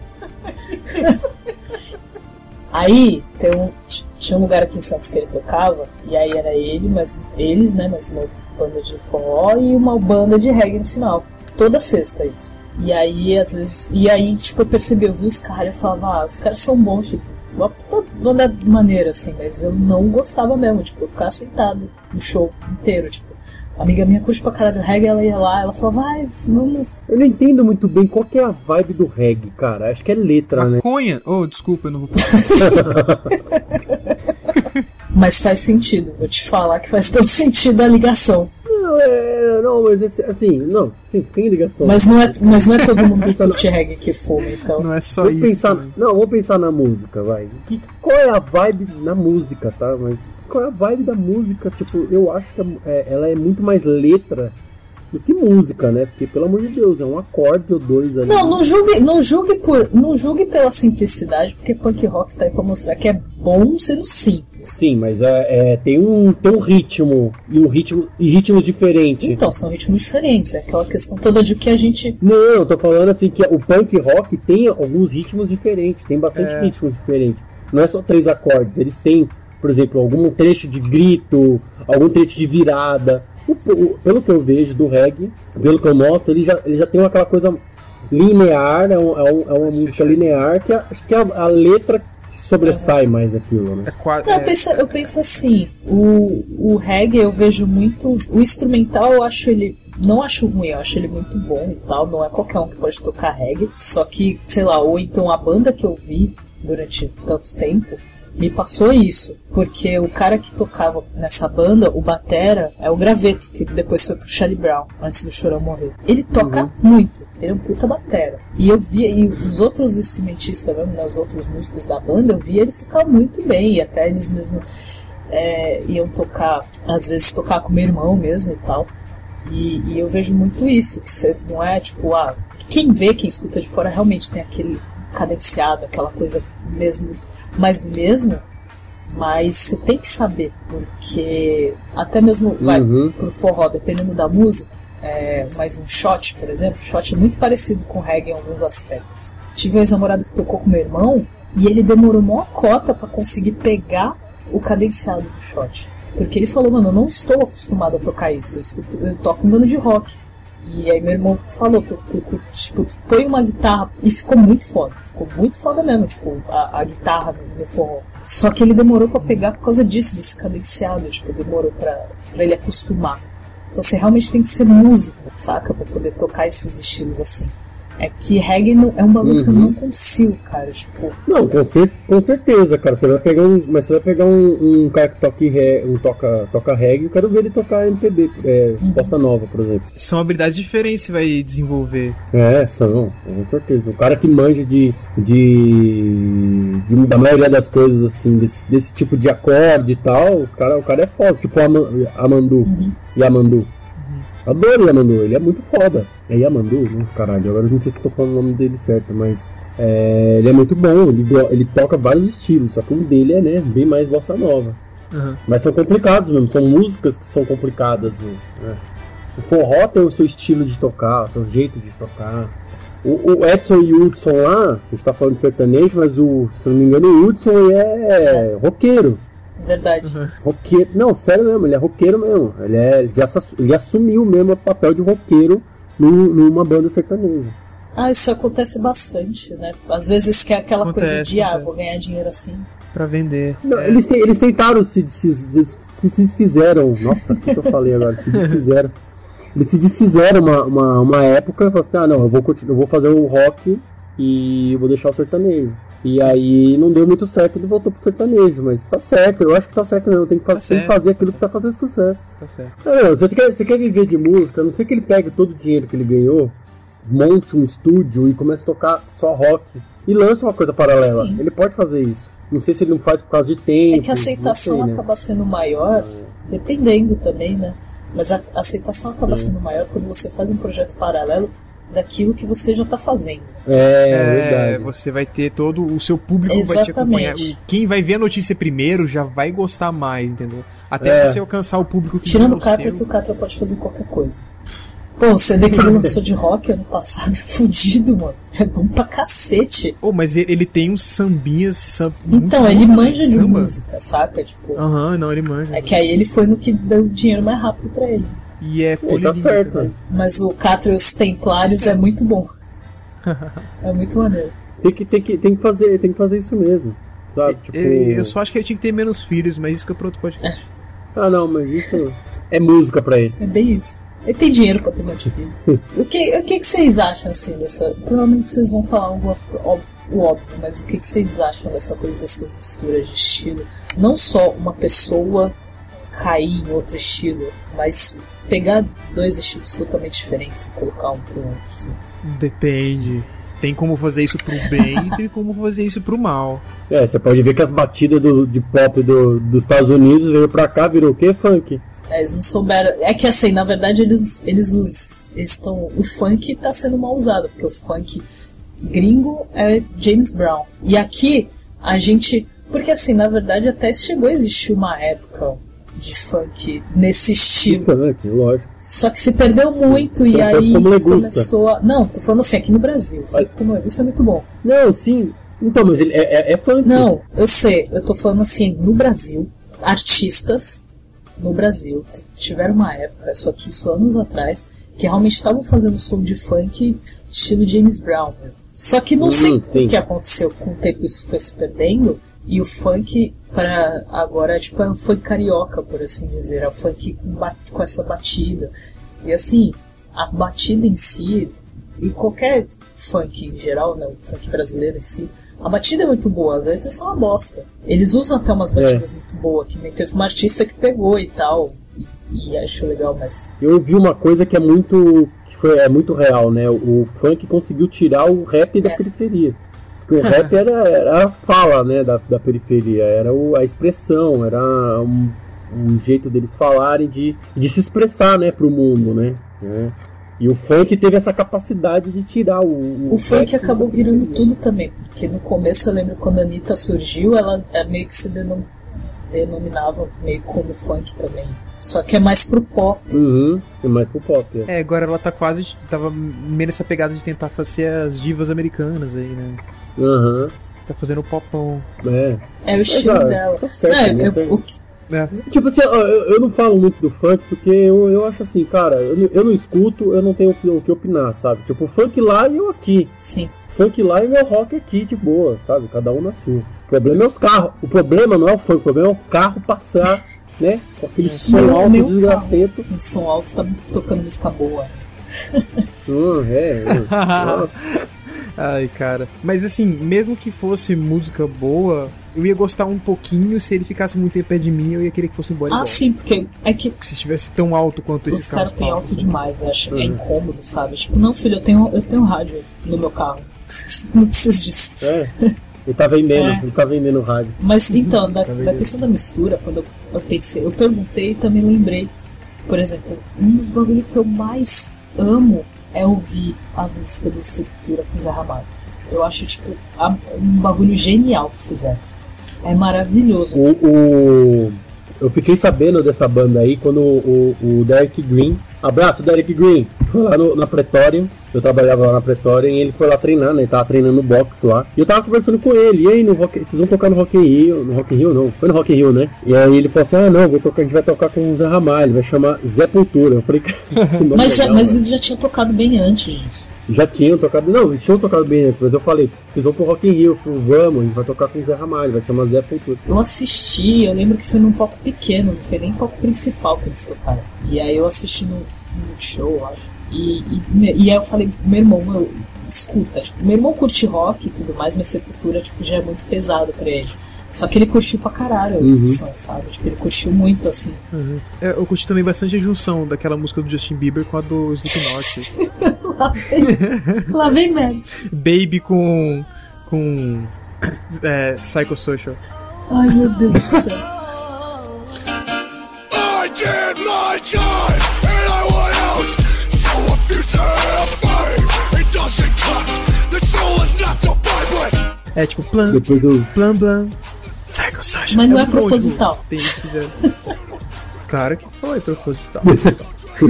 S2: Aí tem um- t- tinha um lugar aqui em Santos que ele tocava, e aí era ele, mas eles, né? Mas uma banda de forró e uma banda de reggae no final. Toda sexta isso. E aí, às vezes. E aí, tipo, eu percebi, eu vi os caras e eu falava, ah, os caras são bons, tipo, uma puta banda maneira, assim, mas eu não gostava mesmo, tipo, eu ficava sentado no show inteiro, tipo. Uma amiga minha curte pra caralho reggae, ela ia lá, ela falava, ai, vamos.
S4: Eu não entendo muito bem qual que é a vibe do reggae, cara. Acho que é letra, né?
S1: Conha? Oh, desculpa, eu não vou.
S2: Mas faz sentido, vou te falar que faz todo sentido a ligação.
S4: Não, é, não, mas esse- assim, não, sim, tem ligação.
S2: Mas não é, mas não é todo mundo que curte reggae que fuma, então.
S1: Não é só
S4: vou
S1: isso.
S4: pensar,
S1: né?
S4: não, vou pensar na música, vai. Que- qual é a vibe na música, tá? Mas qual é a vibe da música? Tipo, eu acho que a- é, ela é muito mais letra do que música, né? Porque pelo amor de Deus, é um acorde ou dois ali.
S2: Não, não julgue, não julgue por, não julgue pela simplicidade, porque punk rock tá aí pra mostrar que é bom sendo simples.
S4: Sim, mas é, é, tem um tem um ritmo e um ritmo e ritmos diferentes.
S2: Então, são ritmos diferentes, é aquela questão toda de que a gente.
S4: Não, eu tô falando assim que o punk rock tem alguns ritmos diferentes, tem bastante
S1: É.
S4: ritmos diferentes. Não é só três acordes, eles têm, por exemplo, algum trecho de grito, algum trecho de virada. O- o- pelo que eu vejo do reggae, pelo que eu noto, ele já, ele já tem aquela coisa linear, é, um- é um- é uma música linear que a- acho que é a, a letra que sobressai mais aquilo, né?
S1: É quase.
S2: Não, eu, penso, eu penso assim, o, o reggae eu vejo muito. O instrumental eu acho ele. Não acho ruim, eu acho ele muito bom e tal. Não é qualquer um que pode tocar reggae. Só que, sei lá, ou então a banda que eu vi durante tanto tempo me passou isso. Porque o cara que tocava nessa banda, o Batera, é o Graveto, que depois foi pro Charlie Brown, antes do Chorão morrer. Ele toca muito, ele é um puta batera. E eu via, e os outros instrumentistas mesmo, né, os outros músicos da banda, eu via eles tocar muito bem, e até eles mesmos é, iam tocar, às vezes tocar com meu irmão mesmo e tal. E, e eu vejo muito isso, que você não é tipo, ah, quem vê, quem escuta de fora realmente tem aquele cadenciado, aquela coisa mesmo, mais do mesmo, mas você tem que saber, porque até mesmo vai
S4: Uhum.
S2: pro forró, dependendo da música, é, mas um shot, por exemplo, shot é muito parecido com reggae em alguns aspectos. Tive um ex-namorado que tocou com meu irmão e ele demorou mó cota pra conseguir pegar o cadenciado do shot. Porque ele falou, mano, eu não estou acostumado a tocar isso, eu, escuto- eu toco um bando de rock. E aí meu irmão falou, tu, tu, tu, tipo, tu põe uma guitarra e ficou muito foda, ficou muito foda mesmo, tipo, a, a guitarra do, do forró. Só que ele demorou pra pegar por causa disso, desse cadenciado, tipo, demorou pra, pra ele acostumar. Então você realmente tem que ser músico, saca? Pra poder tocar esses estilos assim. É que reggae não, é um bagulho que eu
S4: Uhum.
S2: não consigo, cara, tipo.
S4: Não, com, cer- com certeza, cara. Você vai pegar um. Mas você vai pegar um, um cara que toque re- um toca, toca reggae, eu quero ver ele tocar MPB, é, Bossa Nova, por exemplo.
S1: São habilidades diferentes que você vai desenvolver.
S4: É, são, com certeza. O cara que manja de. de. de- da maioria das coisas, assim, desse, desse tipo de acorde e tal, os cara, o cara é foda. Tipo o Ama- Amandu. Yamandu. Adoro Yamandu, ele é muito foda. É Yamandu, né? Caralho, agora eu não sei se eu tô falando o nome dele certo, mas. É, ele é muito bom, ele, ele toca vários estilos, só que um dele é né, bem mais bossa nova.
S1: Uhum.
S4: Mas são complicados mesmo, são músicas que são complicadas mesmo. né? O forró tem o seu estilo de tocar, o seu jeito de tocar. O, o Edson e o Hudson lá, a gente tá falando de sertanejo, mas o, se eu não me engano, o Hudson é roqueiro.
S2: Verdade.
S1: Uhum.
S4: Roqueiro, não, sério mesmo, ele é roqueiro mesmo. Ele, é, ele, já assu- ele assumiu mesmo o papel de roqueiro num- numa banda sertaneja.
S2: Ah, isso acontece bastante, né? Às vezes que é aquela
S1: Acontece,
S2: coisa de, ah,
S1: acontece.
S2: vou ganhar dinheiro assim.
S1: Pra vender. É,
S4: Não, eles, te- eles tentaram se, desfiz- se desfizeram. Nossa, o que, que eu falei agora? Se desfizeram. Eles se desfizeram uma, uma, uma época e falaram assim: ah, não, eu vou, continuar, eu vou fazer o rock e eu vou deixar o sertanejo. E aí não deu muito certo, ele voltou pro sertanejo, mas tá certo, eu acho que tá certo mesmo, tem que, fa- tem que
S1: certo.
S4: fazer aquilo que tá fazendo sucesso.
S1: Tá certo.
S4: Não, não, você quer, você quer viver de música, a não ser que ele pegue todo o dinheiro que ele ganhou, monte um estúdio e comece a tocar só rock e lance uma coisa paralela.
S2: Sim.
S4: Ele pode fazer isso. Não sei se ele não faz por causa de
S2: É
S4: tempo.
S2: que a aceitação
S4: não sei, né?
S2: acaba sendo maior, dependendo também, né? Mas a a aceitação acaba
S4: Hum.
S2: sendo maior quando você faz um projeto paralelo daquilo que você já tá fazendo.
S4: É, verdade.
S1: você vai ter todo o seu público vai te
S2: Exatamente.
S1: acompanhar. O- Quem vai ver a notícia primeiro já vai gostar mais, entendeu? Até
S4: É.
S1: você alcançar o público que
S2: Tirando
S1: não
S2: o Catra,
S1: seu.
S2: que o Catra pode fazer qualquer coisa. Pô, o CD que ele lançou de rock ano passado é fudido, mano. É bom pra cacete.
S1: Oh, mas ele, ele tem uns sambinhas. sam- muito
S2: Então, ele
S1: bons, né?
S2: manja de
S1: Samba. Ah,
S2: música, saca? Tipo,
S1: Aham, não, ele manja.
S2: é que aí ele foi no que deu o dinheiro mais rápido pra ele.
S1: E é
S4: Ele tá
S1: polilínguico,
S4: certo.
S1: né?
S2: Mas o Catra e os Templários é muito bom. É muito maneiro.
S4: Tem que, tem, que, tem, que fazer, tem que fazer isso mesmo. Sabe? Tipo.
S1: É, Eu eu só acho que ele tinha que ter menos filhos, mas isso que é pro outro podcast.
S4: Ah não, mas isso é música pra ele.
S2: É bem isso. Ele tem dinheiro pra ter um monte de filho. O que, o que, que vocês acham assim dessa. Provavelmente vocês vão falar algo ó- o óbvio, mas o que, que vocês acham dessa coisa dessas misturas de estilo? Não só uma pessoa cair em outro estilo, mas pegar dois estilos totalmente diferentes e colocar um pro outro. Assim.
S1: Depende. Tem como fazer isso pro bem e tem como fazer isso pro mal.
S4: É, você pode ver que as batidas do, de pop do- dos Estados Unidos veio pra cá, virou o quê? Funk.
S2: É, eles não souberam. É que assim, na verdade, eles eles us- eles estão. O funk tá sendo mal usado, porque o funk gringo é James Brown. E aqui a gente. Porque assim, na verdade, até chegou a existir uma época de funk nesse estilo.
S4: Funk, lógico.
S2: Só que se perdeu muito e
S4: Então, foi
S2: aí
S4: como legusta.
S2: começou a. Não, tô falando assim, aqui no Brasil. Funk como legusta é muito bom.
S4: Não, sim. Então, mas ele é, é, é funk.
S2: Não, eu sei, eu tô falando assim, no Brasil, artistas no Brasil t- tiveram uma época, só que isso anos atrás, que realmente estavam fazendo som de funk estilo James Brown. mesmo. Só que não
S4: Hum,
S2: sei
S4: sim.
S2: o que aconteceu com o tempo isso foi se perdendo e o funk para agora tipo é um funk carioca, por assim dizer, é um funk com, ba- com essa batida. E assim, a batida em si e qualquer funk em geral, né, o funk brasileiro em si, a batida é muito boa, as letras são uma bosta. Eles usam até umas batidas
S4: É.
S2: muito boas, que nem teve uma artista que pegou e tal, e, e acho legal, mas
S4: Eu ouvi uma coisa que é muito. que foi- é muito real, né? O funk conseguiu tirar o rap
S2: É.
S4: da periferia. Porque o rap era, era a fala, né, da, da periferia, era o- a expressão, era um, um jeito deles falarem de, de se expressar, né, pro mundo, né? É. E o funk teve essa capacidade de tirar o.
S2: o funk acabou virando tudo também, porque no começo eu lembro quando a Anitta surgiu, ela é meio que se denom- denominava meio como funk também. Só que é mais pro pop.
S4: Uhum, é mais pro pop. é.
S1: É, agora ela tá quase. Tava meio nessa pegada de tentar fazer as divas americanas aí, né?
S4: Aham.
S1: Tá fazendo o popão.
S4: É.
S2: É o
S4: Mas,
S2: estilo
S4: ah,
S2: dela.
S4: Tá certo,
S2: Não,
S4: né?
S2: eu-
S4: Tem-
S2: o
S4: Tipo assim, ó, eu, eu não falo muito do funk porque eu, eu acho assim, cara, eu, não- eu não escuto, eu não tenho o que, o que opinar, sabe? Tipo, funk lá e eu aqui.
S2: Sim.
S4: Funk lá e meu rock aqui, de boa, sabe? Cada um na sua. O problema é os carros. O problema não é o funk, o problema é o carro passar, né? Com aquele som
S2: Não,
S4: alto
S2: nem o
S4: desgracento.
S2: O som alto tá tocando música boa.
S4: Hum, é, é. Nossa.
S1: Ai, cara. Mas assim, mesmo que fosse música boa, eu ia gostar um pouquinho. Se ele ficasse muito em pé de mim, eu ia querer que fosse embora.
S2: Ah,
S1: igual.
S2: sim, porque é que
S1: Se estivesse tão alto quanto
S2: Os
S1: esses
S2: caras
S1: carros.
S2: têm
S1: falam.
S2: alto demais, eu acho. É
S1: Uhum.
S2: incômodo, sabe? Tipo, não, filho, eu tenho, eu tenho rádio no meu carro. não preciso disso.
S4: É. Ele tá vendendo,
S2: É.
S4: ele tá vendendo rádio.
S2: Mas então, da,
S4: Tá
S2: da
S4: vendo?
S2: questão da mistura, quando eu, eu pensei, eu perguntei e também lembrei. Por exemplo, um dos bagulhos que eu mais amo é ouvir as músicas do Sepultura com o Zé Ramalho. Eu acho, tipo, a- um bagulho genial que fizeram. É maravilhoso.
S4: O, o- Eu fiquei sabendo dessa banda aí quando o, o Derek Green. Abraço, Derek Green! Foi lá no- na Pretória. Eu trabalhava lá na Pretória e ele foi lá treinar, né? Ele tava treinando boxe lá. E eu tava conversando com ele. E aí, no rock... vocês vão tocar no Rock in Rio? No Rock in Rio não. Foi no Rock in Rio, né? E aí ele falou assim: ah, não, vou tocar, a gente vai tocar com o Zé Ramalho. Vai chamar Zé Cultura. Eu falei: "Cara, que nome
S2: mas já,
S4: legal,
S2: mas
S4: né?"
S2: ele já tinha tocado bem antes disso.
S4: Já tinham tocado, não, eles tinham tocado bem antes, mas eu falei, vocês vão pro Rock in Rio, eu falei, vamos, a gente vai tocar com o Zé Ramalho, vai chamar Zé Pontus.
S2: Eu assisti, eu lembro que foi num palco pequeno, não foi nem palco principal que eles tocaram. E aí eu assisti no, no show, eu acho. E, e, e aí eu falei, meu irmão, eu, escuta, tipo, meu irmão curte rock e tudo mais, mas Sepultura tipo, já é muito pesado pra ele. Só que ele curtiu pra caralho a
S1: Uhum.
S2: som, sabe? Tipo, ele curtiu muito assim.
S1: Uhum. É, eu curti também bastante a junção daquela música do Justin Bieber com a do Slipknot.
S2: Lá vem merda.
S1: Baby com. com. É, Psychosocial.
S2: Ai meu Deus do céu.
S14: I did my job and I want out. So if you say I'm fine, it doesn't cut. The soul is not the vibrant.
S1: É tipo plan. Plan, plan. Psychosocial.
S2: Mas não é
S1: muito bom,
S2: proposital.
S1: tipo, tem isso que fizeram. Claro que foi proposital.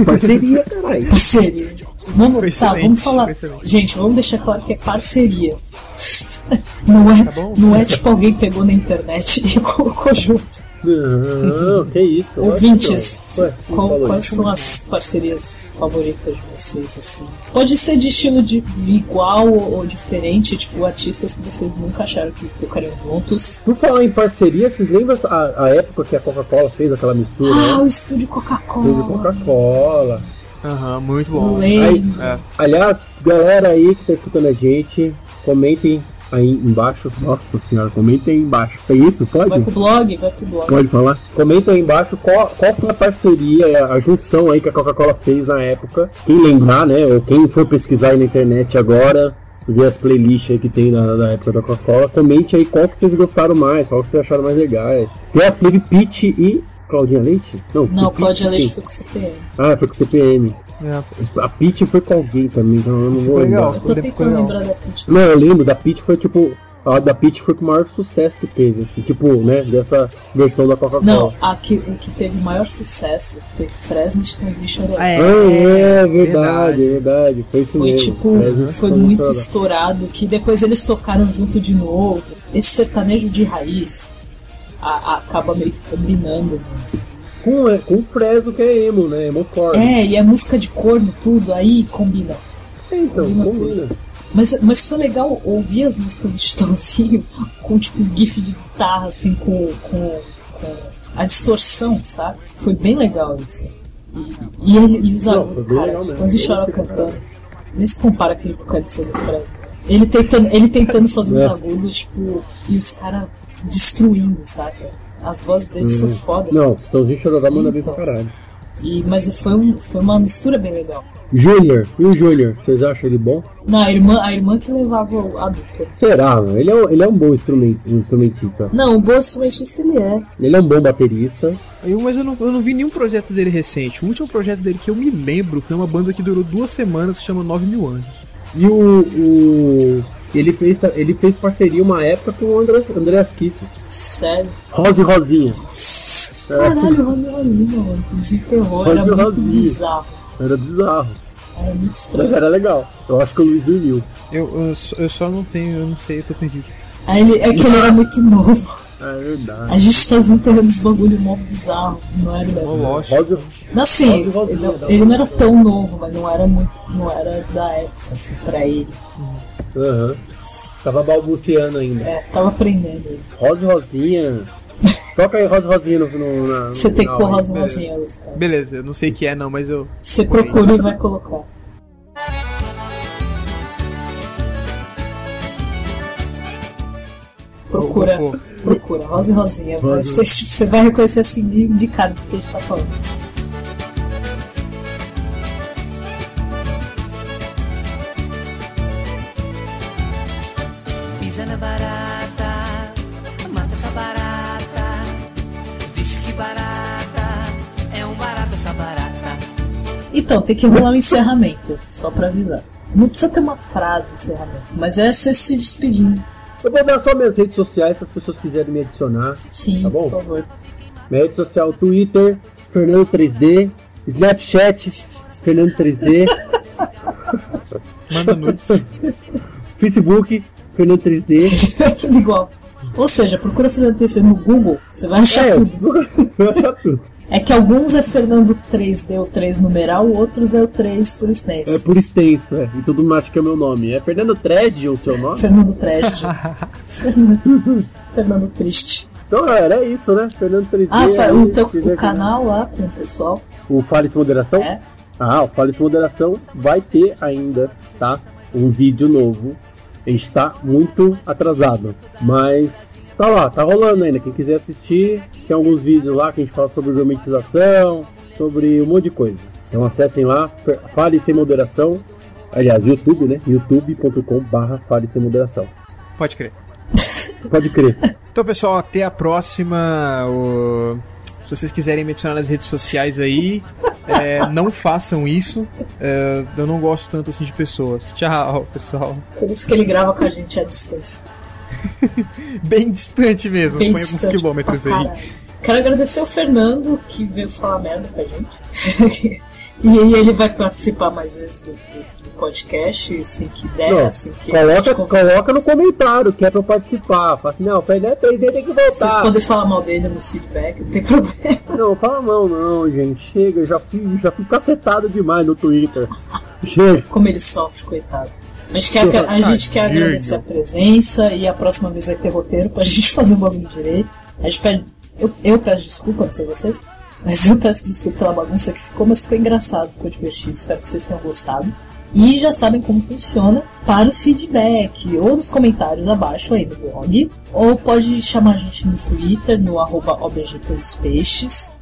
S4: Parceria, caralho.
S2: Parceria. Vamos,
S1: Foi
S2: tá,
S1: excelente,
S2: vamos falar.
S1: foi excelente.
S2: Gente, vamos deixar claro que é parceria. Não
S1: Tá
S2: é, não é tipo alguém pegou na internet e colocou junto.
S4: Não, que isso.
S2: Ouvintes,
S4: Ué, quem
S2: qual-
S4: falou
S2: quais
S4: isso?
S2: são as parcerias favoritas de vocês, assim? Pode ser de estilo de igual ou, ou diferente, tipo, artistas que vocês nunca acharam que tocariam juntos.
S4: Por falar em parceria, vocês lembram a, a época que a Coca-Cola fez aquela mistura?
S2: Ah, o
S4: né?
S2: estúdio
S4: Fez o
S2: Coca-Cola.
S4: Coca-Cola.
S1: Aham, muito
S2: bom. Lembro.
S1: É.
S4: Aliás, galera aí que tá escutando a gente, comentem aí embaixo. Nossa senhora, comentem aí embaixo. É isso? Pode?
S2: Vai pro blog, vai pro blog.
S4: Pode falar? Comenta aí embaixo qual, qual foi a parceria, a junção aí que a Coca-Cola fez na época. Quem lembrar, né? Ou quem for pesquisar aí na internet agora, ver as playlists aí que tem na, da época da Coca-Cola, comente aí qual que vocês gostaram mais, qual que vocês acharam mais legais. E a teve Pete e Claudinha Leite? Não,
S2: Não,
S4: Pete-
S2: Cláudia Leite
S4: quem?
S2: foi com CPM.
S4: Ah, foi com CPM.
S1: É.
S4: A Pete foi com alguém também, então eu não vou lembrar.
S2: Eu tô tentando lembrar da Pitty.
S4: Não, eu lembro, da Peach foi tipo. A da Peach foi com o maior sucesso que teve, assim, tipo, né, dessa versão da Coca-Cola.
S2: Não, a que, o que teve maior sucesso foi Fresno Transition
S14: Ah,
S6: Ah,
S2: Orelha.
S4: É, é, verdade, é verdade. Foi isso
S2: Foi
S4: mesmo.
S2: tipo,
S4: É,
S2: foi
S4: isso
S2: muito
S4: mesmo.
S2: estourado, que depois eles tocaram junto de novo. Esse sertanejo de raiz a- a- acaba meio que combinando.
S4: Com, é, com o Fresno que é emo, né? Emo core.
S2: É, e a música de corno, tudo, aí combina.
S4: Então,
S2: combina. tudo. Mas, mas foi legal ouvir as músicas do Chitãozinho com tipo gif de guitarra, assim, com, com, com a distorção, sabe? Foi bem legal isso. E, e, ele, e os
S4: Não, foi
S2: alunos,
S4: bem
S2: cara,
S4: legal
S2: os
S4: mesmo.
S2: Tons e Chora
S4: Eu gostei pra
S2: cantando. Nem se compara aquele vocalista do Fresno. Ele tentando, ele tentando fazer os
S4: É.
S2: agudos, tipo, e os caras destruindo, saca? As vozes deles são
S4: Hum.
S2: foda.
S4: Não, Tãozinho Chororó manda bem pra caralho.
S2: E, mas foi, um, foi uma mistura bem legal.
S4: Júnior, e o Júnior? Vocês acham ele bom?
S2: Não, a irmã, a irmã que levava o- a dupla.
S4: Será, mano? Ele é, um- ele é um bom instrumento- instrumentista.
S2: Não, o bom instrumentista ele é.
S4: Ele é um bom baterista.
S1: Eu, mas eu não, eu não vi nenhum projeto dele recente. O último projeto dele que eu me lembro foi uma banda que durou duas semanas que chama 9 Mil Anjos.
S4: E o. o- ele, fez, ta- ele fez parceria uma época com o André, Andreas Kisses.
S2: Sério.
S4: Rosa e Rosinha.
S2: Caralho, o Rony Rosinha, mano. Desenterrou, era
S4: Rony
S2: muito
S4: Rosinha.
S2: bizarro.
S4: Era bizarro.
S2: Era muito
S4: Mas
S2: estranho.
S4: era legal. Eu acho que o Luiz dormiu.
S1: Eu, eu, só- eu só não tenho, eu não sei, eu tô perdido.
S2: Aí ele, é que ele era muito novo.
S4: É
S2: A
S4: verdade.
S2: gente tá desenterrando os bagulho mó bizarro. Não era
S1: lógico.
S4: Rosa,
S2: Assim, ele, não- ele não era tão novo, mas não era muito. Não era da época, assim, pra ele.
S4: Aham. Tava balbuciando ainda.
S2: É, tava aprendendo ele.
S4: Rosa e Rosinha. Toca aí Rosa e Rosinha no. no na,
S2: Você tem que
S4: na
S2: pôr
S4: aula.
S2: Rosa e Rosinha, Luiz Carlos.
S1: Beleza, eu não sei o que é não, mas eu.
S2: Você procura e vai colocar. Procura,
S1: Vou- vou-
S2: procura, Rosa e Rosinha.
S1: Rosa.
S2: Você, você vai reconhecer assim de, de cara do que a gente tá falando.
S14: Pisa na barata, mata essa barata. Vixe que barata, é um barato essa barata.
S2: Então, tem que rolar um encerramento, só pra avisar. Não precisa ter uma frase de encerramento, mas é você se despedindo.
S4: Eu vou dar só minhas redes sociais se as pessoas quiserem me adicionar.
S2: Sim,
S4: tá bom?
S2: por favor.
S4: Minha rede social Twitter, Fernando 3D, Snapchat, Fernando 3D.
S10: Manda nudes.
S4: Facebook, Fernando 3D.
S2: É tudo igual. Ou seja, procura Fernando TC no Google, você vai achar
S4: É,
S2: tudo.
S4: vai achar tudo.
S2: É que alguns é Fernando 3D, o 3 numeral, outros é o 3 por extenso.
S4: É por extenso, é. E todo mundo acha que é meu nome. É Fernando Tred o seu nome?
S2: Fernando Tred. Fernando, Fernando Triste.
S4: Então, galera, é isso, né? Fernando 3D.
S2: Ah,
S4: aí,
S2: o teu
S4: se quiser-
S2: o canal lá com o pessoal.
S4: O Fale com Moderação?
S2: É.
S4: Ah, o Fale com Moderação vai ter ainda, tá? Um vídeo novo. A gente tá muito atrasado, mas tá lá, tá rolando ainda. Quem quiser assistir, tem alguns vídeos lá que a gente fala sobre gourmetização, sobre um monte de coisa. Então acessem lá, Fer- Fale Sem Moderação. Aliás, YouTube, né? youtube.com barra Fale Sem Moderação.
S10: Pode crer.
S4: Pode crer.
S10: Então, pessoal, até a próxima. O- Se vocês quiserem me adicionar nas redes sociais aí, é, não façam isso. É, eu não gosto tanto assim de pessoas. Tchau, pessoal.
S2: Por isso que ele grava com a gente à distância.
S10: Bem distante mesmo,
S2: Bem
S10: põe alguns
S2: distante
S10: quilômetros
S2: pra
S10: aí.
S2: caralho. Quero agradecer o Fernando que veio falar merda com a gente. e aí ele vai participar mais vezes do, do- do podcast, assim que der,
S4: Não,
S2: assim que.
S4: coloca, coloca no comentário que é pra eu participar. Fala assim, não, o Fernando 3D tem que voltar.
S2: Vocês podem falar mal dele nos feedback, não tem problema.
S4: Não, fala não, não, gente. Chega, eu já fui, já fui cacetado demais no Twitter. Chega.
S2: Como ele sofre, coitado. Mas quer, a,
S4: tá,
S2: a gente quer
S4: Tadinho.
S2: agradecer a presença e a próxima vez vai ter roteiro pra gente fazer o bagulho direito. A gente pede, eu, eu peço desculpa, não sei vocês, mas eu peço desculpa pela bagunça que ficou, mas ficou engraçado, ficou divertido, espero que vocês tenham gostado. E já sabem como funciona para o feedback, ou nos comentários abaixo aí do blog, ou pode chamar a gente no Twitter, no arroba OBG pelos peixes.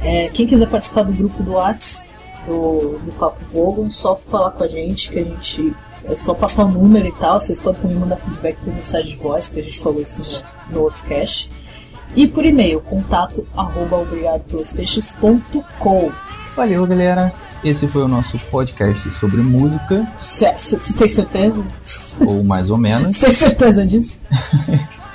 S2: É, quem quiser participar do grupo do Whats, do, do Papo Vogon, só falar com a gente, que a gente. É só passar o número e tal. Vocês podem também mandar feedback por mensagem de voz, que a gente falou isso no, no outro cast. E por e-mail, contato arroba obrigado pelos peixes.com.
S3: Valeu, galera. Esse foi o nosso podcast sobre música,
S2: Você tem certeza?
S3: ou mais ou menos.
S2: Você tem certeza disso?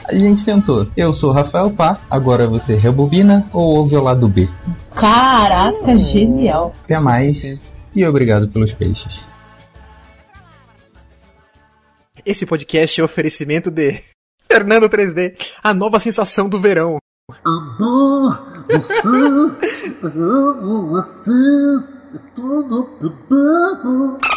S3: A gente tentou. Eu sou o Rafael Pá, agora você rebobina ou ouve o lado B.
S2: Caraca, genial!
S3: Até mais e obrigado pelos peixes.
S10: Esse podcast é oferecimento de Fernando 3D, a nova sensação do verão.
S4: Amor, você, eu, você, é tudo bebendo.